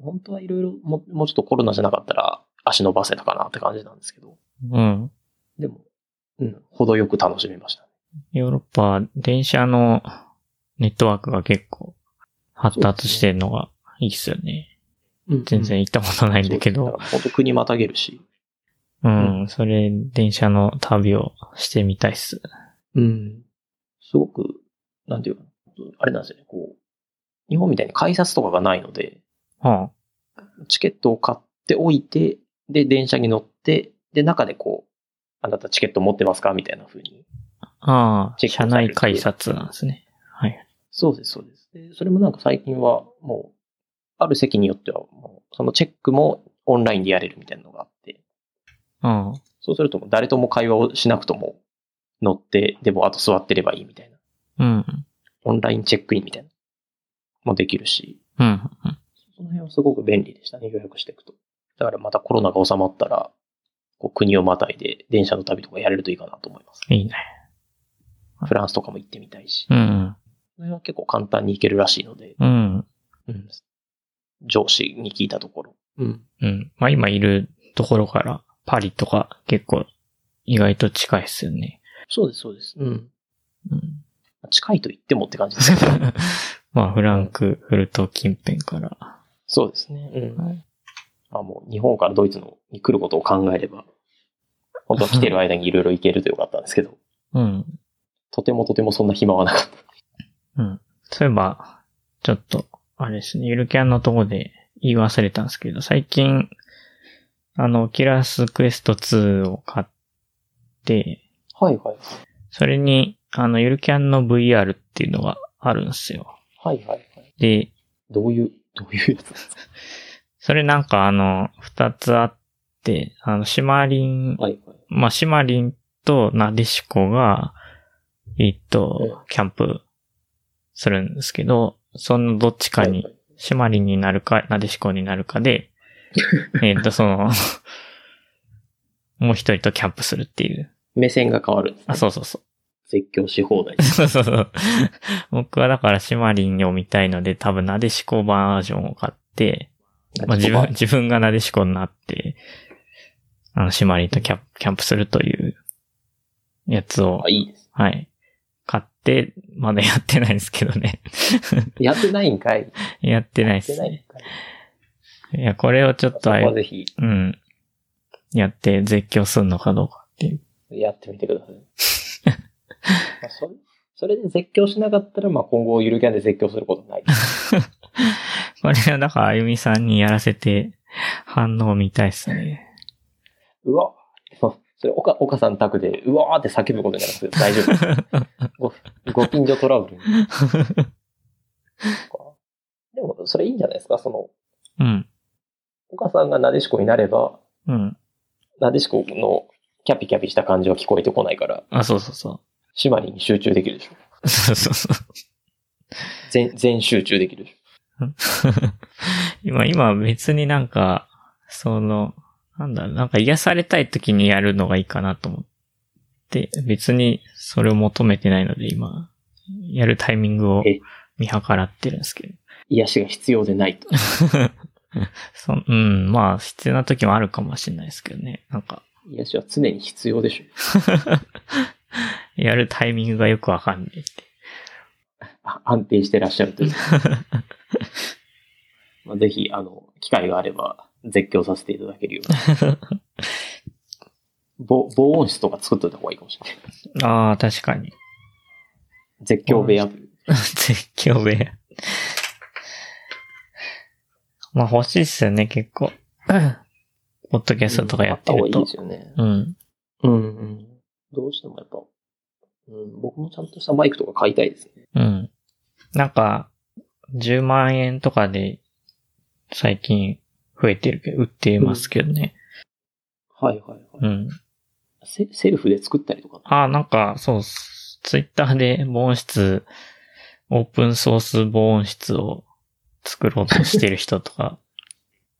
[SPEAKER 2] 本当はいろいろ、ももうちょっとコロナじゃなかったら足伸ばせたかなって感じなんですけど、
[SPEAKER 1] うん。
[SPEAKER 2] でも、うん、程よく楽しみました。
[SPEAKER 1] ヨーロッパは電車のネットワークが結構発達してるのがいいっすよね。
[SPEAKER 2] うん
[SPEAKER 1] 全然行ったことないんだけ
[SPEAKER 2] そう
[SPEAKER 1] ど
[SPEAKER 2] で、すねだから本当国またげるし、
[SPEAKER 1] うん、それ、電車の旅をしてみたいっす。
[SPEAKER 2] うん。すごく、なんていうか、あれなんですよね、こう、日本みたいに改札とかがないので、
[SPEAKER 1] は
[SPEAKER 2] チケットを買っておいて、で、電車に乗って、で、中でこう、あなたチケット持ってますかみたいな風に。
[SPEAKER 1] あ、ああ、
[SPEAKER 2] チェックさ
[SPEAKER 1] 車
[SPEAKER 2] れる
[SPEAKER 1] 内改札なんですね。はい。
[SPEAKER 2] そうです、そうです。で、それもなんか最近は、もう、ある席によっては、もう、そのチェックもオンラインでやれるみたいなのがあって、
[SPEAKER 1] うん。
[SPEAKER 2] そうするともう誰とも会話をしなくとも乗って、でもあと座ってればいいみたいな。
[SPEAKER 1] うん。
[SPEAKER 2] オンラインチェックインみたいな。もできるし。
[SPEAKER 1] うん。
[SPEAKER 2] その辺はすごく便利でしたね、予約していくと。だからまたコロナが収まったら、こう国をまたいで電車の旅とかやれるといいかなと思います。
[SPEAKER 1] いいね。
[SPEAKER 2] フランスとかも行ってみたいし。
[SPEAKER 1] うん。
[SPEAKER 2] その辺は結構簡単に行けるらしいので、
[SPEAKER 1] うん。
[SPEAKER 2] うん上司に聞いたところ。うん。
[SPEAKER 1] うん。まあ今いるところから、パリとか結構意外と近いっすよね。
[SPEAKER 2] そうです、そうです。うん。
[SPEAKER 1] うん。
[SPEAKER 2] 近いと言ってもって感じですけど。
[SPEAKER 1] まあフランクフルト近辺から。
[SPEAKER 2] そうですね。うん。
[SPEAKER 1] はい
[SPEAKER 2] まあもう日本からドイツのに来ることを考えれば、本当は来てる間にいろいろ行けるとよかったんですけど、
[SPEAKER 1] うん。
[SPEAKER 2] とてもとてもそんな暇はなかった。
[SPEAKER 1] うん。そういえば、ちょっと、あれですね、ゆるキャンのとこで言い忘れたんですけど、最近、あの、オキュラスクエスト2を買って、
[SPEAKER 2] はいはい。
[SPEAKER 1] それに、あの、ゆるキャンの VR っていうのがあるんですよ。
[SPEAKER 2] はいはいはい。
[SPEAKER 1] で、
[SPEAKER 2] どういう、どういうやつですか
[SPEAKER 1] それなんかあの、二つあって、あの、シマリン、
[SPEAKER 2] はいはい。
[SPEAKER 1] まあ、シマリンとナデシコが、えっ
[SPEAKER 2] ええ
[SPEAKER 1] と、キャンプするんですけど、そのどっちかに
[SPEAKER 2] はいはい
[SPEAKER 1] シマリンになるか、なでしこになるか で、えっと、その、 もう一人とキャンプするっていう。
[SPEAKER 2] 目線が変わるんです、ね。
[SPEAKER 1] あ、そうそうそう。
[SPEAKER 2] 絶叫し放題。
[SPEAKER 1] そうそうそう。僕はだからシマリンを見たいので、多分なでしこバージョンを買って、まあ、自分、自分がなでしこになって、あの、シマリンとキャンプキャンプするというやつを
[SPEAKER 2] あ、、いいです。
[SPEAKER 1] はい。買って、まだやってないんですけどね。
[SPEAKER 2] やってないんかい。やっ
[SPEAKER 1] やってないで
[SPEAKER 2] て
[SPEAKER 1] す
[SPEAKER 2] ないん
[SPEAKER 1] ね。
[SPEAKER 2] かい。
[SPEAKER 1] いや、これをちょっ
[SPEAKER 2] そ
[SPEAKER 1] と
[SPEAKER 2] こ
[SPEAKER 1] あ
[SPEAKER 2] は
[SPEAKER 1] れ、
[SPEAKER 2] ぜひ、
[SPEAKER 1] うん。やって絶叫すんのかどうか っていう。
[SPEAKER 2] やってみてください。 まあそれそれで絶叫しなかったら、まあ今後、ゆるキャンで絶叫すること ない。
[SPEAKER 1] これはだから、あゆみさんにやらせて反応見たいですね。
[SPEAKER 2] うわそうそれ、岡、岡さん宅で、うわーって叫ぶことになりますけど、大丈 夫です。ご、ご近所トラブル。でも、それいいんじゃないですかその、
[SPEAKER 1] うん。
[SPEAKER 2] 岡さんがなでしこになれば、
[SPEAKER 1] うん。
[SPEAKER 2] なでしこのキャピキャピした感じは聞こえてこないから、
[SPEAKER 1] あ、そうそうそ
[SPEAKER 2] シマリンに集中できるでしょ。
[SPEAKER 1] う。そうそうそう。
[SPEAKER 2] 全、全集中できるでしょ。
[SPEAKER 1] 今、今別になんか、その、なんだろう、なんか癒されたい時にやるのがいいかなと思って、別にそれを求めてないので今、やるタイミングを
[SPEAKER 2] え
[SPEAKER 1] 見計らってるんですけど。
[SPEAKER 2] 癒しが必要でないと。
[SPEAKER 1] そうん、まあ必要な時もあるかもしれないですけどね。なんか、
[SPEAKER 2] 癒しは常に必要でしょ。
[SPEAKER 1] やるタイミングがよくわかんないって。
[SPEAKER 2] あ安定してらっしゃると いう。まあぜひ、あの、機会があれば、絶叫させていただけるような。防防音室とか作っといた方がいいかもしれない。
[SPEAKER 1] ああ、確かに。
[SPEAKER 2] 絶叫部屋。
[SPEAKER 1] 絶叫部屋。まあ欲しいっすよね、結 構。ポッドキャストとかやって
[SPEAKER 2] あ
[SPEAKER 1] る
[SPEAKER 2] った方がいい
[SPEAKER 1] と
[SPEAKER 2] で。すよね。
[SPEAKER 1] うん。
[SPEAKER 2] うん、うん。どうしてもやっぱ、うん、僕もちゃんとしたマイクとか買いたいですね。
[SPEAKER 1] うん。なんか、10万円とかで、最近増えてるけど、売ってますけどね。
[SPEAKER 2] はいはいはい。
[SPEAKER 1] うん。
[SPEAKER 2] セセルフで作ったりとか。
[SPEAKER 1] ああ、なんか、そうっす。ツイッターで防音室、オープンソース防音室を作ろうとしてる人とか、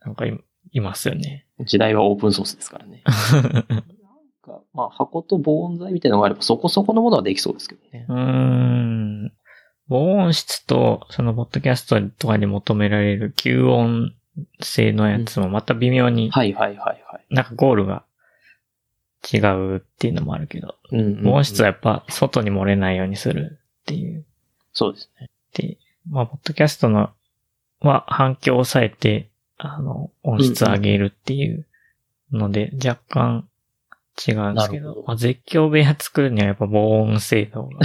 [SPEAKER 1] なんかいいますよね。
[SPEAKER 2] 時代はオープンソースですから ね。なんかまあ、箱と防音材みたいなのがあれば、そこそこのものはできそうですけどね。
[SPEAKER 1] うーん。防音室と、その、ポッドキャストとかで求められる吸音性のやつもまた微妙に、
[SPEAKER 2] はいはいはいはい。
[SPEAKER 1] なんかゴールが違うっていうのもあるけど、
[SPEAKER 2] うんうんうん
[SPEAKER 1] 防音室はやっぱ外に漏れないようにするっていう。
[SPEAKER 2] そうですね。
[SPEAKER 1] で、まあ、ポッドキャストのは反響を抑えて、あの、音質を上げるっていうので、若干違うんですけ
[SPEAKER 2] なる
[SPEAKER 1] ど、
[SPEAKER 2] ほど
[SPEAKER 1] まあ、絶叫部屋作るにはやっぱ防音性能 が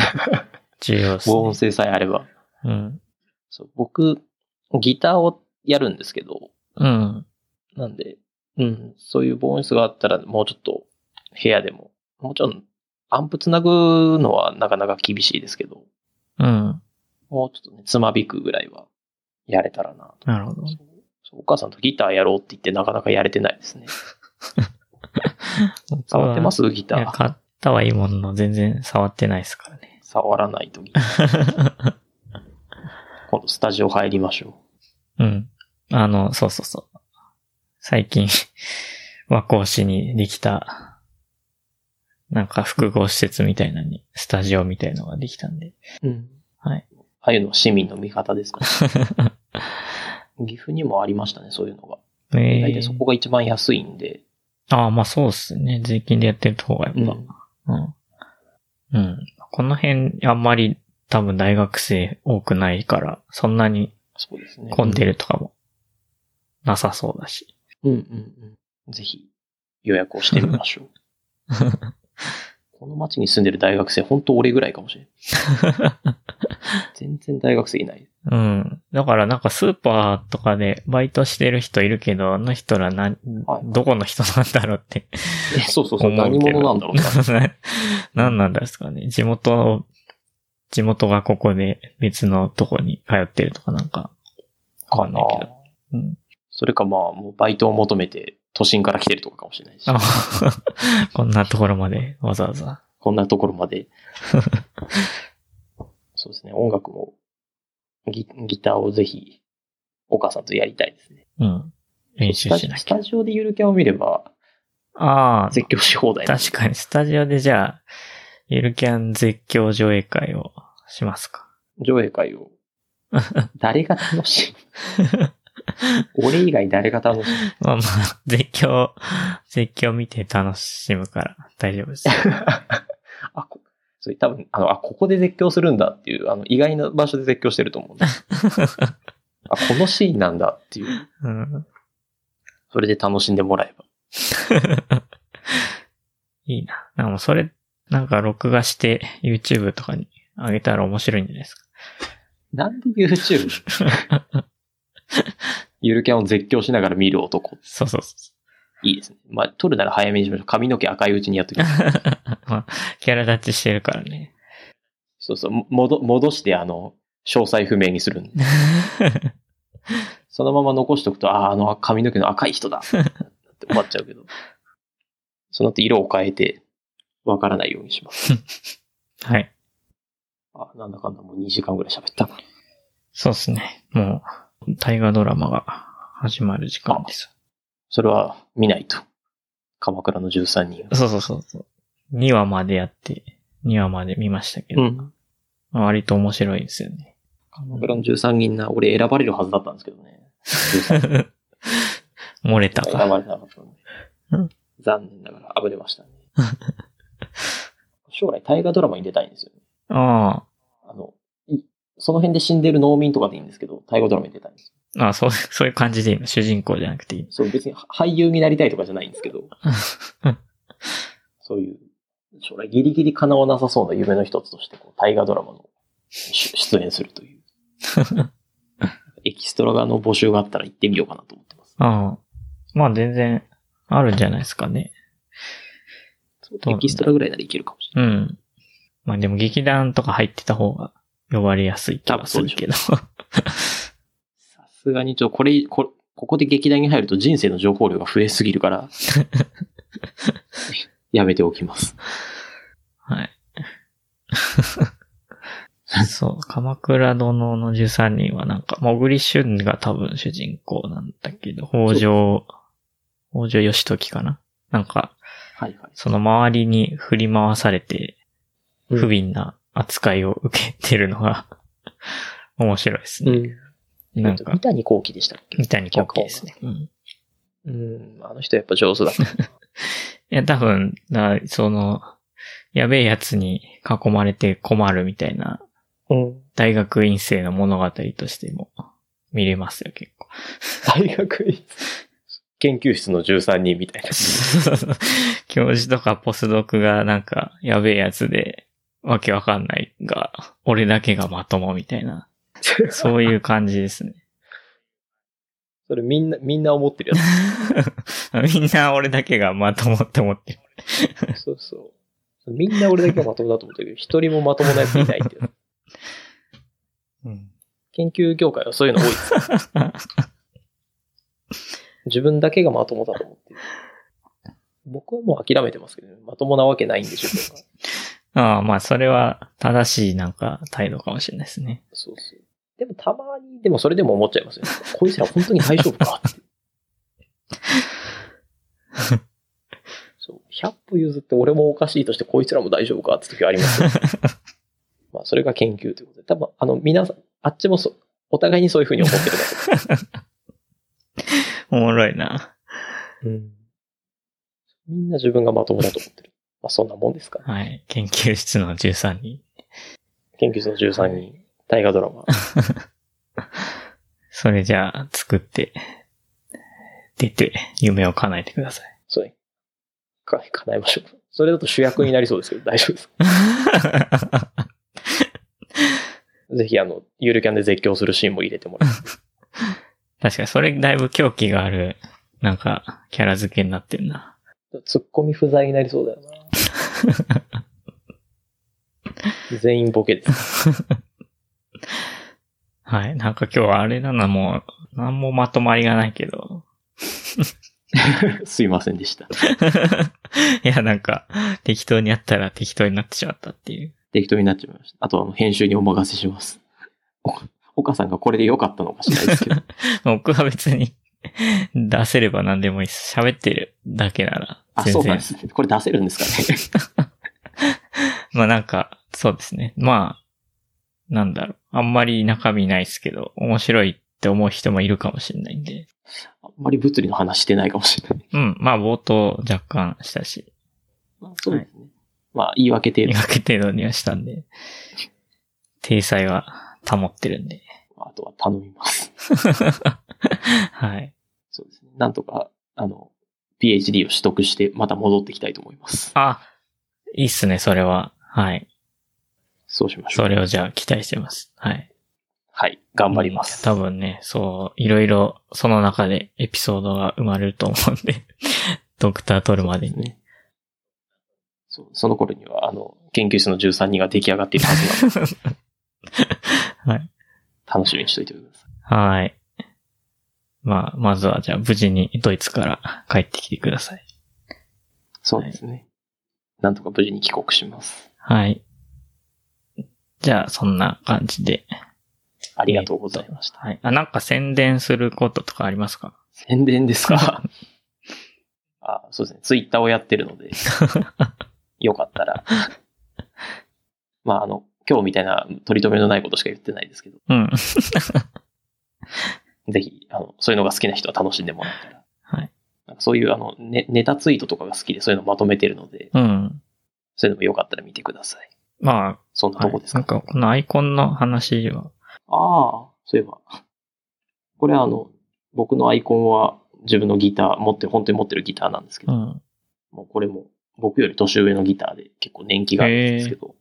[SPEAKER 1] 重要です、ね。
[SPEAKER 2] 防音性さえあれば。
[SPEAKER 1] うん。
[SPEAKER 2] そう僕、ギターをやるんですけど、
[SPEAKER 1] うん。
[SPEAKER 2] なんで、うん、そういう防音室があったら、もうちょっと部屋でも、もうちょっとアンプつなぐのはなかなか厳しいですけど、
[SPEAKER 1] うん。
[SPEAKER 2] もうちょっとね、つまびくぐらいはやれたらなと。
[SPEAKER 1] なるほど。
[SPEAKER 2] そうそうお母さんとギターやろうって言ってなかなかやれてないですね。触ってますギタ
[SPEAKER 1] いや、
[SPEAKER 2] ー。
[SPEAKER 1] 買ったはいいものの、全然触ってないですからね。
[SPEAKER 2] 触らないと ギター。今度スタジオ入りましょ
[SPEAKER 1] うん。あの、そうそうそう。最近、 和光市にできた、なんか複合施設みたいなのに、スタジオみたいのができたんで。
[SPEAKER 2] う。うん。
[SPEAKER 1] はい。
[SPEAKER 2] ああいうのは市民の味方 ですから、岐阜にもありましたね、そういうのが。
[SPEAKER 1] え
[SPEAKER 2] 大
[SPEAKER 1] え
[SPEAKER 2] 体そこが一番安いんで。
[SPEAKER 1] ああ、まあそうっすね。税金でやってる方がやっぱ。
[SPEAKER 2] う
[SPEAKER 1] うんん。うん。この辺、あんまり多分大学生多くないから、そんなに
[SPEAKER 2] そうですね。
[SPEAKER 1] 混んでるとかも、なさそうだし。
[SPEAKER 2] うんうんうん。ぜひ予約をしてみまし ょう。この町に住んでる大学生、本当俺ぐらいか もしれない。全然大学生いない。
[SPEAKER 1] うん。だからなんかスーパーとかでバイトしてる人いるけど、あの人らな、
[SPEAKER 2] はい
[SPEAKER 1] どこの人なんだろうって。
[SPEAKER 2] えそうそうそう、
[SPEAKER 1] 思
[SPEAKER 2] 何
[SPEAKER 1] うけど
[SPEAKER 2] 者なんだろうな。
[SPEAKER 1] 何なんですかね。地元を、地元がここで別のとこに通ってるとかなんか、わかんないけど。うん。
[SPEAKER 2] それかまあ、もうバイトを求めて都心から来てるとかかもしれないし、
[SPEAKER 1] あ こんなところまでわざわざ。
[SPEAKER 2] こんなところ まで。そうですね、音楽も、ギギターをぜひ、お母さんとやりたいですね。
[SPEAKER 1] うん。練習しな
[SPEAKER 2] ス
[SPEAKER 1] きゃ。
[SPEAKER 2] タジオでゆるキャンを見れば、
[SPEAKER 1] ああ、
[SPEAKER 2] 絶叫し放題なんで
[SPEAKER 1] 確かに、スタジオでじゃあ、ゆるキャン絶叫上映会をしますか。
[SPEAKER 2] 上映 会を。誰が楽しい俺以外誰が楽しい
[SPEAKER 1] まあまあ、 絶叫、絶叫見て楽しむから大丈夫 です。
[SPEAKER 2] あ、こそれ多分、あの、あ、ここで絶叫するんだっていう、あの、意外な場所で絶叫してると思うんだ。あ、このシーンなんだっていう。
[SPEAKER 1] うん、
[SPEAKER 2] それで楽しんでもらえば。
[SPEAKER 1] いいな。なんかもうそれ、なんか録画して YouTube とかに上げたら面白いんじゃないですか。
[SPEAKER 2] なんで YouTube? ゆるキャンを絶叫しながら見る男。
[SPEAKER 1] そうそう そ
[SPEAKER 2] いいですね。まあ、撮るなら早めにしましょう。髪の毛赤いうちにやっときます。
[SPEAKER 1] う。まあ、キャラ立ちしてるから ね。
[SPEAKER 2] そうそう。も戻、戻して、あの、詳細不明にするんでそのまま残しておくと、ああ、あの髪の毛の赤い人だって終わっちゃうけど。その後色を変えて、わからないようにします。
[SPEAKER 1] はい。
[SPEAKER 2] あなんだかんだもう2時間ぐらい喋ったな。
[SPEAKER 1] そうですね。もう、大河ドラマが始まる時間です。
[SPEAKER 2] それは見ないと。鎌倉の13人。
[SPEAKER 1] そうそうそうそう。2話までやって、2話まで見ましたけど、
[SPEAKER 2] うん。
[SPEAKER 1] まあ割と面白いですよね。
[SPEAKER 2] 鎌倉の13人な、俺選ばれるはずだったんですけどね。
[SPEAKER 1] 漏れた
[SPEAKER 2] 選
[SPEAKER 1] か。
[SPEAKER 2] ばれなかったんで
[SPEAKER 1] うん。
[SPEAKER 2] 残念ながら、あぶれましたね。将来大河ドラマに出たいんですよね。
[SPEAKER 1] あ
[SPEAKER 2] あの、いその辺で死んでる農民とかでいいんですけど、大河ドラマに出たいんですよ。
[SPEAKER 1] あ、ああそう、 そういう感じでいいの。主人公じゃなくていい。
[SPEAKER 2] そう、別に俳優になりたいとかじゃないんですけ ど、そういう、将来ギリギリ叶わなさそうな夢の一つとして、こう、大河ドラマの出出演するという。 エキストラ側の募集があったら行ってみようかなと思ってます。
[SPEAKER 1] ああ。まあ全然、あるんじゃないですかね。うなんだ
[SPEAKER 2] エキストラぐらいならいけるかもしれない。
[SPEAKER 1] うん。まあでも劇団とか入ってた方が呼ばれやすい気がするけど。
[SPEAKER 2] さすがに、ちょ、これ、こ、ここで劇団に入ると人生の情報量が増えすぎる から、やめておきます。
[SPEAKER 1] はい。 そう、鎌倉殿の13人はなんか、もぐりしゅんが多分主人公なんだけど、北条、北条義時かななんか、
[SPEAKER 2] はいはい。
[SPEAKER 1] その周りに振り回されて、
[SPEAKER 2] うん
[SPEAKER 1] 不憫な扱いを受けてるのが、 面白いですね。
[SPEAKER 2] ん。
[SPEAKER 1] なん
[SPEAKER 2] 三
[SPEAKER 1] か、
[SPEAKER 2] 谷幸喜でしたっけ
[SPEAKER 1] 三谷幸喜ですね。うん
[SPEAKER 2] うん。あの人やっぱ上手だ った。
[SPEAKER 1] いや、多分、なその、やべえやつに囲まれて困るみたいな
[SPEAKER 2] うん。
[SPEAKER 1] 大学院生の物語としても見れますよ、結 構。
[SPEAKER 2] 大学院研究室の13人み たいな。
[SPEAKER 1] 教授とかポスドクがなんかやべえやつで、わけわかんないが、俺だけがまともみたいな、そういう感じですね。
[SPEAKER 2] それみんな、みんな思ってるや
[SPEAKER 1] みんな俺だけがまともって思ってる。
[SPEAKER 2] つ。そうそう。みんな俺だけがまともだと思ってるけど、一人もまともなやついないっていう。研究業界はそういうの多いです。自分だけがまともだと思ってる。僕はもう諦めてますけどね。まともなわけないんでしょうか。
[SPEAKER 1] ああ、まあそれは正しいなんか態度かもしれないですね。
[SPEAKER 2] そうそう。でもたまに、でもそれでも思っちゃいますよ、ね。 こいつら本当に大丈夫 かって。そう。100歩譲って俺もおかしいとしてこいつらも大丈夫かって時はあります よ、まあそれが研究ということで。多分、あの、皆さん、あっちもそう、お互いにそういうふうに思ってるだ
[SPEAKER 1] おもろいな。
[SPEAKER 2] け。うん。みんな自分がまともだと思ってる。まあそんなもんですか、ね。
[SPEAKER 1] はい。研究室の13人。
[SPEAKER 2] 研究室の13人、大河ドラ マ。
[SPEAKER 1] それじゃあ、作って、出て、夢を叶えてくださ い。
[SPEAKER 2] そうね。か、叶えましょう。それだと主役になりそうですけど、大丈夫ですかぜひ、あの、ゆるキャンで絶叫するシーンも入れてもらって。
[SPEAKER 1] 確かに、それだいぶ狂気がある、なんか、キャラ付けになってんな。
[SPEAKER 2] ツッコミ不在になりそうだよな。全員ボケです。
[SPEAKER 1] はい。なんか今日はあれだな、もう、なんもまとまりがないけど、
[SPEAKER 2] すいませんでした。
[SPEAKER 1] いや、なんか、適当にやったら適当になってしまったっていう。
[SPEAKER 2] 適当になっちゃいました。あとはもう編集にお任せします。お岡さんがこれで良かったのかしらない ですけど。
[SPEAKER 1] 僕は別に出せれば何でもいいです。喋ってるだけなら。
[SPEAKER 2] あ、そうなんですね。これ出せるんですかね。
[SPEAKER 1] まあなんか、そうですね。まあ、なんだろう。あんまり中身ないですけど、面白いって思う人もいるかもしれないんで。
[SPEAKER 2] あんまり物理の話してないかもしれない。
[SPEAKER 1] うん。まあ冒頭若干したし、
[SPEAKER 2] まあ、そうですね。まあ、言い訳程度
[SPEAKER 1] 見。かけ程度にはしたんで、体裁は保ってるんで。
[SPEAKER 2] あとは頼みます。
[SPEAKER 1] はい。
[SPEAKER 2] そうですね。なんとか、あの、PhD を取得して、また戻ってきたいと思います。
[SPEAKER 1] あ、いいっすね、それは。はい。
[SPEAKER 2] そうしまし
[SPEAKER 1] そ
[SPEAKER 2] ょ。
[SPEAKER 1] うれをじゃあ期待してます。はい。
[SPEAKER 2] はい。頑張ります。
[SPEAKER 1] 多分ね、そう、いろいろその中でエピソードが生まれると思うんで、ドクター取るまでに。
[SPEAKER 2] ね。そう、その頃には、あの、研究室の13人が出来上がっているはずなので、
[SPEAKER 1] はい。
[SPEAKER 2] 楽しみにしておいてください。
[SPEAKER 1] はい。まあ、まずはじゃあ無事にドイツから帰ってきてください。
[SPEAKER 2] そうですね。なんとか無事に帰国します。
[SPEAKER 1] はい。じゃあ、そんな感じで。
[SPEAKER 2] ありがとうございました。
[SPEAKER 1] はい。あ、なんか宣伝することとかありますか
[SPEAKER 2] 宣伝ですかあ、そうですね。ツイッターをやってる ので、よかったら。まあ、あの、今日みたいな取り留めのないことしか言ってないですけど、
[SPEAKER 1] うん。
[SPEAKER 2] ぜひ、あの、そういうのが好きな人は楽しんでもらえたら。
[SPEAKER 1] はい。
[SPEAKER 2] なんかそういう、あの、ね、ネタツイートとかが好きで、そういうのまとめてるので、
[SPEAKER 1] うん。
[SPEAKER 2] そういうのもよかったら見てください。
[SPEAKER 1] ま
[SPEAKER 2] そんな
[SPEAKER 1] あ、
[SPEAKER 2] と
[SPEAKER 1] は
[SPEAKER 2] こ
[SPEAKER 1] い
[SPEAKER 2] ですか、
[SPEAKER 1] なんかこのアイコンの話は、
[SPEAKER 2] ああ、そういえば。これあの、僕のアイコンは自分のギター、持って、本当に持ってるギターなんですけ
[SPEAKER 1] う
[SPEAKER 2] ど、
[SPEAKER 1] ん。
[SPEAKER 2] もうこれも僕より年上のギターで結構年季があるんですけど、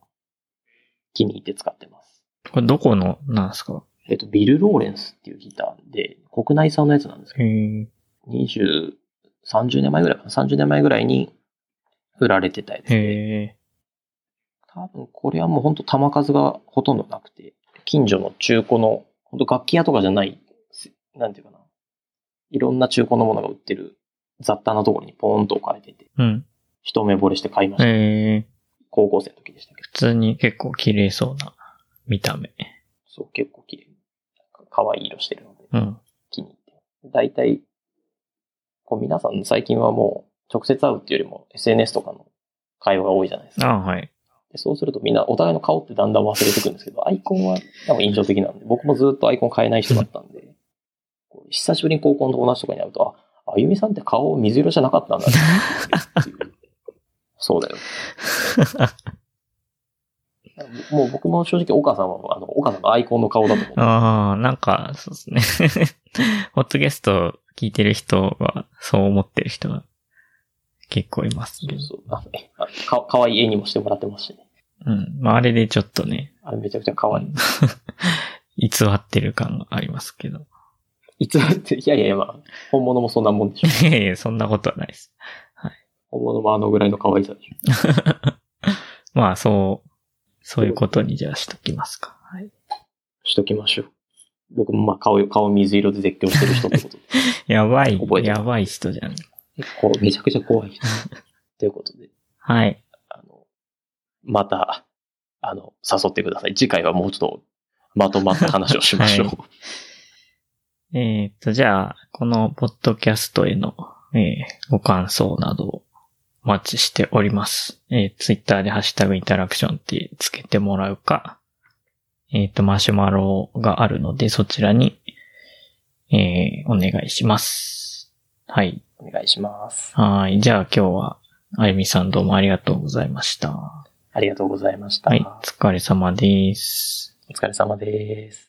[SPEAKER 2] 気に入って使ってます。
[SPEAKER 1] これどこのなんですか
[SPEAKER 2] えっと、ビル・ローレンスっていうギターで、国内産のやつなんですけ
[SPEAKER 1] へえ。
[SPEAKER 2] ど、20、30年前ぐらいかな ?30 年前ぐらいに売られてたやつ
[SPEAKER 1] へ
[SPEAKER 2] で、
[SPEAKER 1] え。
[SPEAKER 2] 多分これはもう本当弾数がほとんどなくて、近所の中古の、本当楽器屋とかじゃない、すなんていうかな。いろんな中古のものが売ってる雑多なところにポーンと置かれてて、
[SPEAKER 1] うん。
[SPEAKER 2] 一目惚れして買いました。
[SPEAKER 1] へえ。
[SPEAKER 2] 高校生の時でしたけど、
[SPEAKER 1] 普通に結構綺麗そうな見た目。
[SPEAKER 2] そう、結構綺麗に。可愛い色してるので、
[SPEAKER 1] うん。
[SPEAKER 2] 気に入って。大体、こう皆さん最近はもう直接会うっていうよりも SNS とかの会話が多いじゃないですか。
[SPEAKER 1] あはい。
[SPEAKER 2] でそうするとみんなお互いの顔ってだんだん忘れてくるんですけど、アイコンは多分印象的なんで、僕もずっとアイコン変えない人だったんで、こう久しぶりに高校の友達とかに会うと、あ、あゆみさんって顔水色じゃなかったんだっていうそうだよ。もう僕も正直岡さんは、あの、岡さんがアイコンの顔だと思って、
[SPEAKER 1] ああ、なんか、そうですね。 ホットゲスト聞いてる人は、そう思ってる人が結構います
[SPEAKER 2] そ
[SPEAKER 1] ね
[SPEAKER 2] う。そうあのえあかかわいい絵にもしてもらってますしね。
[SPEAKER 1] うん。まあ、あれでちょっとね、
[SPEAKER 2] あれめちゃくちゃ可愛い。
[SPEAKER 1] 偽ってる感がありますけど。
[SPEAKER 2] いつだって、いやいやいや、まあ、本物もそんなもんでしょ。
[SPEAKER 1] いやいや、そんなことはないです。
[SPEAKER 2] 本物もあのぐらいの可愛さでしょ。
[SPEAKER 1] まあ、そう、そういうことにじゃあしときますか。はい。い
[SPEAKER 2] しときましょう。僕もまあ顔、顔水色で絶叫してる人ってことで。
[SPEAKER 1] やばい
[SPEAKER 2] 覚え、てる
[SPEAKER 1] やばい人じゃん。
[SPEAKER 2] こうめちゃくちゃ怖い人。ということで、
[SPEAKER 1] はい。
[SPEAKER 2] あの、また、あの、誘ってください。次回はもうちょっとまとまった話をしましょう。
[SPEAKER 1] はえーっと、じゃあ、このポッドキャストへの、えーご感想などをお待ちしております。えー、ツイッターでハッシュタグインタラクションってつけてもらうか、えーっと、マシュマロがあるので、そちらに、えーお願いします。はい。
[SPEAKER 2] お願いします。
[SPEAKER 1] はい。じゃあ今日は、あゆみさんどうもありがとうございました。は
[SPEAKER 2] ありがとうございました。
[SPEAKER 1] い。お疲れ様です。
[SPEAKER 2] お疲れ様です。